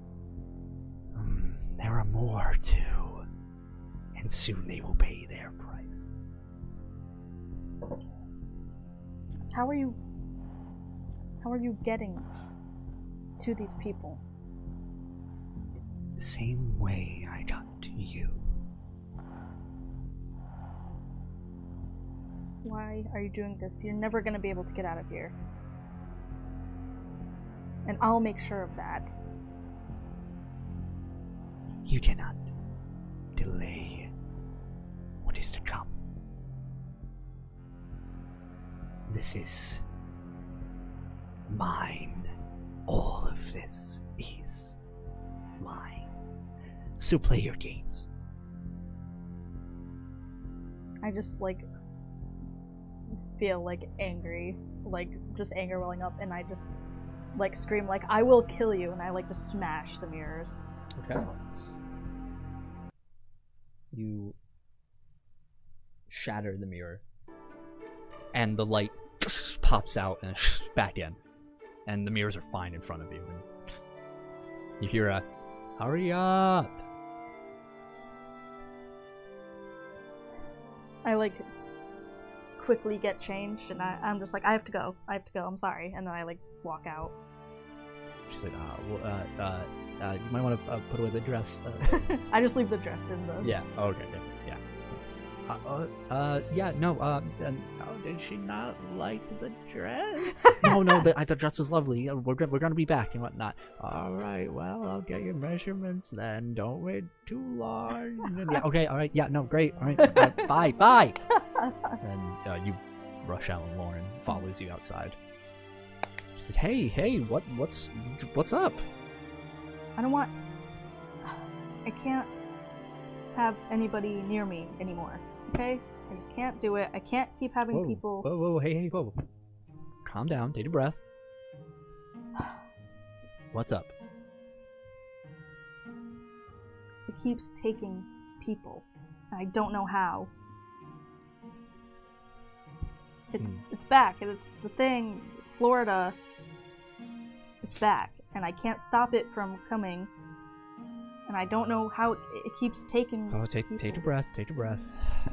S3: Mm, there are more too. And soon they will pay their price.
S4: How are you? How are you getting to these people?
S3: The same way I got to you.
S4: Why are you doing this? You're never gonna be able to get out of here. And I'll make sure of that.
S3: You cannot delay what is to come. This is mine. All of this is mine. So play your games.
S4: I just like feel like angry, like just anger welling up, and I just like scream like I will kill you, and I like to smash the mirrors.
S1: Okay.
S3: You shatter the mirror, and the light <laughs> pops out and <laughs> back in, and the mirrors are fine in front of you. And you hear a "Hurry up!"
S4: I like quickly get changed, and I, I'm just like I have to go, I have to go. I'm sorry, and then I like walk out. <laughs>
S3: She's like, uh, well, uh, uh, uh, you might want to uh, put away the dress. Uh,
S4: I just leave the dress in the.
S3: yeah. Oh, okay. okay, Yeah. Uh, uh, uh, yeah. No. Uh, and, oh, did she not like the dress? <laughs> no, no. The, I, the dress was lovely. Uh, We're gonna, we're gonna be back and whatnot. All right. Well, I'll get your measurements then. Don't wait too long. <laughs> yeah. Okay. All right. Yeah. No. Great. All <laughs> right. uh, bye. <laughs> Bye. And uh, you rush out, and Lauren follows you outside. She's like, "Hey, hey, what, what's, what's up?"
S4: I don't want. I can't have anybody near me anymore. Okay, I just can't do it. I can't keep having
S3: Whoa,
S4: people.
S3: Whoa, whoa, hey, hey, whoa. Calm down. Take a breath. What's
S4: <sighs>
S3: up?
S4: It keeps taking people. And I don't know how. It's
S3: Hmm.
S4: it's back, and it's the thing, Florida. It's back, and I can't stop it from coming. And I don't know how it, it keeps taking.
S3: Oh, take take a
S4: people.
S3: breath. Take a breath. <sighs>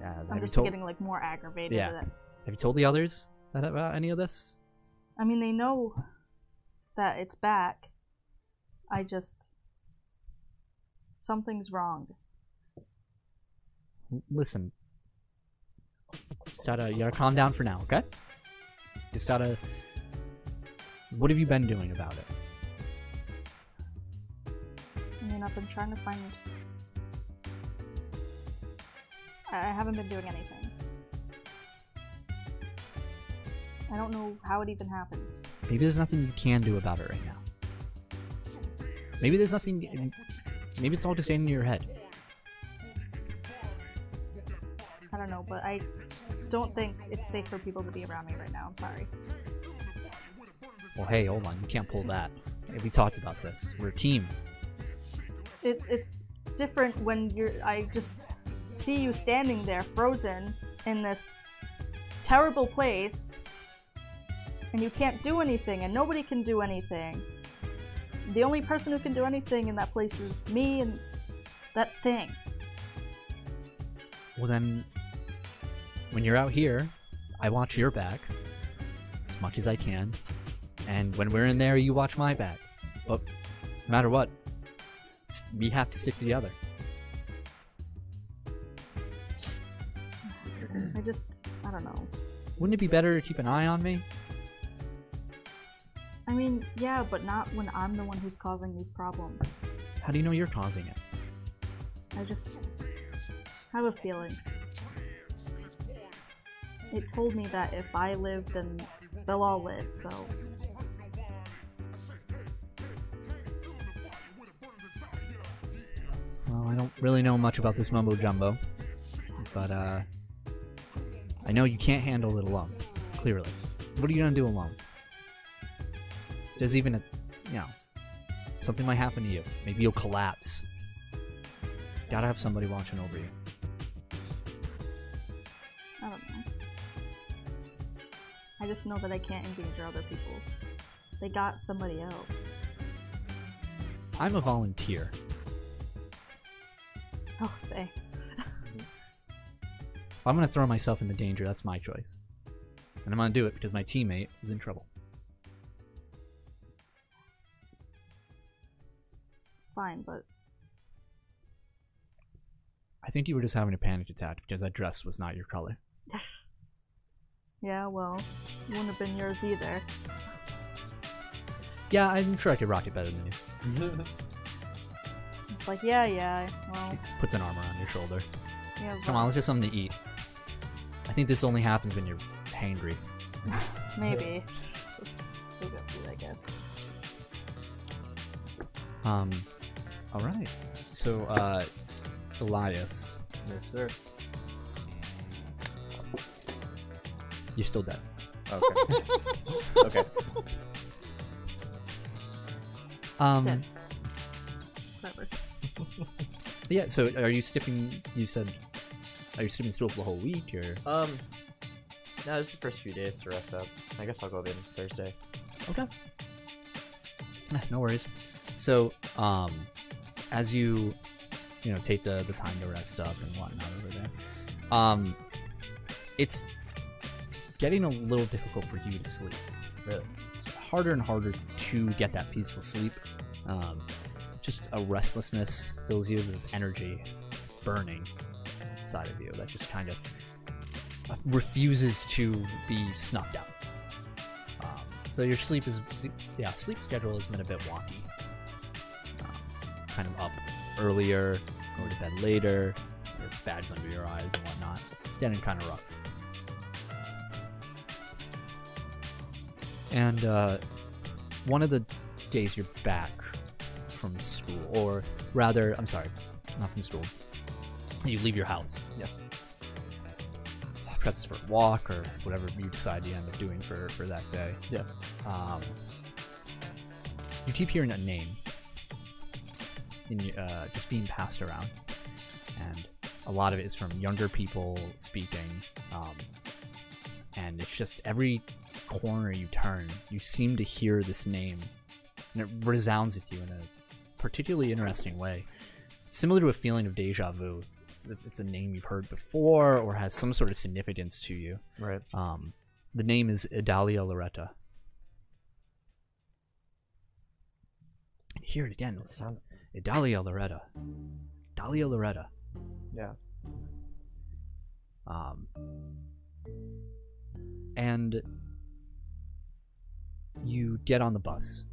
S3: Yeah, have
S4: I'm
S3: you
S4: just
S3: told
S4: getting like more aggravated.
S3: Yeah.
S4: With it.
S3: Have you told the others that about any of this?
S4: I mean, they know that it's back. I just something's wrong.
S3: L- Listen, Stada, you gotta calm down for now, okay? Just gotta. What have you been doing about it?
S4: I mean, I've been trying to find. I I haven't been doing anything. I don't know how it even happens.
S3: Maybe there's nothing you can do about it right now. Maybe there's nothing. Maybe it's all just in your head.
S4: I don't know, but I don't think it's safe for people to be around me right now. I'm sorry.
S3: Well, hey, hold on. You can't pull that. Hey, We talked about this. We're a team.
S4: It, it's different when you're. I just see you standing there, frozen in this terrible place, and you can't do anything, and nobody can do anything. The only person who can do anything in that place is me and that thing.
S3: Well, then, when you're out here, I watch your back as much as I can. And when we're in there, you watch my back. But no matter what, s- we have to stick together.
S4: I just, I don't know.
S3: Wouldn't it be better to keep an eye on me?
S4: I mean, yeah, but not when I'm the one who's causing these problems.
S3: How do you know you're causing it?
S4: I just have a feeling. It told me that if I live, then they'll all live, so.
S3: Well, I don't really know much about this mumbo jumbo, but uh, I know you can't handle it alone. Clearly, what are you gonna do alone? There's even a, you know, something might happen to you. Maybe you'll collapse. Gotta have somebody watching over you.
S4: I don't know. I just know that I can't endanger other people. They got somebody else. <laughs>
S3: I'm a volunteer.
S4: Oh, thanks.
S3: If I'm gonna throw myself into danger, that's my choice, and I'm gonna do it because my teammate is in trouble.
S4: Fine, but
S3: I think you were just having a panic attack because that dress was not your color.
S4: yeah, well, wouldn't have been yours either.
S3: Yeah, I'm sure I could rock it better than you.
S4: It's like, yeah, yeah, well,
S3: Puts an armor on your shoulder.
S4: yeah.
S3: Come
S4: well,
S3: on, let's get something to eat. I think this only happens when you're hangry.
S4: Maybe. Let's go get food, I guess.
S3: Um, all right. So, uh, Elias,
S1: Yes, sir.
S3: you're still dead.
S1: Okay. okay.
S3: Um,
S4: Dead. Whatever.
S3: yeah. So, are you skipping? You said, are you skipping school for the whole week? Or
S9: Um, no, it's the first few days to rest up. I guess I'll go in Thursday.
S3: okay, Eh, no worries. So, um, as you, you know, take the the time to rest up and whatnot over there, um, it's getting a little difficult for you to sleep.
S1: Really?
S3: it's harder and harder to get that peaceful sleep. Um, just a restlessness fills you. There's energy burning inside of you that just kind of refuses to be snuffed out. Um, so your sleep is sleep, yeah sleep schedule has been a bit wonky. Um, kind of up earlier, go to bed later. Your bad's under your eyes and whatnot. It's getting kind of rough. And uh, one of the days you're back from school, or rather, I'm sorry, not from school, You leave your house.
S1: Yeah.
S3: Perhaps for a walk or whatever you decide you end up doing for, for that day.
S1: Yeah.
S3: Um, you keep hearing a name in, y- uh, just being passed around, and a lot of it is from younger people speaking. Um, and it's just every corner you turn, you seem to hear this name, and it resounds with you in a particularly interesting way, similar to a feeling of deja vu. It's- If it's a name you've heard before or has some sort of significance to you,
S9: Right.
S3: um, the name is Idalia Loretta. Hear it again. It sounds Idalia Loretta. Idalia Loretta.
S1: Yeah.
S3: Um. And you get on the bus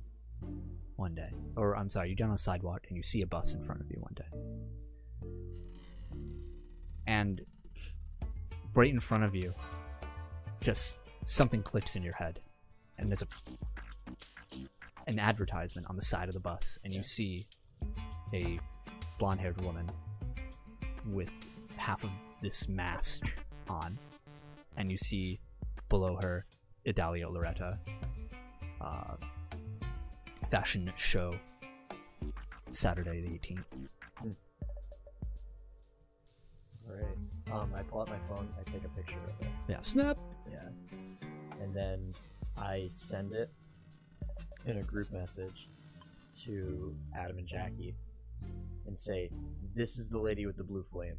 S3: one day, or I'm sorry, you get on a sidewalk and you see a bus in front of you one day, and right in front of you just something clicks in your head and there's a an advertisement on the side of the bus and you see a blonde haired woman with half of this mask on and you see below her Idalia Loretta uh, fashion show Saturday the 18th
S1: Alright. Um, I pull out my phone, I take a picture of it,
S3: yeah snap
S1: and then I send it in a group message to Adam and Jackie and say, This is the lady with the blue flame.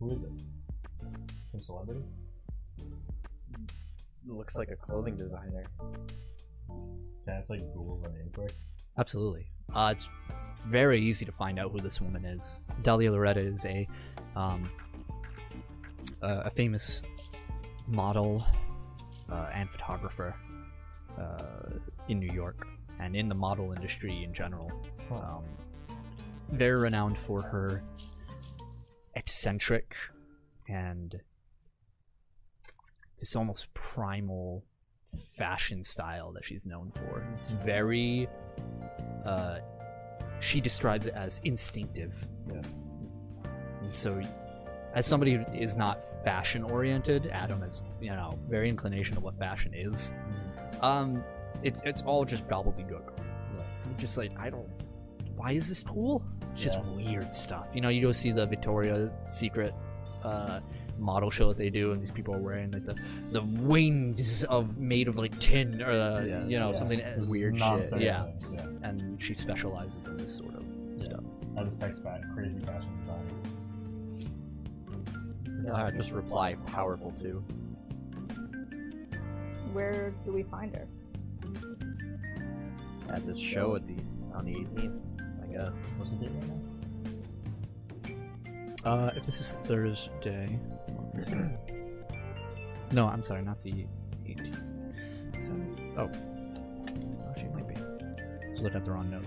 S2: Who is it? Some celebrity?
S1: Looks like a clothing designer.
S2: Can I just like Google the name quick?
S3: Absolutely. Uh, it's very easy to find out who this woman is. Delia Loretta is a um, uh, a famous model uh, and photographer uh, in New York and in the model industry in general. Um, very renowned for her eccentric and this almost primal fashion style that she's known for. It's very uh, she describes it as instinctive.
S2: Yeah.
S3: And so, as somebody who is not fashion oriented, Adam is, you know, very inclination of what fashion is.
S2: Mm-hmm.
S3: Um, it's it's all just gobbledygook. You're Just like I don't. Why is this cool? It's just weird stuff. You know, you go see the Victoria Secret uh, model show that they do, and these people are wearing like the the wings of made of like tin or uh, you know
S2: Yeah.
S3: something
S2: This
S3: weird shit.
S2: nonsense
S3: Yeah
S2: things, yeah.
S3: and she specializes in this sort of stuff.
S2: I just text back crazy fashion design.
S7: Uh, just reply powerful too.
S4: Where do we find her?
S7: At this show at the on the 18th, I guess.
S2: What's the date right now?
S3: Uh, if this is Thursday,
S7: <clears throat>
S3: no, I'm sorry, not the 18th. Is that- Oh, actually, it might be. Just Looked at the wrong note.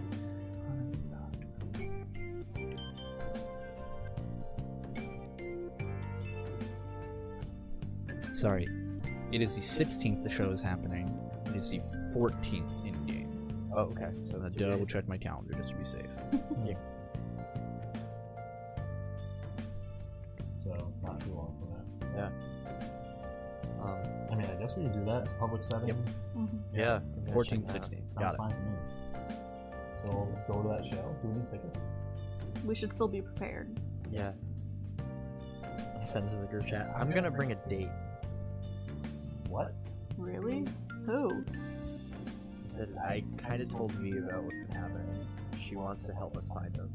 S3: Sorry, it is the 16th. The show is happening. It is the 14th in game.
S7: Oh, okay. So
S3: I
S7: that's
S3: double check my calendar just to be safe.
S2: So not too long from that.
S7: Um,
S2: I mean, I guess we can do that. It's a public setting.
S4: Mhm.
S7: yeah.
S3: 14, 16.
S2: Sounds
S3: Got it.
S2: fine to me. So we'll go to that show. Do we need tickets?
S4: We should still be prepared.
S9: Yeah. I sent it to the group chat. I'm gonna bring a date.
S2: What?
S4: Really? Who?
S9: That I kind of told me about what's been happening. She wants to help us find them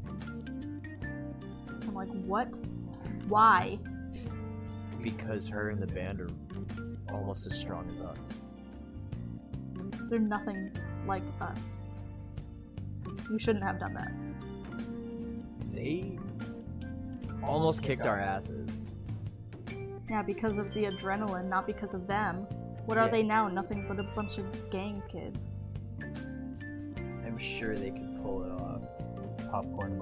S4: I'm like, what? Why?
S9: because her and the band are almost as strong as us.
S4: They're nothing like us. You shouldn't have done that.
S7: They almost kicked our asses.
S4: Yeah, because of the adrenaline, not because of them. What are
S7: Yeah.
S4: they now? Nothing but a bunch of gang kids.
S7: I'm sure they could pull it off.
S2: Popcorn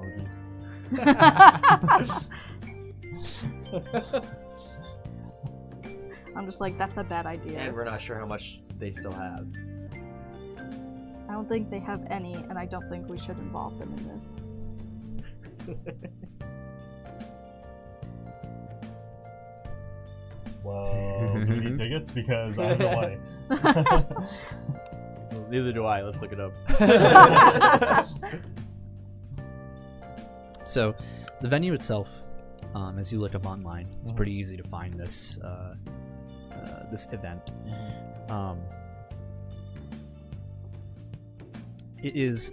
S2: emoji.
S4: I'm just like, that's a bad idea.
S7: And we're not sure how much they still have.
S4: I don't think they have any, and I don't think we should involve them in this. <laughs>
S2: Well, we need tickets because I'm the way.
S1: Well, neither do I. Let's look it up.
S3: So, the venue itself, um, as you look up online, it's pretty easy to find this uh, uh, this event. Um, it is.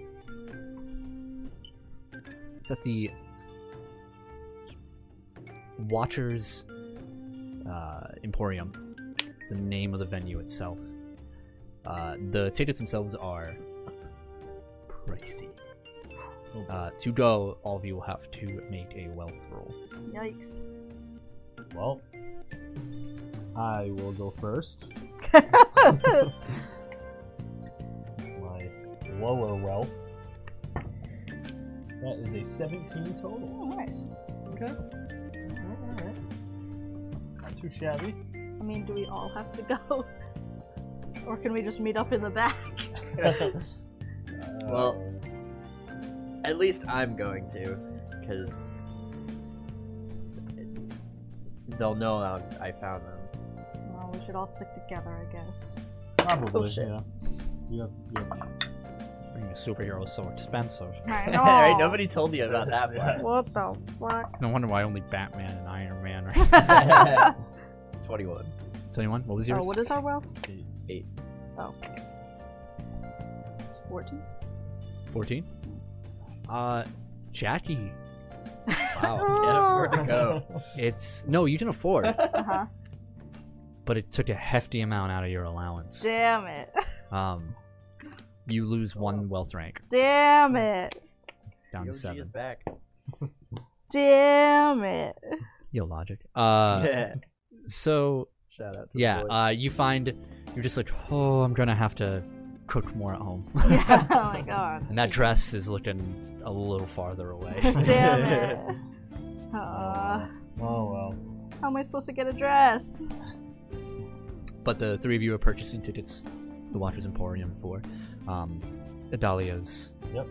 S3: It's at the Watchers uh, Emporium. It's the name of the venue itself. Uh, the tickets themselves are pricey. Uh, to go, all of you will have to make a wealth roll.
S4: Yikes. <laughs>
S2: Well, I will go first. My lower wealth. That is a 17 total.
S4: Alright.
S2: Not too shabby. <laughs>
S4: I mean, do we all have to go? <laughs> Or can we just meet up in the back?
S7: Well, at least I'm going to, because they'll know I- I found them.
S4: Well, we should all stick together, I guess.
S2: probably.
S4: oh, shit.
S2: Yeah. So you have, you have me.
S3: Being a superhero is so expensive.
S1: <laughs>
S4: I
S7: <laughs> right?
S4: know.
S7: Nobody told you about that.
S9: <laughs>
S2: Yeah.
S4: What the
S3: <laughs>
S4: fuck?
S3: No wonder why only Batman and Iron Man
S4: <laughs>
S3: are.
S4: oh,
S7: part. Twenty-one.
S3: 21? What was
S4: <laughs>
S3: yours?
S4: what is our wealth?
S7: Eight.
S4: Oh. 14?
S3: 14? Uh, Jackie.
S4: <laughs>
S3: Wow.
S7: Wow.
S4: Ugh.
S7: Go.
S3: it's. No, you can
S4: <laughs>
S3: afford,
S4: uh-huh.
S3: but it took a hefty amount out of your allowance.
S4: Damn it.
S3: Um, you lose one wealth rank
S4: Damn it.
S3: down to
S7: Yoshi is
S3: seven.
S7: back.
S4: Damn it. <laughs>
S3: Yo, logic. Uh, so
S1: Shout out. To
S3: yeah,
S1: The boys.
S3: uh, you find you're just like, oh, I'm gonna have to cook more at home, <laughs>
S4: Yeah, oh my god.
S3: and that dress is looking a little farther away. <laughs>
S4: Damn it. Aw.
S2: Oh well.
S4: how am I supposed to get a dress? <laughs>
S3: but the three of you are purchasing tickets, the Watchers Emporium for um, Adalia's
S2: Yep.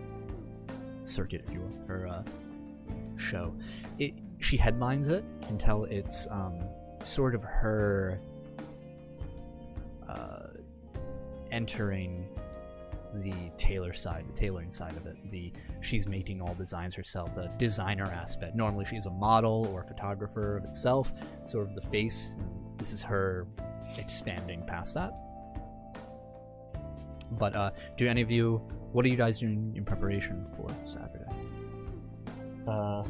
S3: circuit, if you will, her uh, show. It, she headlines it until it's um, sort of her uh, entering the tailor side, the tailoring side of it. The she's making all designs herself, the designer aspect. Normally, she's a model or a photographer of itself, sort of the face. and This is her expanding past that. But uh, do any of you? What are you guys doing in preparation for
S2: <laughs>
S3: Saturday?
S2: <laughs> Uh,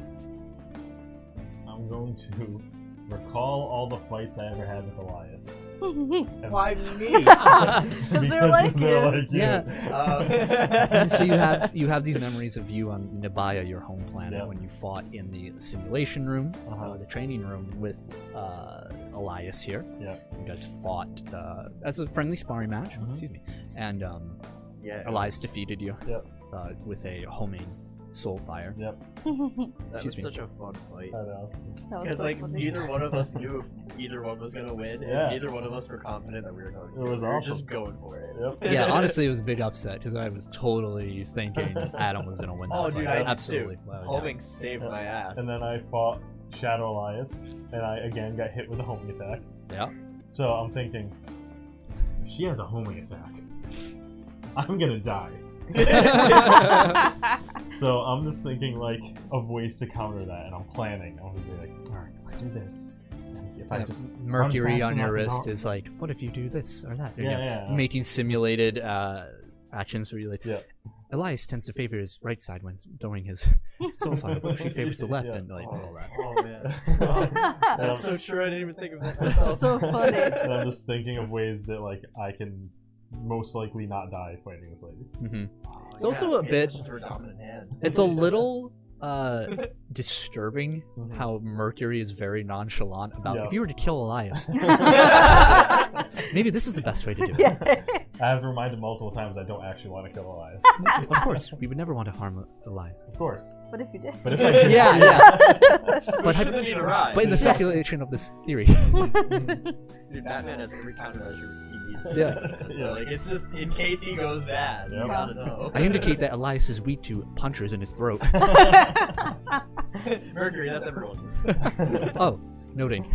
S2: I'm going to recall all the fights I ever had with Elias. And-
S5: Why me?
S3: <laughs>
S4: Because they're like you.
S2: like you. <laughs>
S3: Yeah. Um, <laughs> And so you have you have these memories of you on Nabaya, your home planet,
S2: Yeah.
S3: when you fought in the simulation room,
S2: Uh-huh.
S3: uh, the training room with uh, Elias here.
S2: Yeah.
S3: You guys fought uh, as a friendly sparring match.
S2: Mhm.
S3: Excuse me. And um,
S1: yeah.
S3: Elias defeated you
S2: Yep.
S3: uh, with a homing soul fire.
S2: Yep.
S7: That
S3: Excuse
S7: was
S3: me.
S7: such a fun fight.
S2: I know.
S4: That was
S7: Because
S4: so
S7: like
S4: funny. <laughs>
S7: neither one of
S2: <laughs>
S7: us knew if either one was gonna win,
S2: Yeah.
S7: and neither one of us were confident that we were going.
S2: It
S7: to.
S2: was
S7: we were
S2: awesome.
S7: just going for it.
S2: Yep.
S3: yeah, honestly, it was a big upset because I was totally thinking Adam was gonna win. That
S7: Oh,
S3: fight.
S7: dude, I did too.
S3: absolutely. Wow, yeah.
S7: Homing saved my ass.
S2: And then I fought Shadow Elias, and I again got hit with a homing attack.
S3: Yeah.
S2: So I'm thinking, if she has a homing attack, I'm gonna
S3: <laughs>
S2: die. So I'm just thinking like of ways to counter that, and I'm planning. I'm gonna be like, all right, if I do this, and if I
S3: Yeah,
S2: just
S3: <laughs> Mercury on
S2: unfasten
S3: your
S2: my
S3: wrist
S2: belt-
S3: is like, what if you do this or that? You
S2: yeah,
S3: know,
S2: yeah,
S3: Making simulated uh, actions where you like.
S2: Yeah.
S3: Elias tends to favor his right side when throwing
S7: <laughs>
S3: his soul fire, but she favors the left,
S2: Yeah.
S3: and like all that.
S7: oh man,
S3: <laughs>
S2: And I'm-
S7: I'm so sure I didn't even think of that myself.
S4: so funny.
S2: and I'm just thinking of ways that like I can most likely not die fighting this lady.
S3: hmm
S7: Oh,
S3: It's also a
S7: it's
S3: bit-
S7: just her dominant hand.
S3: It's a little uh,
S7: <laughs>
S3: disturbing
S2: Mhm.
S3: how Mercury is very nonchalant about
S2: Yeah.
S3: if you were to kill Elias, maybe this is the best way to do it.
S7: <laughs>
S4: yeah.
S2: I have reminded multiple times I don't actually want to kill Elias.
S3: Of course, we would never want to harm Elias.
S2: of course.
S4: What if you
S2: <laughs>
S4: did?
S2: But if I just
S3: Yeah, yeah.
S7: But
S3: But,
S7: should
S3: hypo-
S7: have been a ride.
S3: but in the speculation of this theory,
S7: Dude, Batman has every countermeasure he either.
S3: <laughs> Yeah.
S7: So like it's just in case he goes bad, you
S2: Yep.
S7: gotta know.
S3: I indicate that Elias is weak to punchers in his <laughs> throat.
S7: <laughs> Mercury, that's everyone.
S3: Oh, noting.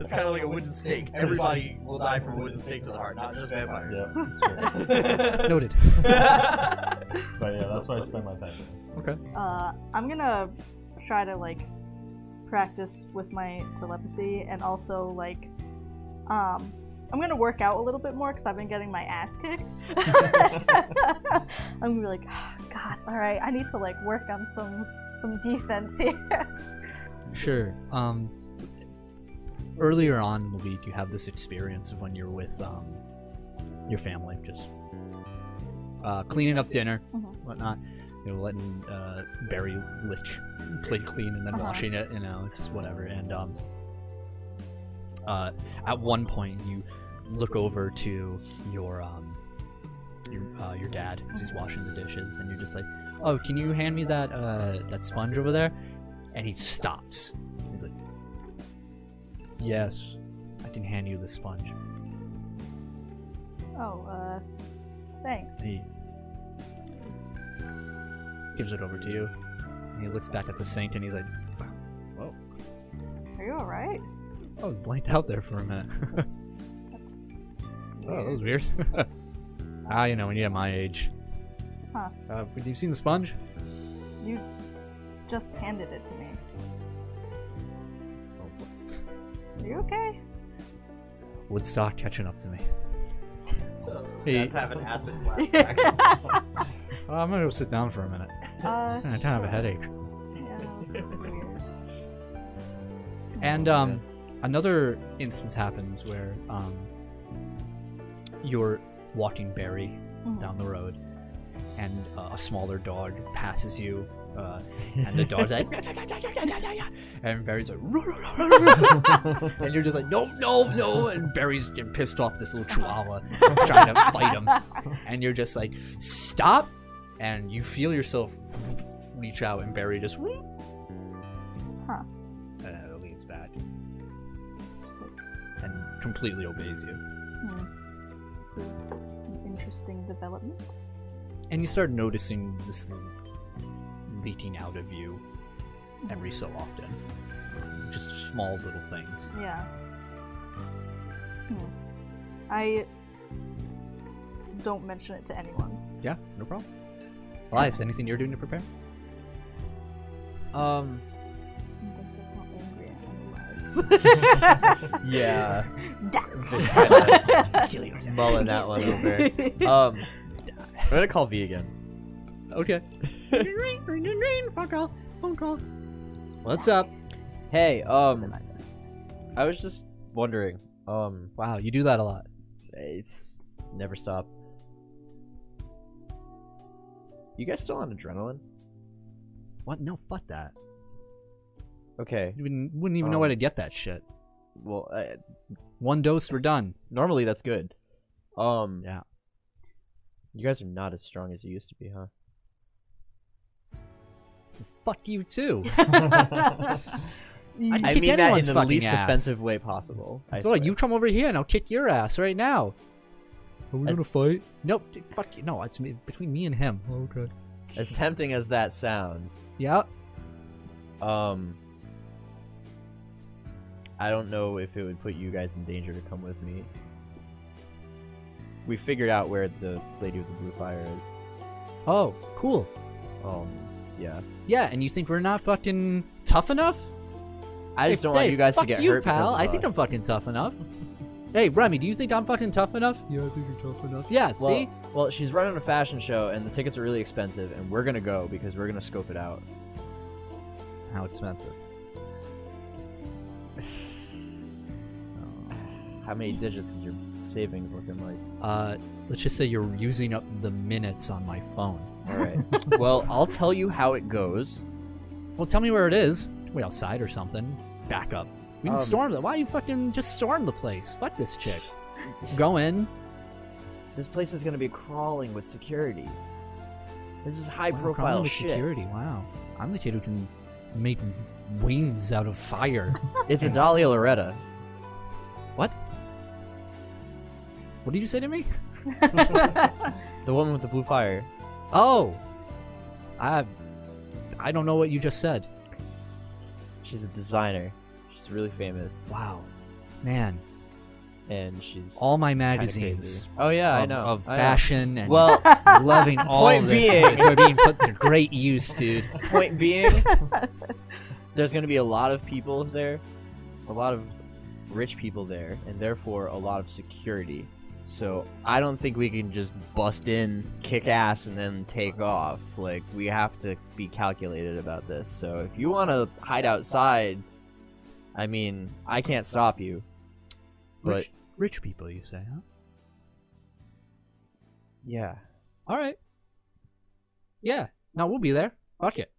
S7: It's kind of like a wooden stake. Everybody will die from a wooden stake to the heart, not just vampires.
S2: Yeah, it's
S7: <laughs>
S2: true.
S3: <laughs> Noted.
S2: <laughs> But yeah, that's where I spend my time. doing.
S4: Uh, I'm gonna try to like practice with my telepathy and also like um I'm gonna work out a little bit more because I've been getting my ass kicked. <laughs> I'm gonna be like, "Ah, God, all right, I need to like work on some some defense here. <laughs>
S3: Sure. Um, earlier on in the week, you have this experience of when you're with um, your family, just uh, cleaning up dinner,
S4: Mhm.
S3: whatnot. You know, letting uh, Barry lick plate clean and then
S4: Uh-huh.
S3: washing it, you know, just whatever. And um, uh, at one point, you look over to your um, your uh, your dad as he's washing the dishes, and you're just like, "Oh, can you hand me that uh, that sponge over there?" and he stops. He's like, Yes, I can hand you the sponge.
S4: oh, uh, thanks.
S3: And he gives it over to you. And he looks back at the sink and he's like, Whoa,
S4: Are you all right?
S3: I was blanked out there for a minute. <laughs>
S4: That's
S3: oh, that was
S4: weird.
S3: weird. <laughs> ah, you know, when you have my age.
S4: Huh.
S3: Uh, have you seen the sponge?
S4: You just handed it to me. Are you okay?
S3: Woodstock catching up to me. He-
S7: That's have an acid flashback.
S4: uh,
S3: "Oh, I'm gonna go sit down for a minute. I kind of have a headache.
S4: yeah, that's weird.
S3: And um, another instance happens where um, you're walking Barry
S4: Mhm. <laughs>
S3: down the road, and uh, a smaller dog passes you, uh, and the dog's like, and Barry's like, "Ruh, ruh, ruh, ruh, ruh." and you're just like, no, no, no, and Barry's getting pissed off this little chihuahua that's trying to fight him, and you're just like, stop, and you feel yourself reach out, and Barry just,
S4: Huh.
S3: uh, leans back
S4: Just like,
S3: and completely obeys you.
S4: hmm. This is an interesting development.
S3: and you start noticing this leaking out of you every so often just small little things
S4: Yeah. Hmm. I don't mention it to anyone.
S3: yeah no problem elias anything you're doing to prepare
S1: Um,
S4: I think that's not angry <laughs> at
S3: <laughs>
S4: anyone.
S1: yeah.
S4: <laughs> Die.
S1: mulling that one
S4: <laughs>
S7: <laughs>
S1: over. Um, I'm gonna call V again.
S3: okay what's up
S1: Hey, um, I was just wondering. Um,
S3: wow you do that a lot
S1: it's never stop. You guys still on adrenaline?
S3: what no fuck that
S1: Okay.
S3: you wouldn't, wouldn't even know where to get that shit
S1: Well, I,
S3: one dose we're done
S1: normally that's good. Um,
S3: Yeah.
S1: You guys are not as strong as you used to be, huh?
S3: fuck you too
S4: Mm.
S1: <laughs>
S3: I-
S1: I
S3: Kick
S1: mean that in
S3: anyone's
S1: the
S3: fucking
S1: least
S3: ass.
S1: offensive way possible. I
S3: so what,
S1: swear.
S3: you come over here and i'll kick your ass right now
S10: Are we
S1: I- gonna
S10: fight?
S3: nope d- fuck you no it's me, between me and him Oh, okay
S1: As
S3: <laughs>
S1: tempting as that sounds,
S3: yeah
S1: um, I don't know if it would put you guys in danger to come with me. We figured out where the lady with the blue fire is.
S3: oh cool
S1: Um, yeah.
S3: Yeah, and you think we're not fucking tough enough?
S1: I just
S3: Hey,
S1: don't want
S3: hey,
S1: you guys to
S3: fuck
S1: get
S3: you,
S1: hurt. because
S3: pal.
S1: of
S3: I think
S1: us.
S3: I'm fucking tough enough. hey, Remy, do you think I'm fucking tough enough? Yeah, I think you're tough enough. Yeah,
S1: Well,
S3: see?
S1: well, she's running a fashion show, and the tickets are really expensive, and we're gonna go because we're gonna scope it out.
S3: How expensive.
S1: How many digits is your savings looking like?
S3: Uh, let's just say you're using up the minutes on my phone.
S1: All
S3: <laughs>
S1: right. well, I'll tell you how it goes.
S3: Well, tell me where it is. Wait outside or something. Back up. We can
S1: Um,
S3: storm it. Why you fucking just storm the place? Fuck this chick. Go in.
S1: This place is gonna be crawling with security. This is high
S3: Wow,
S1: profile
S3: problem with
S1: shit.
S3: security. Wow. I'm the kid who can make wings out of
S1: <laughs>
S3: fire.
S1: It's a Dahlia Loretta.
S3: What? What did you say to me?
S1: The woman with the blue fire.
S3: Oh, I, I don't know what you just said.
S1: She's a designer. She's really famous,
S3: Wow, man,
S1: and she's
S3: all my
S1: kinda
S3: magazines
S1: crazy. Oh yeah, I
S3: of,
S1: know.
S3: of
S1: I know.
S3: fashion and
S1: Well,
S3: <laughs> loving all
S1: Point
S3: of this is
S1: being-
S3: that they're being put to great use, dude.
S1: point
S3: <laughs>
S1: being, there's going to be a lot of people there, a lot of rich people there, and therefore a lot of security. So I don't think we can just bust in, kick ass, and then take off. Like we have to be calculated about this. So if you want to hide outside, I mean, I can't stop you. But
S3: Rich, rich people, you say, huh?
S1: yeah,
S3: All right. Yeah. No, we'll be there. Fuck it.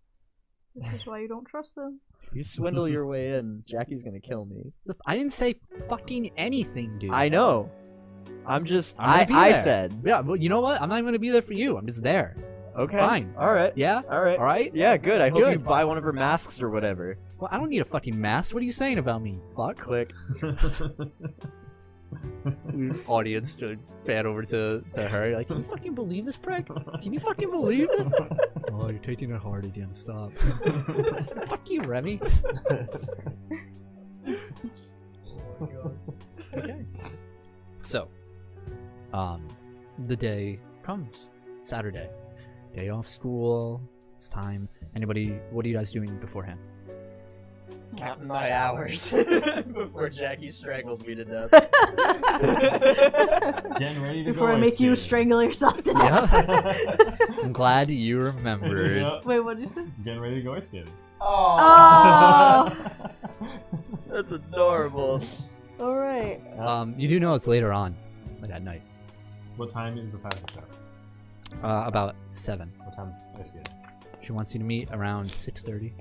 S4: This is why you don't trust them.
S1: you
S3: <laughs>
S1: swindle your way in. Jackie's gonna kill me.
S3: Look, I didn't say fucking anything, dude.
S1: I know. I'm just.
S3: I'm gonna
S1: I
S3: be
S1: I
S3: there.
S1: said
S3: Yeah. Well, you know what? I'm not even gonna be there for you. I'm just there.
S1: okay.
S3: Fine.
S1: All right.
S3: Yeah.
S1: All right.
S3: All right.
S1: Yeah, good. I hope you
S3: Good.
S1: buy one of her masks or whatever.
S3: Well, I don't need a fucking mask. What are you saying about me? Fuck.
S1: Click.
S3: <laughs> Audience to fan over to, to her. Like, can you fucking believe this prick? Can you fucking believe it? <laughs> Oh, you're taking it hard again. Stop. <laughs> Fuck you, <laughs> Remy. okay. So, um, the day comes. Saturday. Day off school. It's time. Anybody, what are you guys doing beforehand?
S1: Counting my hours before Jackie strangles me to
S4: <laughs>
S1: death.
S2: Getting ready to
S4: Before
S2: go
S4: I
S2: ice
S4: make
S2: skating.
S4: you strangle yourself to death.
S3: Yeah. <laughs> I'm glad
S2: <laughs>
S3: you remembered.
S2: Yeah,
S4: <laughs> Wait, what did you say?
S2: Getting ready to go ice skating.
S4: Oh,
S1: That's adorable.
S4: Oh. all right.
S3: Um, you do know it's later on, like at night,
S2: <laughs> what time is the pageant show?
S3: uh, about seven.
S2: What time's ice skating?
S3: She wants you to meet around six thirty.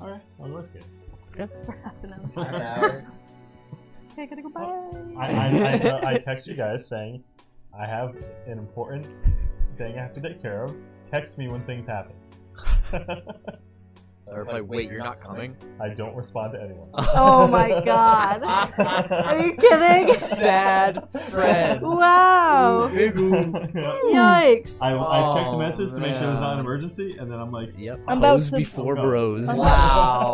S2: All right, I'll go ice skating.
S4: We're half an hour. Okay, I gotta go.
S2: <laughs> I,
S4: Bye.
S2: I, I, te- I text you guys saying I have an important thing I have to take care of. Text me when things happen.
S1: or if I wait, you're not coming.
S2: I don't respond to anyone.
S4: Oh my god. Are <laughs> you kidding?
S1: Bad friend.
S4: <laughs> Wow.
S2: Yeah. <laughs>
S4: Yikes.
S2: I, I check the
S1: Oh,
S2: message to make sure there's not an
S1: man.
S2: emergency, and then I'm like, <laughs>
S3: Yep.
S4: I'm about
S3: Hoes
S4: to-
S3: before bros.
S4: I'm about-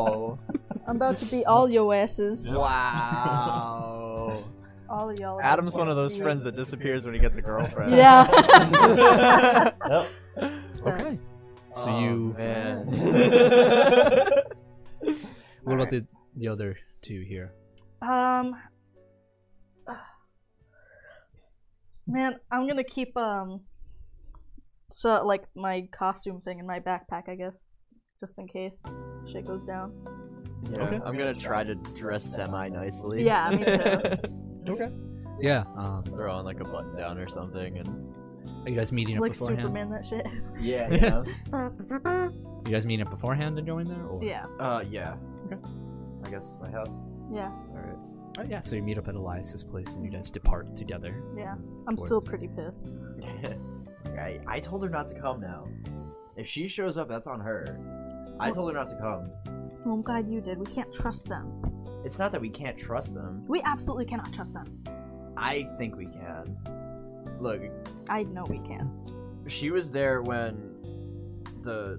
S1: Wow.
S4: I'm about to be all your asses.
S1: wow.
S4: All of y'all.
S1: Adam's one of those friends that disappears when he gets a girlfriend. <laughs>
S4: Yeah. <laughs>
S2: yep.
S3: Okay.
S4: Thanks.
S3: So
S1: Oh,
S3: you.
S1: man.
S3: What about the the other two here?
S4: Um. Man, I'm gonna keep um. So like my costume thing in my backpack, I guess, just in case shit goes down.
S1: <laughs> Yeah,
S3: Okay.
S1: I'm gonna try to dress semi nicely.
S4: Yeah, me too.
S3: Yeah. Um,
S1: <laughs> Throw on like a button down or something, and
S3: are you guys meeting up
S4: like
S3: beforehand?
S4: Superman, that shit. <laughs>
S1: <laughs> yeah,
S3: yeah. You guys meeting up beforehand and going there? Or?
S4: yeah.
S1: uh, yeah. I guess my house.
S4: Yeah.
S1: All right.
S3: Oh, yeah. So you meet up at Elias's place and you guys depart together.
S4: Yeah. I'm still pretty pissed.
S1: I, I told her not to come now. If she shows up, that's on her. I told her not to come.
S4: Well, Oh, I'm glad you did. We can't trust them.
S1: It's not that we can't trust them.
S4: We absolutely cannot trust them.
S1: I think we can. Look,
S4: I know we can.
S1: she was there when the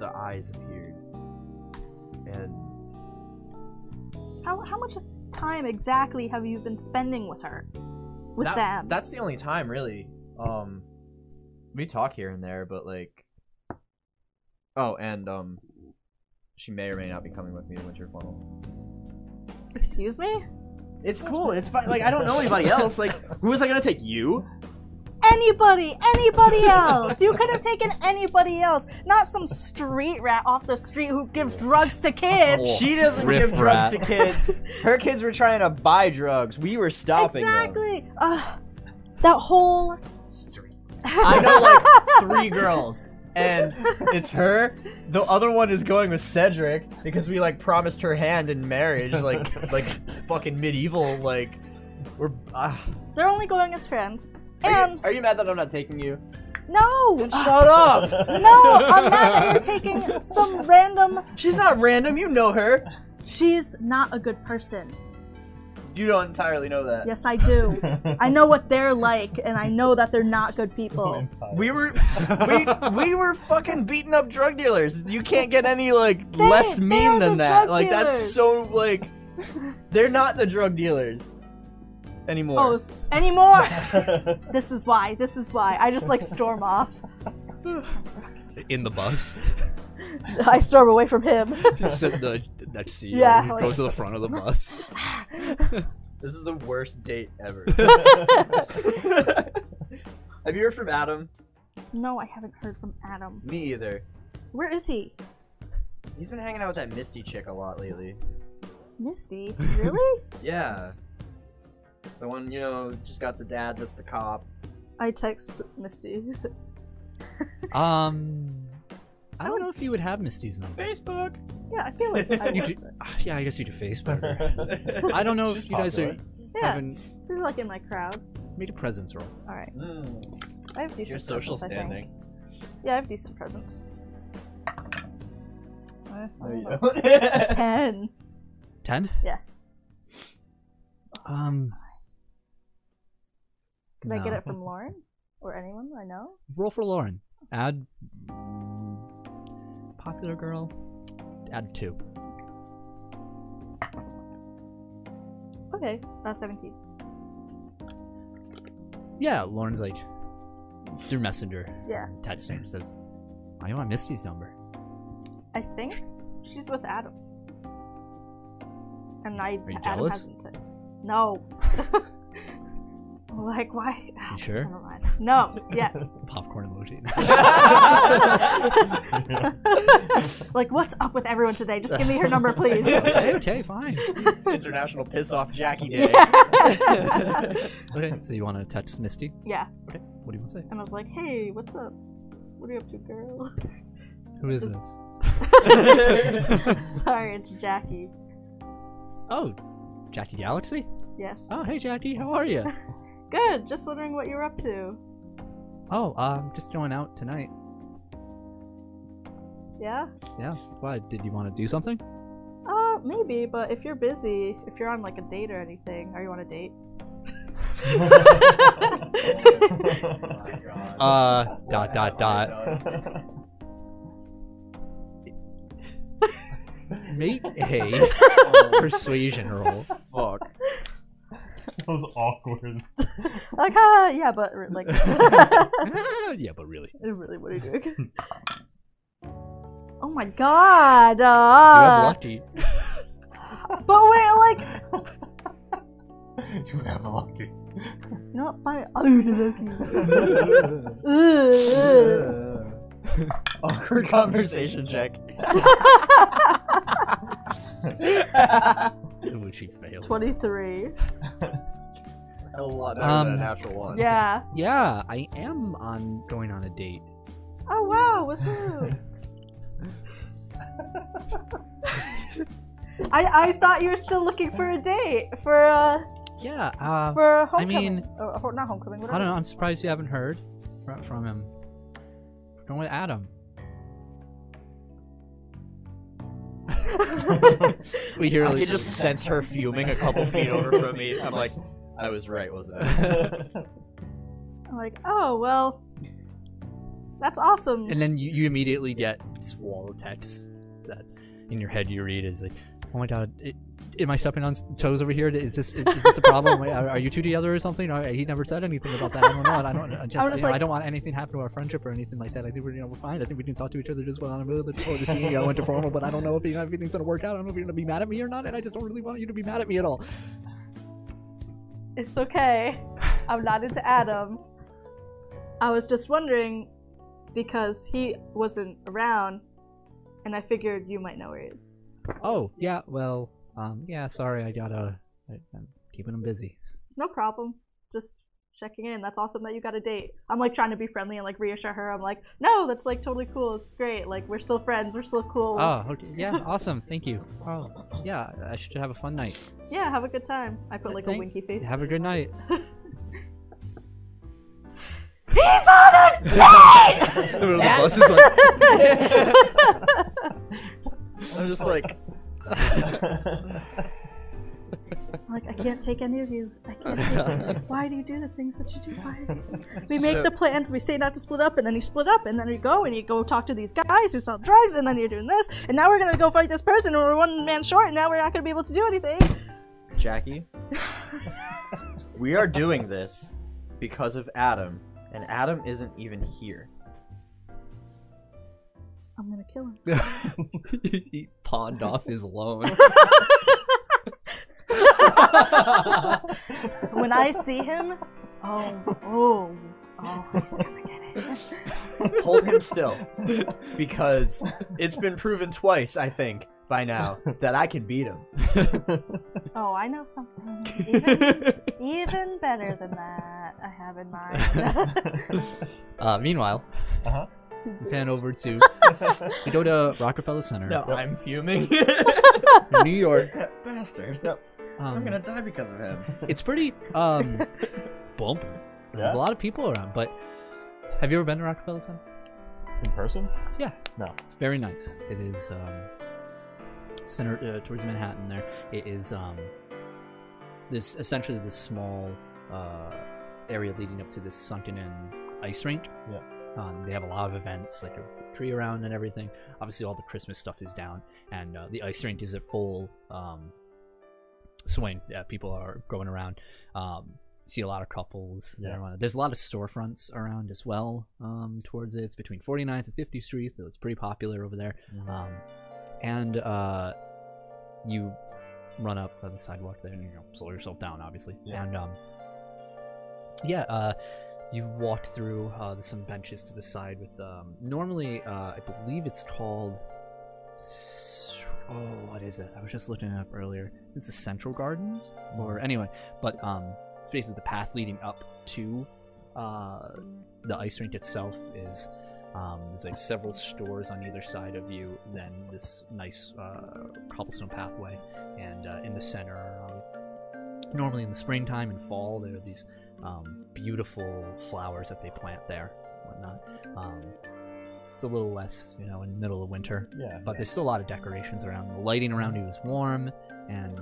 S1: the eyes appeared, and
S4: How how much time exactly have you been spending with her? With
S1: that,
S4: them?
S1: That's the only time, really. Um, we talk here and there, but like, oh, and um, she may or may not be coming with me to Winter Funnel.
S4: Excuse me?
S1: It's cool. It's fine. Like I don't know anybody else. Like who was I gonna take you?
S4: anybody, anybody else. You could have taken anybody else, not some street rat off the street who gives drugs to kids.
S1: She doesn't
S3: Riff
S1: give drugs
S3: rat.
S1: to kids. Her kids were trying to buy drugs. We were stopping them.
S4: Exactly. Ugh, that whole. <laughs>
S1: I know like three girls. And it's her. The other one is going with Cedric because we like promised her hand in marriage,
S3: <laughs>
S1: like like fucking medieval. Like we're. Uh,
S4: They're only going as friends.
S1: are, you,
S4: And
S1: are you mad that I'm not taking you?
S4: no,
S1: Shut up!
S4: <laughs> no, I'm not that you're taking some random.
S1: She's not random. You know her.
S4: She's not a good person.
S5: You don't entirely know that.
S4: Yes, I do. I know what they're like, and I know that they're not good
S1: <laughs>
S4: people.
S5: We
S2: <laughs>
S5: were we, we were fucking beating up drug dealers. You can't get any like less
S4: they're
S5: mean
S4: the
S5: than that.
S4: drug
S5: Like that's
S4: dealers.
S5: so like they're not the drug dealers anymore.
S4: Oh, s- anymore? this is why. This is why. I just like storm off.
S3: in the <laughs> bus.
S4: I storm away from him.
S3: Sit the next seat.
S4: Yeah,
S3: you
S4: like-
S3: Go to the front of the bus.
S7: This is the worst date
S5: <laughs>
S7: ever. <laughs>
S5: Have you heard from Adam?
S4: <laughs> no, I haven't heard from Adam.
S7: Me either.
S4: Where is he?
S7: He's been hanging out with that Misty chick a lot lately.
S4: Misty? Really?
S7: Yeah. The one, you know, just got the dad that's the cop.
S4: I text Misty. <laughs>
S3: Um, I don't know if you would have Misty's number.
S7: Facebook!
S4: Yeah, I feel like I
S3: <laughs> You
S4: would.
S3: do, ah, yeah, I guess you do Facebook.
S2: <laughs>
S3: I don't know if you guys are
S4: Yeah,
S3: having
S4: she's like in my crowd.
S3: made a presence roll.
S4: All right. I have decent
S7: Your social
S4: presence, I think.
S7: standing.
S4: <laughs> Yeah, I have decent presence. Uh,
S5: There you go.
S4: Ten.
S3: Ten.
S4: Yeah.
S3: Um.
S4: Did I get
S3: no.
S4: it from Lauren or anyone I know?
S3: Roll for Lauren. Add popular girl. Add two.
S4: Okay, uh, seventeen.
S3: Yeah, Lauren's like through messenger.
S4: Yeah.
S3: Text her says, "I want Misty's number."
S4: I think she's with Adam. And I
S3: you
S4: Adam
S3: jealous?
S4: hasn't. t- No. <laughs> like why? Ah,
S3: You sure?
S4: Never mind. No.
S3: <laughs>
S4: Yes.
S3: Popcorn
S4: <laughs>
S3: emoji.
S4: like what's up with everyone today? Just give me her number,
S3: <laughs>
S4: please.
S3: okay, okay, fine.
S7: International Piss Off Jackie
S5: <laughs>
S7: Day.
S4: yeah. <laughs>
S3: Okay, so you want to text Misty?
S4: Yeah.
S3: Okay. What do you want to say?
S4: And I was like, hey, what's up? What are you up to, girl? <laughs>
S3: Who is
S4: Is-
S3: this?
S4: Sorry, it's Jackie.
S3: Oh, Jackie Galaxy.
S4: Yes.
S3: Oh, hey Jackie, how are you?
S4: Good. Just wondering what you're up to.
S3: oh, um, just going out tonight.
S4: Yeah?
S3: Yeah. Why? Did you want to do something?
S4: Uh, maybe, but if you're busy, if you're on like a date or anything, are you on
S3: <laughs>
S4: a date?
S7: <laughs>
S3: Uh, dot dot dot. Make a <laughs> persuasion <laughs> roll.
S7: Fuck.
S2: That was awkward.
S4: like, ah, yeah, but re-
S3: <laughs>
S4: like, <laughs>
S3: Ah, yeah, but really,
S4: really, what are you doing? <laughs> Oh my god!
S3: you have
S4: Uh,
S3: lucky.
S4: but wait, like,
S2: you have a lucky.
S4: you know what? Fine. I'll
S3: <laughs>
S4: do <laughs> the
S7: Awkward conversation check.
S3: Would she fail? <laughs>
S4: Twenty-three.
S7: A lot better
S3: Um,
S7: than a natural one.
S4: Yeah.
S3: Yeah, I am on going on a date.
S4: Oh wow! With who? I I thought you were still looking for a date for uh
S3: Yeah. Uh,
S4: for homecoming.
S3: mean-
S4: or, or not homecoming. Whatever.
S3: I don't know. I'm surprised you haven't heard fr- from him. Going with Adam. <laughs> we hear
S7: I
S3: like
S7: can just sense her fuming a
S3: <laughs>
S7: couple feet over from me. I'm like, I was right, wasn't I?
S4: I'm like, oh well, that's awesome.
S3: And then you, you immediately get this wall of text that in your head you read is like, oh my god, it, am I stepping on s- toes over here? Is this is, is this a problem? are, are you two together or something? Or, he never said anything about that. I don't know. I don't. I just,
S4: I'm just
S3: you know,
S4: like-
S3: I don't want anything to happen to our friendship or anything like that. I think we're you know we're fine. I think we can talk to each other just well. I'm really looking forward to seeing you. I went to formal, but I don't know if you know, everything's gonna work out. I don't know if you're gonna be mad at me or not. And I just don't really want you to be mad at me at all.
S4: It's okay. I'm not into Adam. I was just wondering because he wasn't around, and I figured you might know where he is.
S3: Oh yeah. Well. Um. Yeah. Sorry. I gotta. I, I'm keeping him busy.
S4: No problem. Just checking in. That's awesome that you got a date. I'm like trying to be friendly and like reassure her. I'm like, no, that's like totally cool. It's great. Like we're still friends. We're still cool.
S3: Oh, okay. Yeah, awesome. Thank you. Oh, yeah, I should have a fun night.
S4: yeah, have a good time. I put like a
S3: Uh, Thanks.
S4: winky face.
S3: Have a good night.
S4: He's
S3: <laughs>
S4: on a date.
S7: I'm just like,
S4: Like, I can't take any of you.
S3: <laughs>
S4: I can't take Why do you do the things that you do? Why? We make the plans, we say not to split up, and then you split up, and then you go and you go talk to these guys who sell drugs, and then you're doing this, and now we're gonna go fight this person, and we're one man short, and now we're not gonna be able to do anything.
S9: Jackie, we are doing this because of Adam, and Adam isn't even here.
S4: I'm gonna kill him.
S3: he pawned off his
S4: <laughs>
S3: loan.
S4: When I see him, oh, oh, oh, he's gonna get it.
S9: Hold him still, because it's been proven twice, I think, by now that I can beat him.
S4: Oh, I know something even, even better than that I have in mind.
S3: Uh, meanwhile,
S2: Uh-huh.
S3: we pan over
S4: <laughs>
S3: to we go to Rockefeller Center,
S9: I'm fuming.
S3: New York.
S9: Bastard.
S3: Um,
S9: I'm gonna die because of him.
S3: It's pretty
S4: <laughs>
S3: um bump. There's
S2: Yeah?
S3: a lot of people around, but have you ever been to Rockefeller Center?
S2: In person?
S3: Yeah.
S2: No.
S3: It's very nice. It is um, center uh, towards Manhattan. There, it is um, this essentially this small uh, area leading up to this sunken-in ice rink.
S2: Yeah.
S3: Um, they have a lot of events, like a tree around and everything. Obviously, all the Christmas stuff is down, and uh, the ice rink is at full um, swing. Yeah, people are going around. Um, see a lot of couples that
S2: Yeah.
S3: are on it. There's a lot of storefronts around as well um, towards it. It's between 49th and 50th Street, so it's pretty popular over there.
S2: Mm-hmm.
S3: Um, and uh, you run up on the sidewalk there and you know, slow yourself down, obviously.
S2: Yeah.
S3: And um, yeah, uh, you walked through uh, there's some benches to the side with um, normally uh, I believe it's called. s- Oh, what is it? I was just looking it up earlier. It's the Central Gardens,
S2: Mm-hmm.
S3: or anyway, but um, it's basically the path leading up to uh, the ice rink itself is um, there's like several stores on either side of you, then this nice uh, cobblestone pathway, and uh, in the center, are, um, normally in the springtime and fall, there are these um, beautiful flowers that they plant there, whatnot. Um, it's a little less, you know, in the middle of winter,
S2: Yeah.
S3: but there's still a lot of decorations around. The lighting around you is warm, and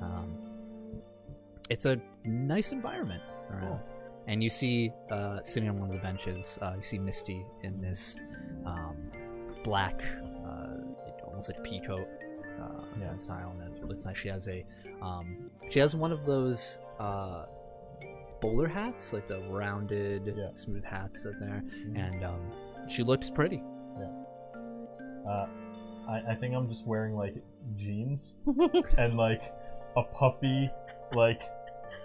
S3: um, it's a nice environment around.
S2: Cool.
S3: And you see, uh, sitting on one of the benches, uh, you see Misty in this um, black, uh, almost like a peacoat uh,
S2: Yeah.
S3: style, and it looks like she has a, um, she has one of those. Uh, bowler hats like the rounded
S2: Yeah.
S3: smooth hats in there and um, she looks pretty
S2: Uh, I, I think I'm just wearing like jeans and like a puffy like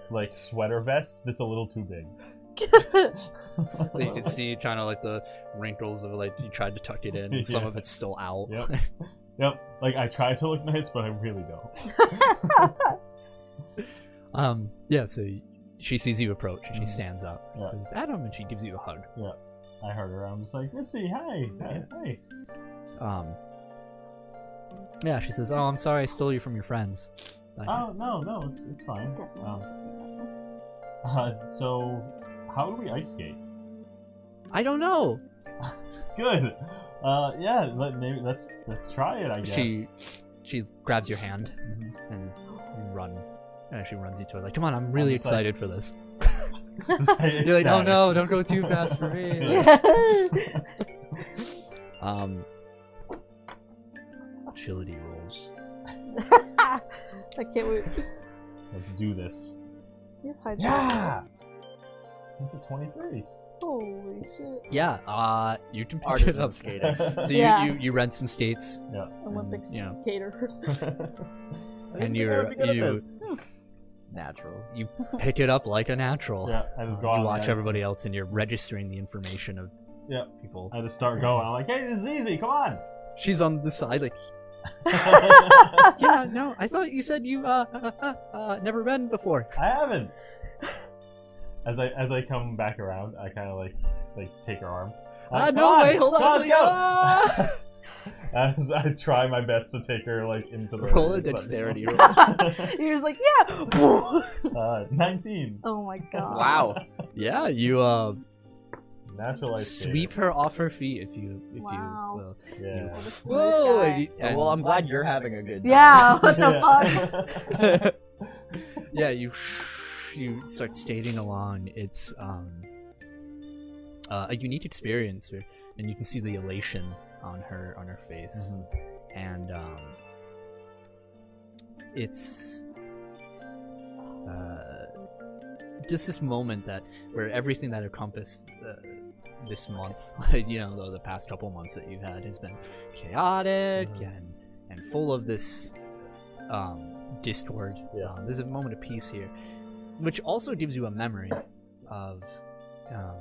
S2: like sweater vest that's a little too big.
S4: <laughs>
S3: So you can see kind of like the wrinkles of like you tried to tuck it
S2: <laughs>
S3: in, and some
S2: Yeah.
S3: of it's still out.
S2: Yep.
S3: <laughs>
S2: Yep. Like I try to look nice, but I really don't.
S3: Um, yeah. So she sees you approach and she
S2: Mhm.
S3: stands up. and
S2: Yeah.
S3: Says Adam, and she gives you a hug.
S2: I heard her. I'm just like Missy. Hi. Hi. hi."
S3: Um, yeah. She says, "Oh, I'm sorry, I stole you from your friends." Like,
S2: Oh no, no, it's it's fine.
S4: Definitely.
S2: Um, uh, so, how do we ice skate?
S3: I don't know.
S2: Good. Uh, yeah. Let, maybe let's let's try it. I guess.
S3: <laughs> She she grabs your hand
S2: Mhm.
S3: and you run. And she runs you to it like, "Come on, I'm really
S2: just like-
S3: excited for this."
S2: Just like
S3: You're like, "Oh
S2: ecstatic.
S3: no, don't go too
S2: <laughs>
S3: fast for me."
S2: Yeah.
S3: um, agility rolls.
S4: I can't wait.
S2: Let's do this.
S4: You have high
S2: Yeah. It's a twenty-three.
S4: Holy shit.
S3: Yeah, uh, you can picture
S9: Artisan
S2: <laughs>
S3: them.
S9: skating.
S3: So
S4: Yeah.
S3: you, you, you rent some skates,
S4: Olympic
S3: yeah.
S4: <laughs> skater.
S3: and you're you
S9: Natural.
S4: <laughs>
S3: you pick it up like a natural.
S2: yeah. I just
S3: You
S2: go out on the ice
S3: watch
S2: and
S3: everybody
S2: just-
S3: else, and you're registering the information of
S2: Yeah.
S3: people.
S2: I just start going. I'm like, hey, this is easy. Come on.
S3: She's on the side, like,
S2: <laughs> I
S4: <laughs>
S3: yeah, no, I thought you said you uh, <laughs> uh, uh, uh never been before.
S2: haven't. As I as I come back around, I kind of like like take her arm. I'm like,
S3: Ah, no,
S2: Uh, "Come on,
S3: wait, hold on,
S2: come
S3: please,
S2: let's go!" <laughs>
S3: ah!
S2: As I try my best to take her like into the
S3: <laughs> Roll a
S2: it's like- <laughs>
S3: dexterity roll.
S4: You're just like, yeah. <laughs> oh
S2: uh, Nineteen
S4: my god.
S7: Wow.
S3: Yeah, you uh
S2: natural ice skater.
S3: sweep her off her feet if you if
S4: Wow.
S3: you will.
S2: Yeah.
S4: What a smooth
S3: Whoa!
S4: guy.
S3: and you- and-
S4: <laughs>
S9: well, I'm glad you're having a good.
S4: Yeah, what the fuck?
S2: fuck?
S3: yeah, you sh- you start stating along. It's um, uh, a unique experience, here, and you can see the elation on her on her face, and um, it's uh, just this moment that where everything that encompassed uh, this month, <laughs> like, you know, the, the past couple months that you've had has been chaotic
S2: Mhm.
S3: and and full of this um, distort.
S2: Yeah.
S3: Um, there's a moment of peace here, which also gives you a memory of um,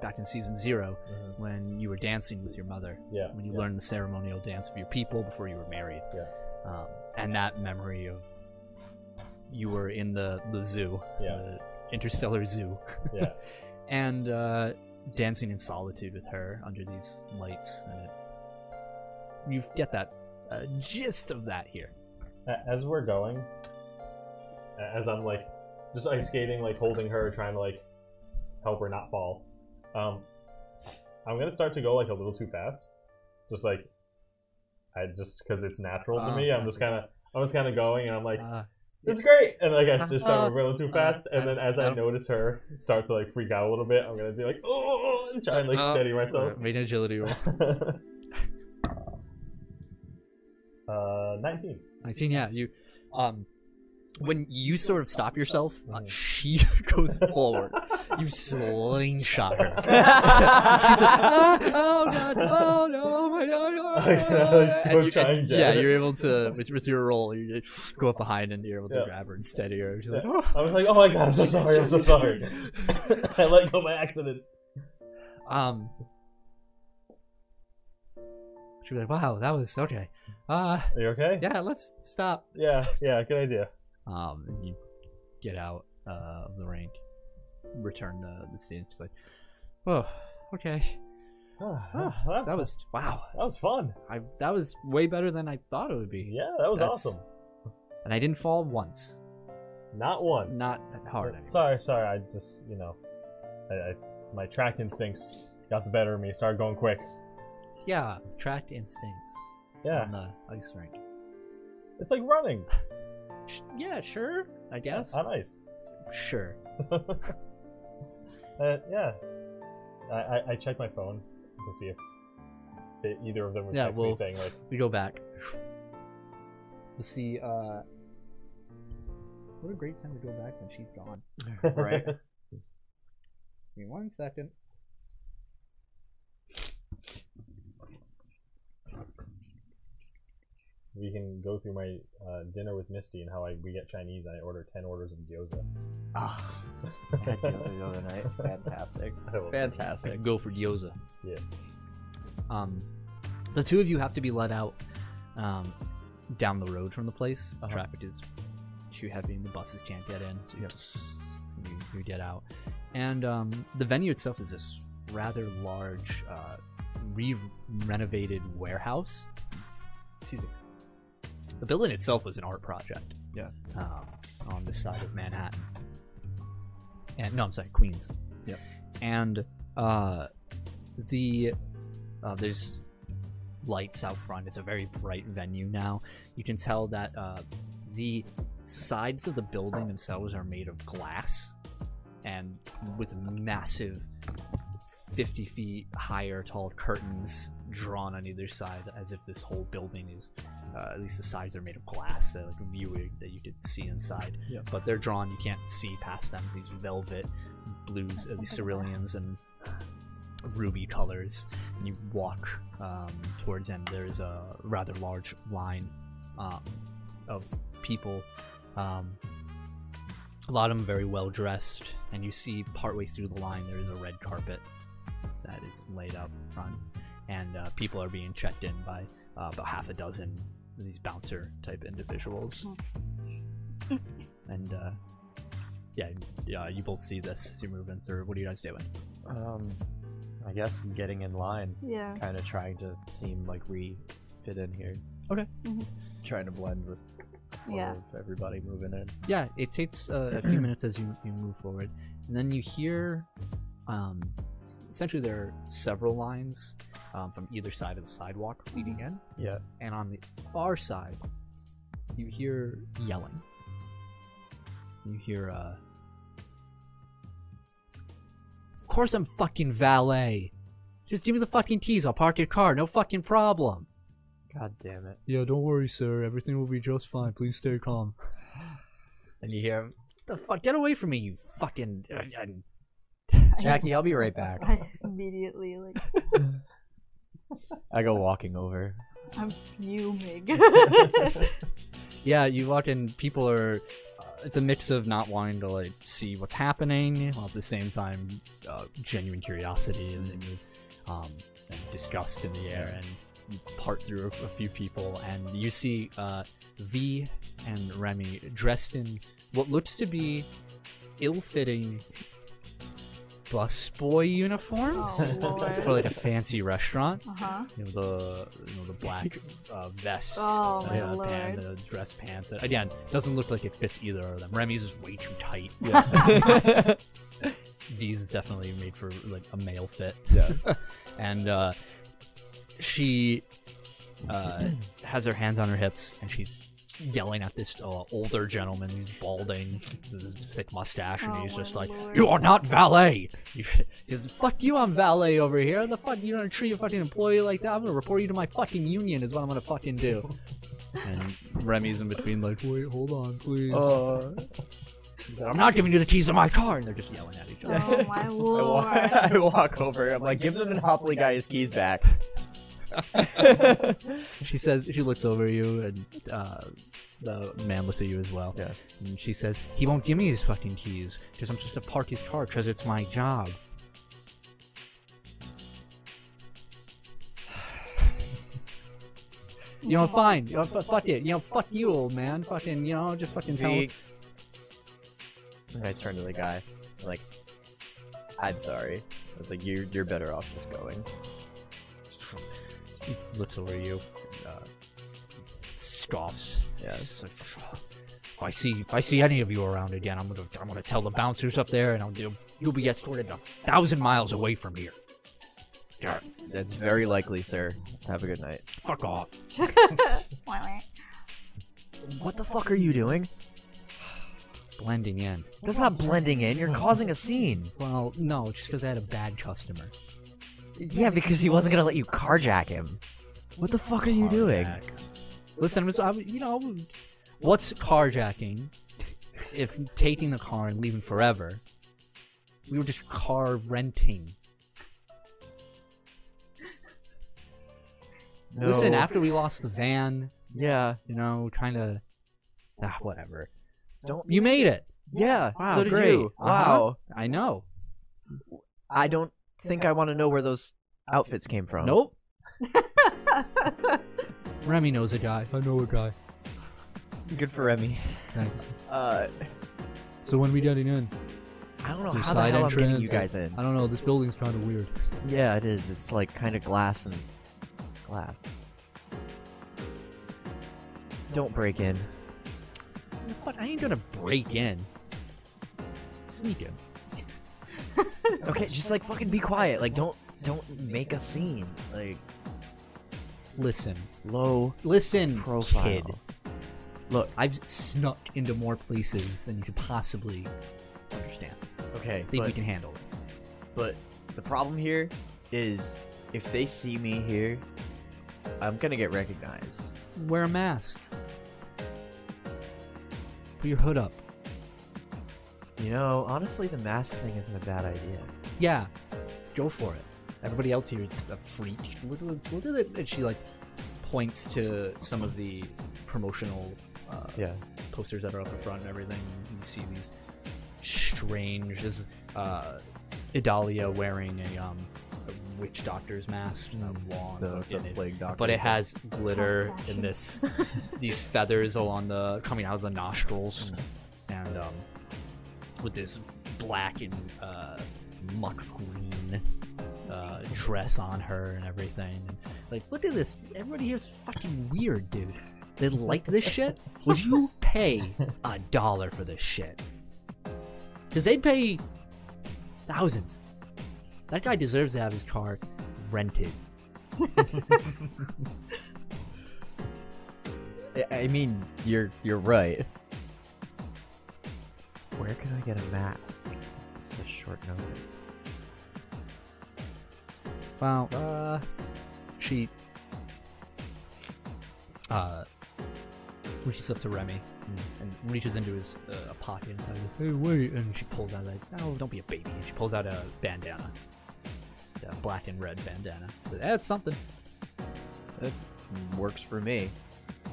S3: back in season 0
S2: Mhm.
S3: when you were dancing with your mother,
S2: Yeah.
S3: when you
S2: yeah.
S3: learned the ceremonial dance of your people before you were married.
S2: Yeah.
S3: Um, and that memory of you were in the, the zoo,
S2: Yeah.
S3: the interstellar zoo,
S2: Yeah.
S3: and uh, dancing in solitude with her under these lights. And it, you get that uh, gist of that here.
S2: A- As we're going, a- as I'm like just ice skating, like holding her, trying to like help her not fall. Um, I'm gonna start to go like a little too fast, just like I just because it's natural to
S3: Ah,
S2: me. I'm
S3: I
S2: just
S3: see.
S2: kind of I'm just kind of going, and I'm like,
S3: Uh,
S2: it's great, and like I s- just
S3: Uh,
S2: start moving a little too
S3: uh,
S2: fast, and
S3: uh,
S2: then as I
S3: no.
S2: notice her start to like freak out a little bit, I'm gonna be like, oh, and try and like
S3: Uh,
S2: steady myself.
S3: uh, made an agility <laughs> roll.
S2: <laughs> uh, nineteen.
S3: 19 yeah you um when you sort of stop yourself uh,
S2: Mhm.
S3: she <laughs> goes
S2: <laughs>
S3: forward you slingshot her she's like ah, oh god oh no oh my god oh,
S2: Like,
S3: no."
S2: like,
S3: And
S2: go
S3: you-
S2: try
S3: and-
S2: and get
S3: yeah
S2: her.
S3: you're able to with, with your roll you just go up behind and you're able to
S2: Yeah.
S3: grab her and steady her she's like
S2: Yeah.
S3: "Oh."
S2: I was like, oh my god, I'm so sorry, <laughs> I'm so sorry. <laughs> I let go my accident.
S3: <laughs> um she was like wow that was okay uh
S2: Are you okay?
S3: yeah let's stop
S2: Yeah, yeah, good idea. <sighs>
S3: Um, and you get out uh, of the rank, return the the stage. It's like, whoa, okay, Ah,
S2: that,
S3: that was wow.
S2: that was fun.
S3: I that was way better than I thought it would be.
S2: Yeah, that was
S3: That's-
S2: awesome.
S3: And I didn't fall once,
S2: Not once.
S3: not hard. Anyway.
S2: Sorry, sorry. I just, you know, I, I, my track instincts got the better of me. Started going quick.
S3: Yeah, track instincts
S2: Yeah,
S3: on the ice rink. Mm-hmm.
S2: it's like running
S3: Sh- yeah, sure, I guess.
S2: on ice.
S3: sure.
S2: Uh, yeah, I, I, I checked my phone to see if it, either of them was
S3: Yeah,
S2: texting
S3: well-
S2: me saying like,
S3: We go back. We'll see. Uh, what a great time to go back when she's gone.
S2: <laughs>
S3: Right. Give me one second.
S2: we can go through my uh, dinner with Misty and how I we get Chinese. And I order ten orders of <laughs> gyoza.
S3: Ah,
S9: I had gyoza the other night. Fantastic.
S2: I love <laughs> it.
S9: Fantastic.
S3: go for gyoza.
S2: Yeah.
S3: Um, the two of you have to be let out um, down the road from the place.
S2: Uh-huh.
S3: Traffic is too heavy, and the buses can't get in, so you, have to, you, you get out. And um, the venue itself is this rather large, uh, re-renovated warehouse. Excuse me. The building itself was an art project.
S9: Yeah.
S3: Um, on the side of Manhattan. And no, I'm sorry, Queens.
S9: Yep.
S3: And uh, the uh, there's lights out front. It's a very bright venue now. You can tell that uh, the sides of the building themselves are made of glass and with massive 50 feet higher tall curtains drawn on either side as if this whole building is uh, at least the sides are made of glass that like viewing that you could see inside
S9: Yeah.
S3: but they're drawn you can't see past them these velvet blues uh, these ceruleans and ruby colors and you walk um, towards them there's a rather large line um, of people um, a lot of them very well dressed, and you see partway through the line there is a red carpet that is laid out front, and uh, people are being checked in by uh, about half a dozen of these bouncer type individuals. And uh, yeah, yeah, you both see this as you're moving through. What are you guys doing?
S1: Um, I guess getting in line,
S4: Yeah.
S1: kind of trying to seem like we fit in here.
S3: Okay.
S4: Mhm.
S1: Trying to blend with all
S4: Yeah.
S1: of everybody moving in.
S3: yeah, it takes uh, a
S7: Mm.
S3: few minutes as you, you move forward, and then you hear. Um, s- essentially, there are several lines um, from either side of the sidewalk leading in.
S1: Yeah.
S3: And on the far side, you hear yelling. You hear, uh. Of course I'm fucking valet. Just give me the fucking keys. I'll park your car. No fucking problem.
S7: God damn it.
S3: Yeah, don't worry, sir. Everything will be just fine. Please stay calm.
S1: And you hear him.
S3: The fuck? Get away from me, you fucking. uh,
S1: Jackie, I'll be right back.
S4: I immediately like
S1: I go walking over.
S4: I'm fuming.
S3: Yeah, you walk in. People are. Uh, it's a mix of not wanting to like see what's happening, while at the same time, uh, genuine curiosity is in you, um, and disgust in the air, and you part through a, a few people, and you see uh, V and Remy dressed in what looks to be ill-fitting busboy uniforms
S4: oh
S3: <laughs>
S4: lord.
S3: for like a fancy restaurant
S4: Uh huh.
S3: you know the you know the black uh, vest,
S4: <laughs>
S3: uh,
S4: Oh, my
S3: uh, pan-
S4: lord.
S3: uh, dress pants. And Again, doesn't look like it fits either of them. Remy's is way too tight. <laughs> These is definitely made for like a male fit. Yeah, <laughs> and uh, she uh, has her hands on her hips and she's yelling at this uh, older gentleman who's balding, with his thick mustache, and
S4: Oh,
S3: he's just
S4: my
S3: like,
S4: lord.
S3: "You are not valet." <laughs> He says, "Fuck you, I'm valet over here. The fuck you don't treat your fucking employee like that. I'm gonna report you to my fucking union. Is what I'm gonna fucking do." And Remy's in between, like, "Wait, hold on, please." Oh,
S9: Oh Uh,
S3: I'm not giving you the keys to my car, and they're just yelling at each other.
S4: Oh my
S9: <laughs> I
S4: lord.
S9: walk, I walk over. I'm like, give the Monopoly guy his keys <laughs> back.
S3: she says she looks over you and uh, the man looks at you as well
S9: Yeah.
S3: and she says he won't give me his fucking keys because i'm supposed to park his car because it's my job you know fine you know, f- fuck it you know fuck you old man fucking you know just fucking tell him
S9: Big. And I turn to the guy, I'm like, I'm sorry. I was like, you you're better off just going.
S3: She looks over at you, and, uh, scoffs.
S9: Yeah.
S3: She's like, "Pff, if I see if I see any of you around again, I'm gonna I'm gonna tell the bouncers up there, and I'll do. You'll be escorted a thousand miles away from here. Grr,
S9: That's very likely, sir. Have a good night.
S3: Fuck off.
S9: What the fuck are you doing?
S3: Blending in.
S9: That's not blending in. You're causing a scene.
S3: Well, no, just because I had a bad customer.
S9: Yeah, because he wasn't gonna let you carjack him. What the fuck are you doing?
S3: Listen, I was, I, was- you know, I was- what's carjacking if taking the car and leaving forever? We were just car renting. Listen,
S9: No.
S3: after we lost the van,
S9: Yeah.
S3: you know, kind of, ah, whatever.
S9: Don't-
S3: you made it?
S9: Yeah.
S3: Wow,
S9: so did
S3: great.
S9: you.
S3: Uh-huh.
S9: Wow.
S3: I know.
S9: I don't think I want to know where those outfits came from. <laughs>
S3: Nope. Remy knows a guy. I know a guy.
S9: Good for Remy.
S3: Thanks.
S9: Uh,
S3: So when we getting in?
S9: I don't know
S3: Is there
S9: how the
S3: side
S9: hell I'm getting you
S3: entrance?
S9: guys in.
S3: I don't know. This building's kind of weird.
S9: uh, Yeah, it is. It's like kind of glass and glass. Don't break in.
S3: What? I ain't gonna break in. Sneak in.
S9: Okay, just like fucking be quiet. Like don't don't make a scene. Like
S3: Listen.
S9: low
S3: Listen,
S9: profile.
S3: kid. Look, I've snuck into more places than you could possibly understand.
S9: Okay,
S3: I think we
S9: but,
S3: can handle this.
S9: but the problem here is if they see me here, I'm gonna get recognized.
S3: Wear a mask. Put your hood up.
S9: You know, honestly, the mask thing isn't a bad idea.
S3: Yeah, go for it. Everybody else here is a freak. Look at look at it. And she like points to some of the promotional uh,
S9: Yeah.
S3: posters that are up in front and everything. You see these strange. This is, uh, Idalia wearing a um a witch doctor's mask, a long image, but it has glitter in this these feathers along the coming out of the nostrils, and um with this black and uh, muck green uh, dress on her and everything. And, like, look at this. Everybody here's fucking weird, dude. They like this shit? Would you pay a dollar for this shit? Because they'd pay thousands. That guy deserves to have his car rented.
S9: I I mean, you're you're right.
S1: could I get a mask? It's a short notice.
S3: Well, uh, she. Uh, reaches up to Remy and, and reaches into his uh, a pocket and says, "Hey, wait!" And she pulls out like, "No, don't be a baby." And she pulls out a bandana, a black and red bandana. So That's something.
S1: Works for me.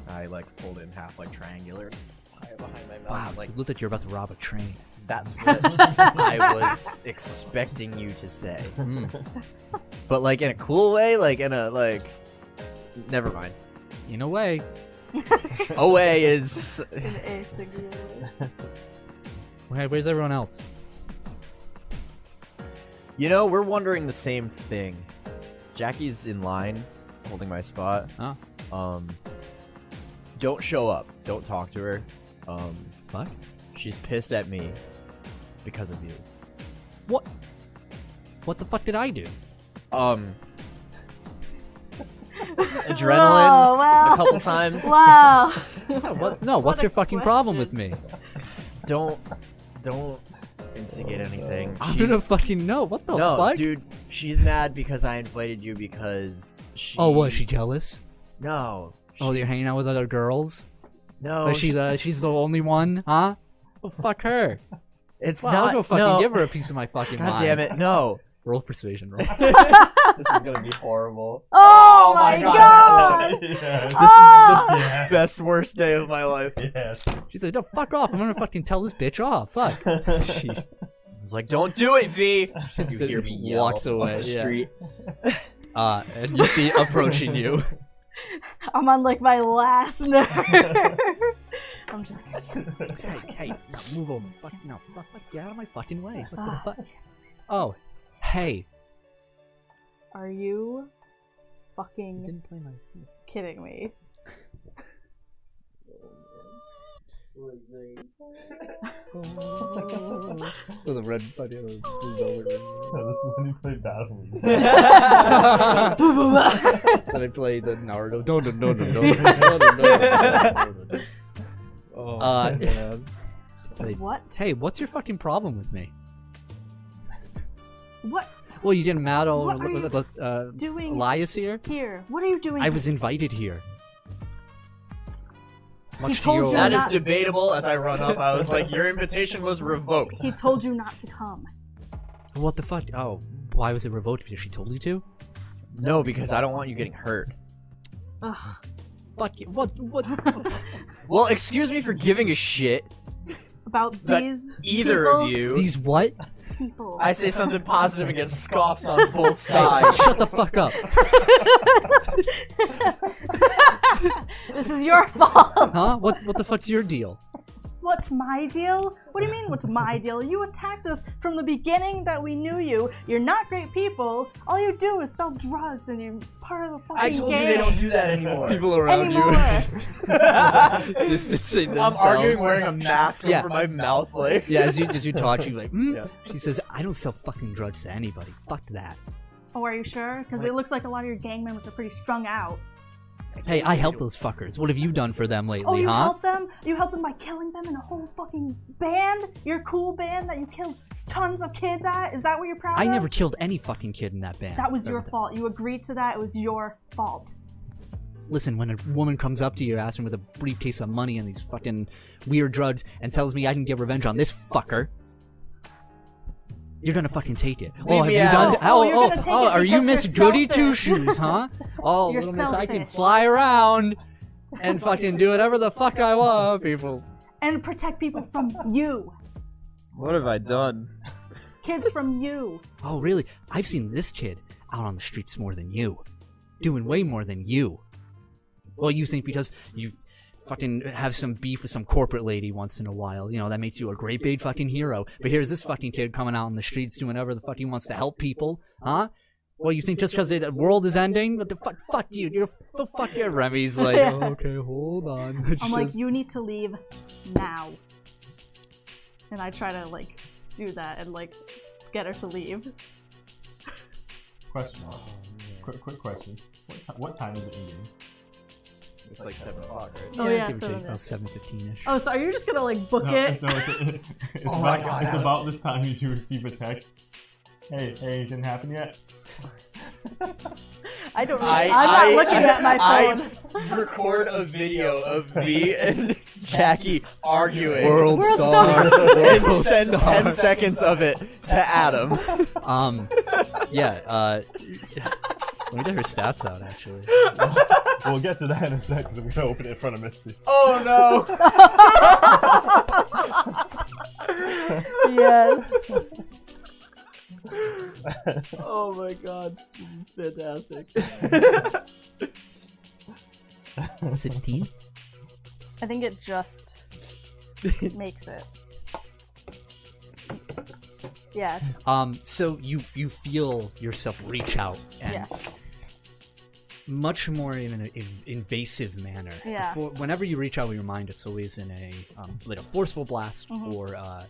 S1: I like fold it in half, like triangular, tie it behind my mouth.
S3: Wow,
S1: Oh, like
S3: like looked like you're about to rob a train. <laughs>
S1: that's what I was expecting you to say,
S3: Mm,
S1: but like in a cool way, like in a like. Never mind.
S3: in a way,
S1: Away is
S4: In a singular way.
S3: Where- where's everyone else?
S1: You know, we're wondering the same thing. Jackie's in line, holding my spot.
S3: Huh?
S1: Um, don't show up. Don't talk to her. Um,
S3: Fuck.
S1: she's pissed at me because of you.
S3: What? What the fuck did I do?
S1: Um,
S4: Whoa,
S1: adrenaline
S4: Oh, wow.
S1: a couple times.
S4: Wow.
S3: What? No. What's
S4: a
S3: your fucking problem with me?
S1: Don't, don't
S3: Oh,
S1: instigate anything.
S3: I
S1: She's-
S3: don't fucking know. What the
S1: no,
S3: fuck?
S1: dude, she's mad because I inflated you because she.
S3: Oh, was she jealous?
S1: No.
S3: Oh, you're hanging out with other girls.
S1: No.
S3: But she the she's the only one, huh? Well, fuck her.
S1: It's
S3: Well,
S1: not.
S3: I'll go fucking
S1: no.
S3: give her a piece of my fucking
S1: God
S3: mind.
S1: damn it! No.
S3: Roll persuasion roll.
S2: This is gonna be
S4: <laughs>
S2: horrible.
S4: Oh, my god.
S2: yes.
S4: Ah!
S2: <laughs> This is
S1: best worst day of my life.
S2: the, yes. Oh, yes.
S3: She's like, no, fuck off. I'm gonna fucking tell this bitch off. Fuck. She
S1: I was like, "Don't do it, V."
S3: just
S1: You hear me yell
S3: walks away.
S1: up the
S3: yeah.
S1: street.
S3: Uh, and you <laughs> see approaching you.
S4: I'm on like my last <laughs> nerve. I'm just like,
S3: <laughs> hey, hey, no, move over. Fuck no, fuck, fuck, get out of my fucking way.
S4: Ah.
S3: What the fuck? Oh, hey.
S4: are you
S3: I
S4: fucking
S3: didn't play my.
S4: kidding me?
S3: <laughs> With a red buddy <laughs> or blue velvet.
S2: No, this is when you play <laughs> Battle League.
S3: Then I play the Naruto. No, no, no, no, no, no, no, no, <laughs> no, no, no.
S2: Oh,
S3: Uh,
S2: man.
S4: what?
S3: Hey, what's your fucking problem with me?
S4: What
S3: Well, you didn't matter.
S4: What are
S3: Look, look, uh,
S4: doing
S3: Elias here.
S4: here? What are you doing?
S3: I was invited here.
S4: He told you
S1: That is
S4: not.
S1: debatable.
S4: <laughs>
S1: As I run up, I was like, "Your invitation was revoked."
S4: He told you not to come.
S3: What the fuck? Oh, why was it revoked? Because she told you to?
S1: No, because I don't want you getting hurt.
S4: Ugh.
S3: Fuck you. What?
S1: <laughs>
S3: What?
S1: Well, excuse me for giving a shit.
S4: About
S1: That-
S4: these
S1: Either of
S4: People-
S1: you.
S3: These what?
S4: people.
S1: I <laughs> say something positive and get scoffs on both sides.
S3: Shut the fuck up.
S4: <laughs> this is your fault.
S3: Huh? What? What the fuck's your deal?
S4: What's my deal? What do you mean, what's my deal? You attacked us from the beginning that we knew you. You're not great people. All you do is sell drugs and you're part of the fucking
S1: I told you
S4: gang
S1: they don't do that anymore.
S3: People
S4: anymore.
S1: <laughs>
S3: distancing
S1: I'm
S3: themselves.
S1: arguing wearing a mask
S3: Yeah.
S1: over my mouth, like.
S3: Yeah, as you as you talk, she's like, "Hmm?" she says, "I don't sell fucking drugs to anybody. Fuck that."
S4: oh, are you sure? Because it looks like a lot of your gang members are pretty strung out.
S3: Hey, I help those fuckers. What have you done for them lately,
S4: Oh, you
S3: huh?
S4: helped them? You helped them by killing them in a whole fucking band? Your cool band that you killed tons of kids at? Is that what you're proud
S3: I
S4: of?
S3: never killed any fucking kid in that band.
S4: That
S1: <laughs>
S4: was your
S3: Or-
S4: fault. You agreed to that. It was your fault.
S3: Listen, when a woman comes up to you asking with a briefcase of money and these fucking weird drugs and tells me I can get revenge on this fucker, you're gonna fucking take it.
S1: Leave
S3: oh, have
S1: me
S3: you
S1: out.
S3: done?
S4: Oh, you're
S3: oh,
S4: gonna take
S3: oh,
S4: it
S3: are you
S4: because
S3: Miss
S4: you're
S3: Goody Two
S4: selfish.
S3: Shoes,
S4: <laughs>
S3: huh? Oh,
S4: You're
S3: little miss, I can
S4: selfish.
S3: fly around and fucking do whatever the fuck I want, people.
S4: And protect people from you.
S7: What have I done?
S4: Kids from you.
S3: Oh, really? I've seen this kid out on the streets more than you. Doing way more than you. Well, you think because you fucking have some beef with some corporate lady once in a while, you know, that makes you a great big fucking hero. But here's this fucking kid coming out on the streets doing whatever the fuck he wants to help people, huh? Well, you think just because the world is ending, what the fuck, fuck you, you're f- fuck you, Remy's like, oh,
S4: Yeah.
S3: okay, hold on.
S4: I'm like, you need to leave now. And I try to like do that and like get her to leave.
S2: Oh, Question. Quick, quick question. What, ti- what time is it in game?
S9: It's like seven o'clock, right?
S4: Oh, yeah,
S3: give or
S4: so
S3: take about seven fifteen ish.
S4: Oh, so are you just gonna like book
S2: No,
S4: it?
S2: no, it's, it's
S5: Oh my
S2: about,
S5: God, Alex.
S2: it's about this time you two receive a text. Hey, hey, it didn't happen yet.
S4: I don't. I,
S9: I-
S4: am not
S9: I-
S4: looking at my
S9: I-
S4: phone.
S9: Record a video of me and Jackie arguing.
S3: World,
S4: World
S3: star.
S9: and
S3: World
S9: send
S3: star.
S9: 10 seconds of it to Adam.
S3: Um, yeah. Uh, <laughs> let me get her stats out actually.
S2: We'll get to that in a sec because I'm gonna open it in front of Misty.
S9: Oh no!
S4: yes.
S9: Oh my god. This is fantastic.
S3: Sixteen.
S4: I think it just makes it. Yeah.
S3: Um, so you you feel yourself reach out and
S4: Yeah.
S3: much more in an inv- invasive manner.
S4: Yeah.
S3: Before- whenever you reach out with your mind, it's always in a um, like a forceful blast
S4: Mhm.
S3: or uh,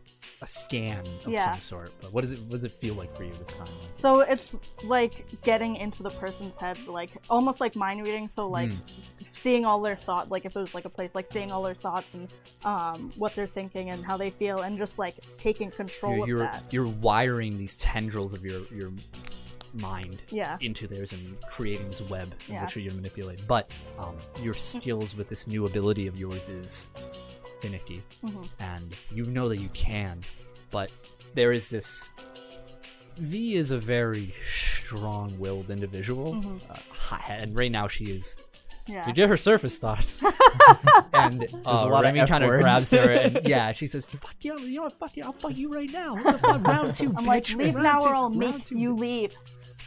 S3: a scan of
S4: Yeah.
S3: some sort. But what does it what does it feel like for you this time?
S4: So it's like getting into the person's head, like almost like mind reading. So like
S3: Hmm.
S4: seeing all their thought, like if it was like a place, like seeing all their thoughts and um, what they're thinking and how they feel, and just like taking control
S3: You're
S4: of
S3: you're,
S4: that.
S3: you're wiring these tendrils of your your mind
S4: Yeah.
S3: into theirs and creating this web in
S4: Yeah.
S3: which you can manipulate. But um, your skills with this new ability of yours is finicky,
S4: hmm
S3: and you know that you can, but there is this. V is a very strong-willed individual,
S4: Mhm.
S3: uh, hi- and right now she is.
S4: Yeah.
S3: You get her surface
S4: <laughs>
S3: thoughts, and uh,
S9: lot of
S3: Remy
S9: F
S3: kind of
S9: words.
S3: grabs her,
S4: <laughs>
S3: and yeah, she says, "Fuck you, you know what? Fuck you, I'll fuck you right now."
S4: <laughs>
S3: Round two,
S4: I'm
S3: bitch.
S4: like, leave
S3: round
S4: now
S3: two,
S4: or I'll
S3: round
S4: make
S3: two,
S4: you
S3: bitch." <laughs>
S4: leave.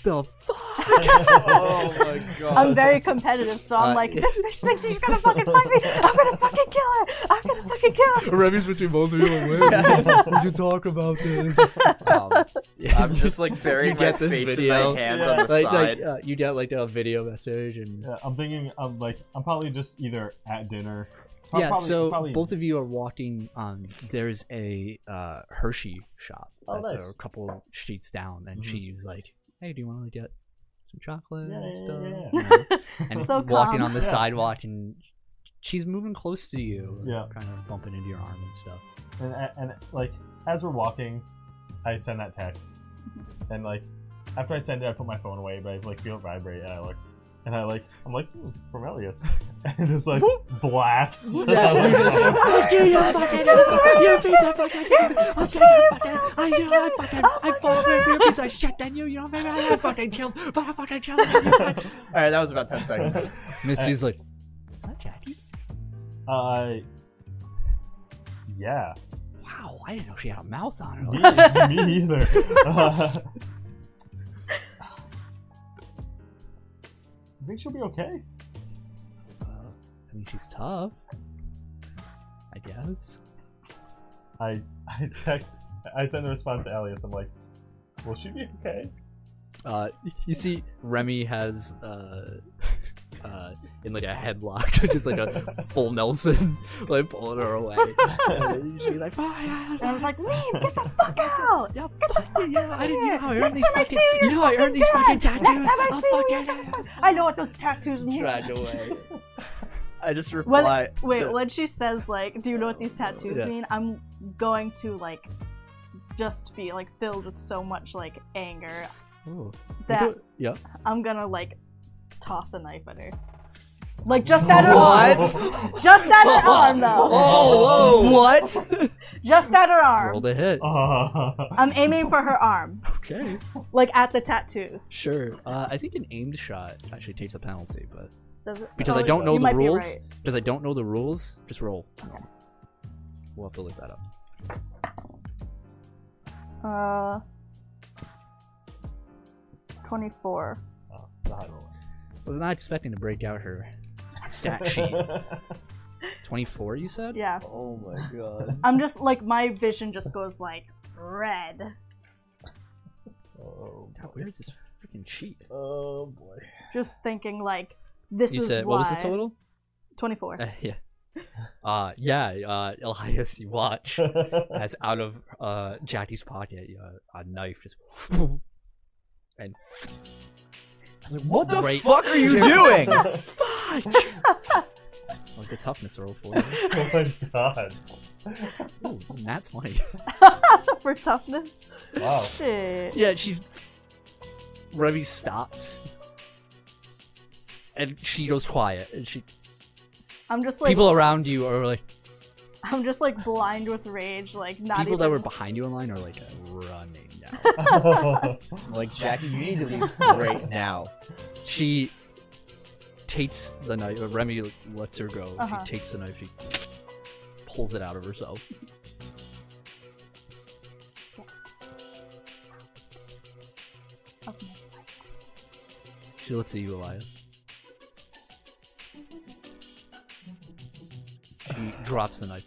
S3: The fuck.
S7: Oh my god.
S4: <laughs> I'm very competitive, so I'm
S3: Uh,
S4: like, this bitch thinks she's gonna fucking fuck me. I'm gonna fucking kill her. I'm gonna fucking
S3: <laughs>
S4: kill her.
S3: Remy's between both of you and <laughs> we can talk about this. <laughs> Um,
S9: I'm just like burying
S3: You get
S9: my
S3: this
S9: face
S3: video?
S9: in my hands on the
S3: like,
S9: side.
S3: like uh, you get like a video message and
S2: Yeah, I'm thinking I'm like I'm probably just either at dinner.
S3: yeah. so both of you are walking. Um, there's a uh, Hershey shop
S2: Oh,
S3: that's
S2: nice.
S3: a couple streets down, and
S2: Mhm.
S3: she's like, "Hey, do you want to get some chocolate
S2: Yeah,
S3: and
S2: yeah,
S3: stuff?"
S2: yeah,
S3: you know? and
S4: So
S3: walking
S4: calm.
S3: on the
S2: Yeah.
S3: sidewalk, and she's moving close to you,
S2: Yeah.
S3: kind of bumping into your arm and stuff.
S2: <laughs> and, and like as we're walking, I send that text, and like after I send it, I put my phone away, but I like feel it vibrate, and I look, and I like I'm like hmm, Formelius, <laughs> and it's like blasts. <laughs> Oh,
S9: Alright, that was about
S1: <laughs>
S9: 10 seconds.
S3: Misty's like, "Is that Jackie?
S2: uh, yeah.
S3: Wow, I didn't know she had a mouth on
S2: Me,
S3: <laughs> her.
S2: me either. <laughs> Uh, you think she'll be okay?
S3: Uh, I mean, she's tough. I guess.
S2: I I text I send a response to Alias. I'm like, will she be
S9: <laughs>
S2: okay? <laughs>
S3: Uh, you see, Remy has uh, uh, in like a headlock, <laughs> just like a full Nelson, <laughs> like pulling her away. And <laughs> she's like, oh, yeah,
S4: And I was like, leave, get the fuck out.
S3: Yeah, fuck you, yeah, I didn't you know how I
S4: Next
S3: earned these
S4: time I
S3: fucking.
S4: see you,
S3: You know how I earned these
S4: fucking
S3: fucking
S4: dead.
S3: tattoos.
S4: Next time I
S3: I'll
S4: see you,
S3: fucking-
S4: I know what those tattoos mean.
S9: Tried to wait.
S4: <laughs>
S9: I just
S4: When-
S9: reply.
S4: wait,
S9: to-
S4: when she says like, "Do you know what these tattoos
S3: Yeah.
S4: mean?" I'm going to like just be like filled with so much like anger
S3: Ooh.
S4: that
S3: Yeah.
S4: I'm gonna like toss a knife at her. Like just at her arm,
S3: <laughs>
S4: just at her arm though,
S9: Oh, whoa! What?
S4: just at her
S3: Roll
S4: arm.
S3: the hit.
S9: Oh,
S2: Uh,
S4: I'm aiming for her arm,
S3: Okay.
S4: like at the tattoos.
S3: Sure. Uh, I think an aimed shot actually takes a penalty, but
S4: Does it,
S3: because
S4: oh,
S3: I don't know
S4: you
S3: the
S4: might be
S3: rules,
S4: right.
S3: because I don't know the rules, just roll. We'll have to look that up.
S4: Uh, twenty-four.
S3: Was not expecting to break out her
S4: <laughs>
S3: stat sheet. Twenty-four, you said.
S4: Yeah,
S9: Oh my god.
S4: I'm just like my vision just goes like red.
S2: oh,
S3: God, where is this freaking sheet?
S2: oh boy.
S4: just thinking like this
S3: you
S4: is
S3: said
S4: why.
S3: what was the total?
S4: 24
S3: Uh, yeah. Uh, yeah. Uh, Elias, you
S4: <laughs>
S3: watch. as out of uh, Jackie's pocket uh, a knife just <laughs> and
S9: What the
S3: Right.
S9: fuck are you doing?
S3: I'll get toughness roll for you.
S4: <laughs>
S2: Oh my
S9: <laughs>
S2: god.
S3: Ooh, that's funny.
S4: <laughs> For toughness.
S2: Wow.
S4: Shit.
S3: Yeah, she's. Revy stops. And she goes quiet. And she.
S4: I'm just like
S3: people around you are like.
S4: I'm just like blind with rage, like not
S3: People
S4: even.
S3: that were behind you in line are like running now.
S9: <laughs>
S4: <laughs>
S9: Like Jackie, you need to leave right now.
S3: she takes the knife. uh, Remy lets her go.
S4: Uh-huh.
S3: She takes the knife. She pulls it out of herself.
S4: Of my sight.
S3: She looks at you, Elias. She drops the knife.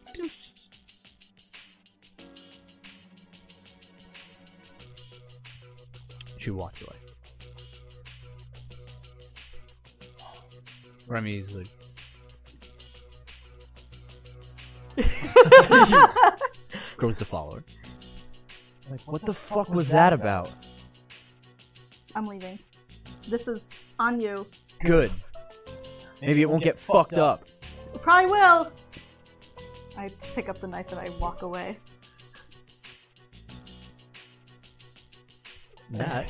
S3: She walks away. Remy's like. goes to follow her.
S9: Like, what the fuck was that about?
S4: I'm leaving. This is on you.
S9: Good. Maybe it won't get fucked up.
S4: Probably will. I t- pick up the knife and I walk away.
S9: Matt,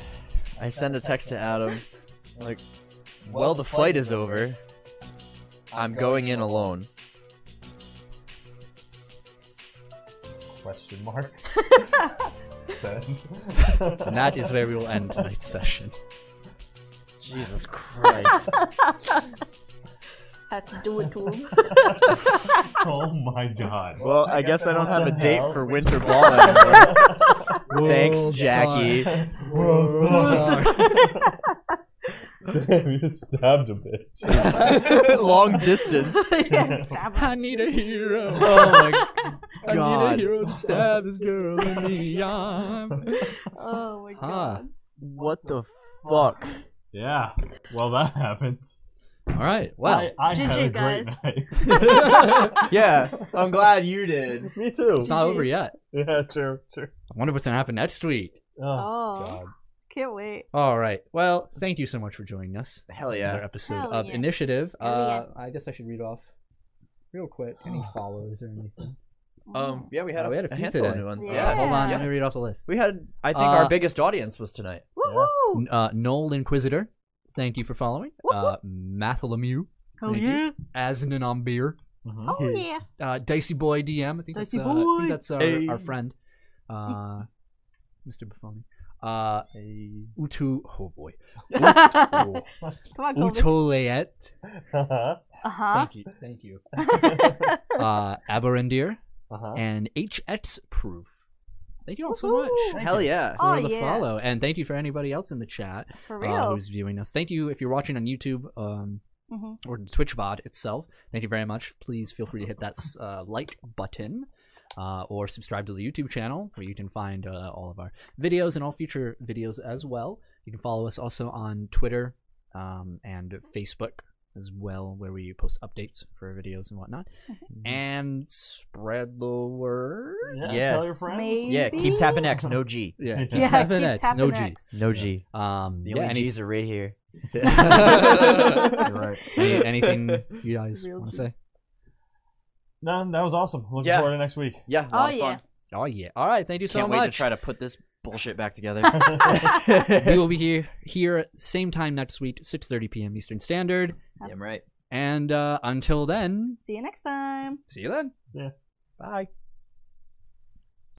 S9: I send a text to Adam. Like, well, the fight is over. I'm going in alone.
S2: Question mark. Said.
S3: And that is where we will end tonight's session.
S9: Jesus Christ.
S4: Had to do it to him.
S2: <laughs> oh my god.
S9: Well, I guess I don't
S2: What
S9: have a
S2: the
S9: date
S2: hell? <laughs>
S9: for winter ball anymore. Thanks,
S3: World
S9: Jackie.
S2: World
S3: star.
S4: <laughs>
S2: <laughs> Damn, you stabbed a bitch.
S9: <laughs> Long distance.
S4: <laughs> yeah, stab him.
S3: I need a <laughs> hero.
S9: Oh
S3: I
S9: my
S3: need a
S9: god.
S3: hero to stab this girl in the arm.
S4: Oh my
S3: Huh.
S4: god.
S9: <laughs> What the fuck?
S2: Yeah. Well, that happened.
S3: All right. Well,
S2: I, I
S4: GG,
S2: had a great
S4: guys.
S2: night. <laughs>
S9: Yeah, I'm glad you did. <laughs>
S2: Me too.
S3: it's not over yet.
S2: Yeah, true, true.
S3: I wonder what's gonna happen next week.
S2: Oh,
S4: Oh,
S2: God.
S4: can't wait.
S3: All right. Well, thank you so much for joining us.
S9: Hell
S3: Another
S9: yeah.
S3: episode
S4: Hell
S3: of
S4: yeah.
S3: Initiative.
S4: Hell
S3: Uh, I guess I should read off real quick any followers or anything.
S9: Um, yeah, we had,
S3: Oh,
S9: a,
S3: we had a few
S9: handful of
S3: today.
S9: new ones.
S4: Yeah.
S3: Hold on. Let
S9: Yeah.
S3: me read off the list.
S9: We had, I think,
S3: Uh,
S9: our biggest audience was tonight.
S4: Woohoo!
S3: N- Uh, Noel Inquisitor. Thank you for following. Uh, Mathalamu.
S4: Oh
S3: Thank you.
S4: yeah.
S3: Asnan on beer.
S9: Mm-hmm.
S2: Mhm.
S4: Oh yeah.
S3: uh, Dicey Boy DM. I think
S4: Dicey
S3: that's, uh, I
S4: Boy.
S3: think that's our,
S9: Hey.
S3: our friend, uh, Mr. Buffoni. Uh, Utu, oh boy,
S4: <laughs> Come on, Colby.
S3: Utoleet.
S2: Uh-huh.
S4: Uh huh.
S3: Thank you, thank you.
S4: Hell <laughs>
S3: Uh, Aberendir
S2: Uh-huh.
S3: and HX Proof. Thank you all so much
S4: Woohoo.
S9: Hell yeah.
S3: for
S4: Oh,
S3: the
S4: yeah.
S3: follow, and thank you for anybody else in the chat
S4: <laughs> For
S3: uh,
S4: real.
S3: who's viewing us. Thank you if you're watching on YouTube. Um,
S4: Mhm.
S3: or the Twitch VOD itself. Thank you very much. Please feel free to hit that uh, like button uh, or subscribe to the YouTube channel where you can find uh, all of our videos and all future videos as well. You can follow us also on Twitter um, and Facebook as well, where we post updates for our videos and whatnot.
S4: Mm-hmm.
S3: And spread the word.
S2: Yeah,
S9: Yeah.
S2: Tell your friends.
S4: Maybe.
S9: Yeah, keep tapping X, no G.
S3: Yeah,
S4: Yeah,
S3: tapping
S4: keep
S3: X,
S4: tapping
S3: no G.
S4: X.
S9: No G.
S3: Um,
S9: The
S3: yeah,
S9: only
S3: any,
S9: G's are right here.
S3: <laughs> You're any-
S4: <laughs>
S3: anything you guys
S4: Real
S3: want to
S4: G.
S3: say?
S2: No, that was awesome. Looking
S9: Yeah.
S2: forward to next week.
S9: Yeah, a
S4: Oh
S9: lot of
S4: yeah.
S9: fun.
S3: Oh yeah! All right, thank you so
S9: Can't
S3: much.
S9: wait to try to put this bullshit back
S3: <laughs>
S4: <laughs>
S9: together. <laughs>
S3: we
S9: Damn
S3: will be here here same time next week 6.30 p.m eastern standard
S9: right.
S3: and uh, until then
S4: See you next time.
S3: see you then
S9: Bye.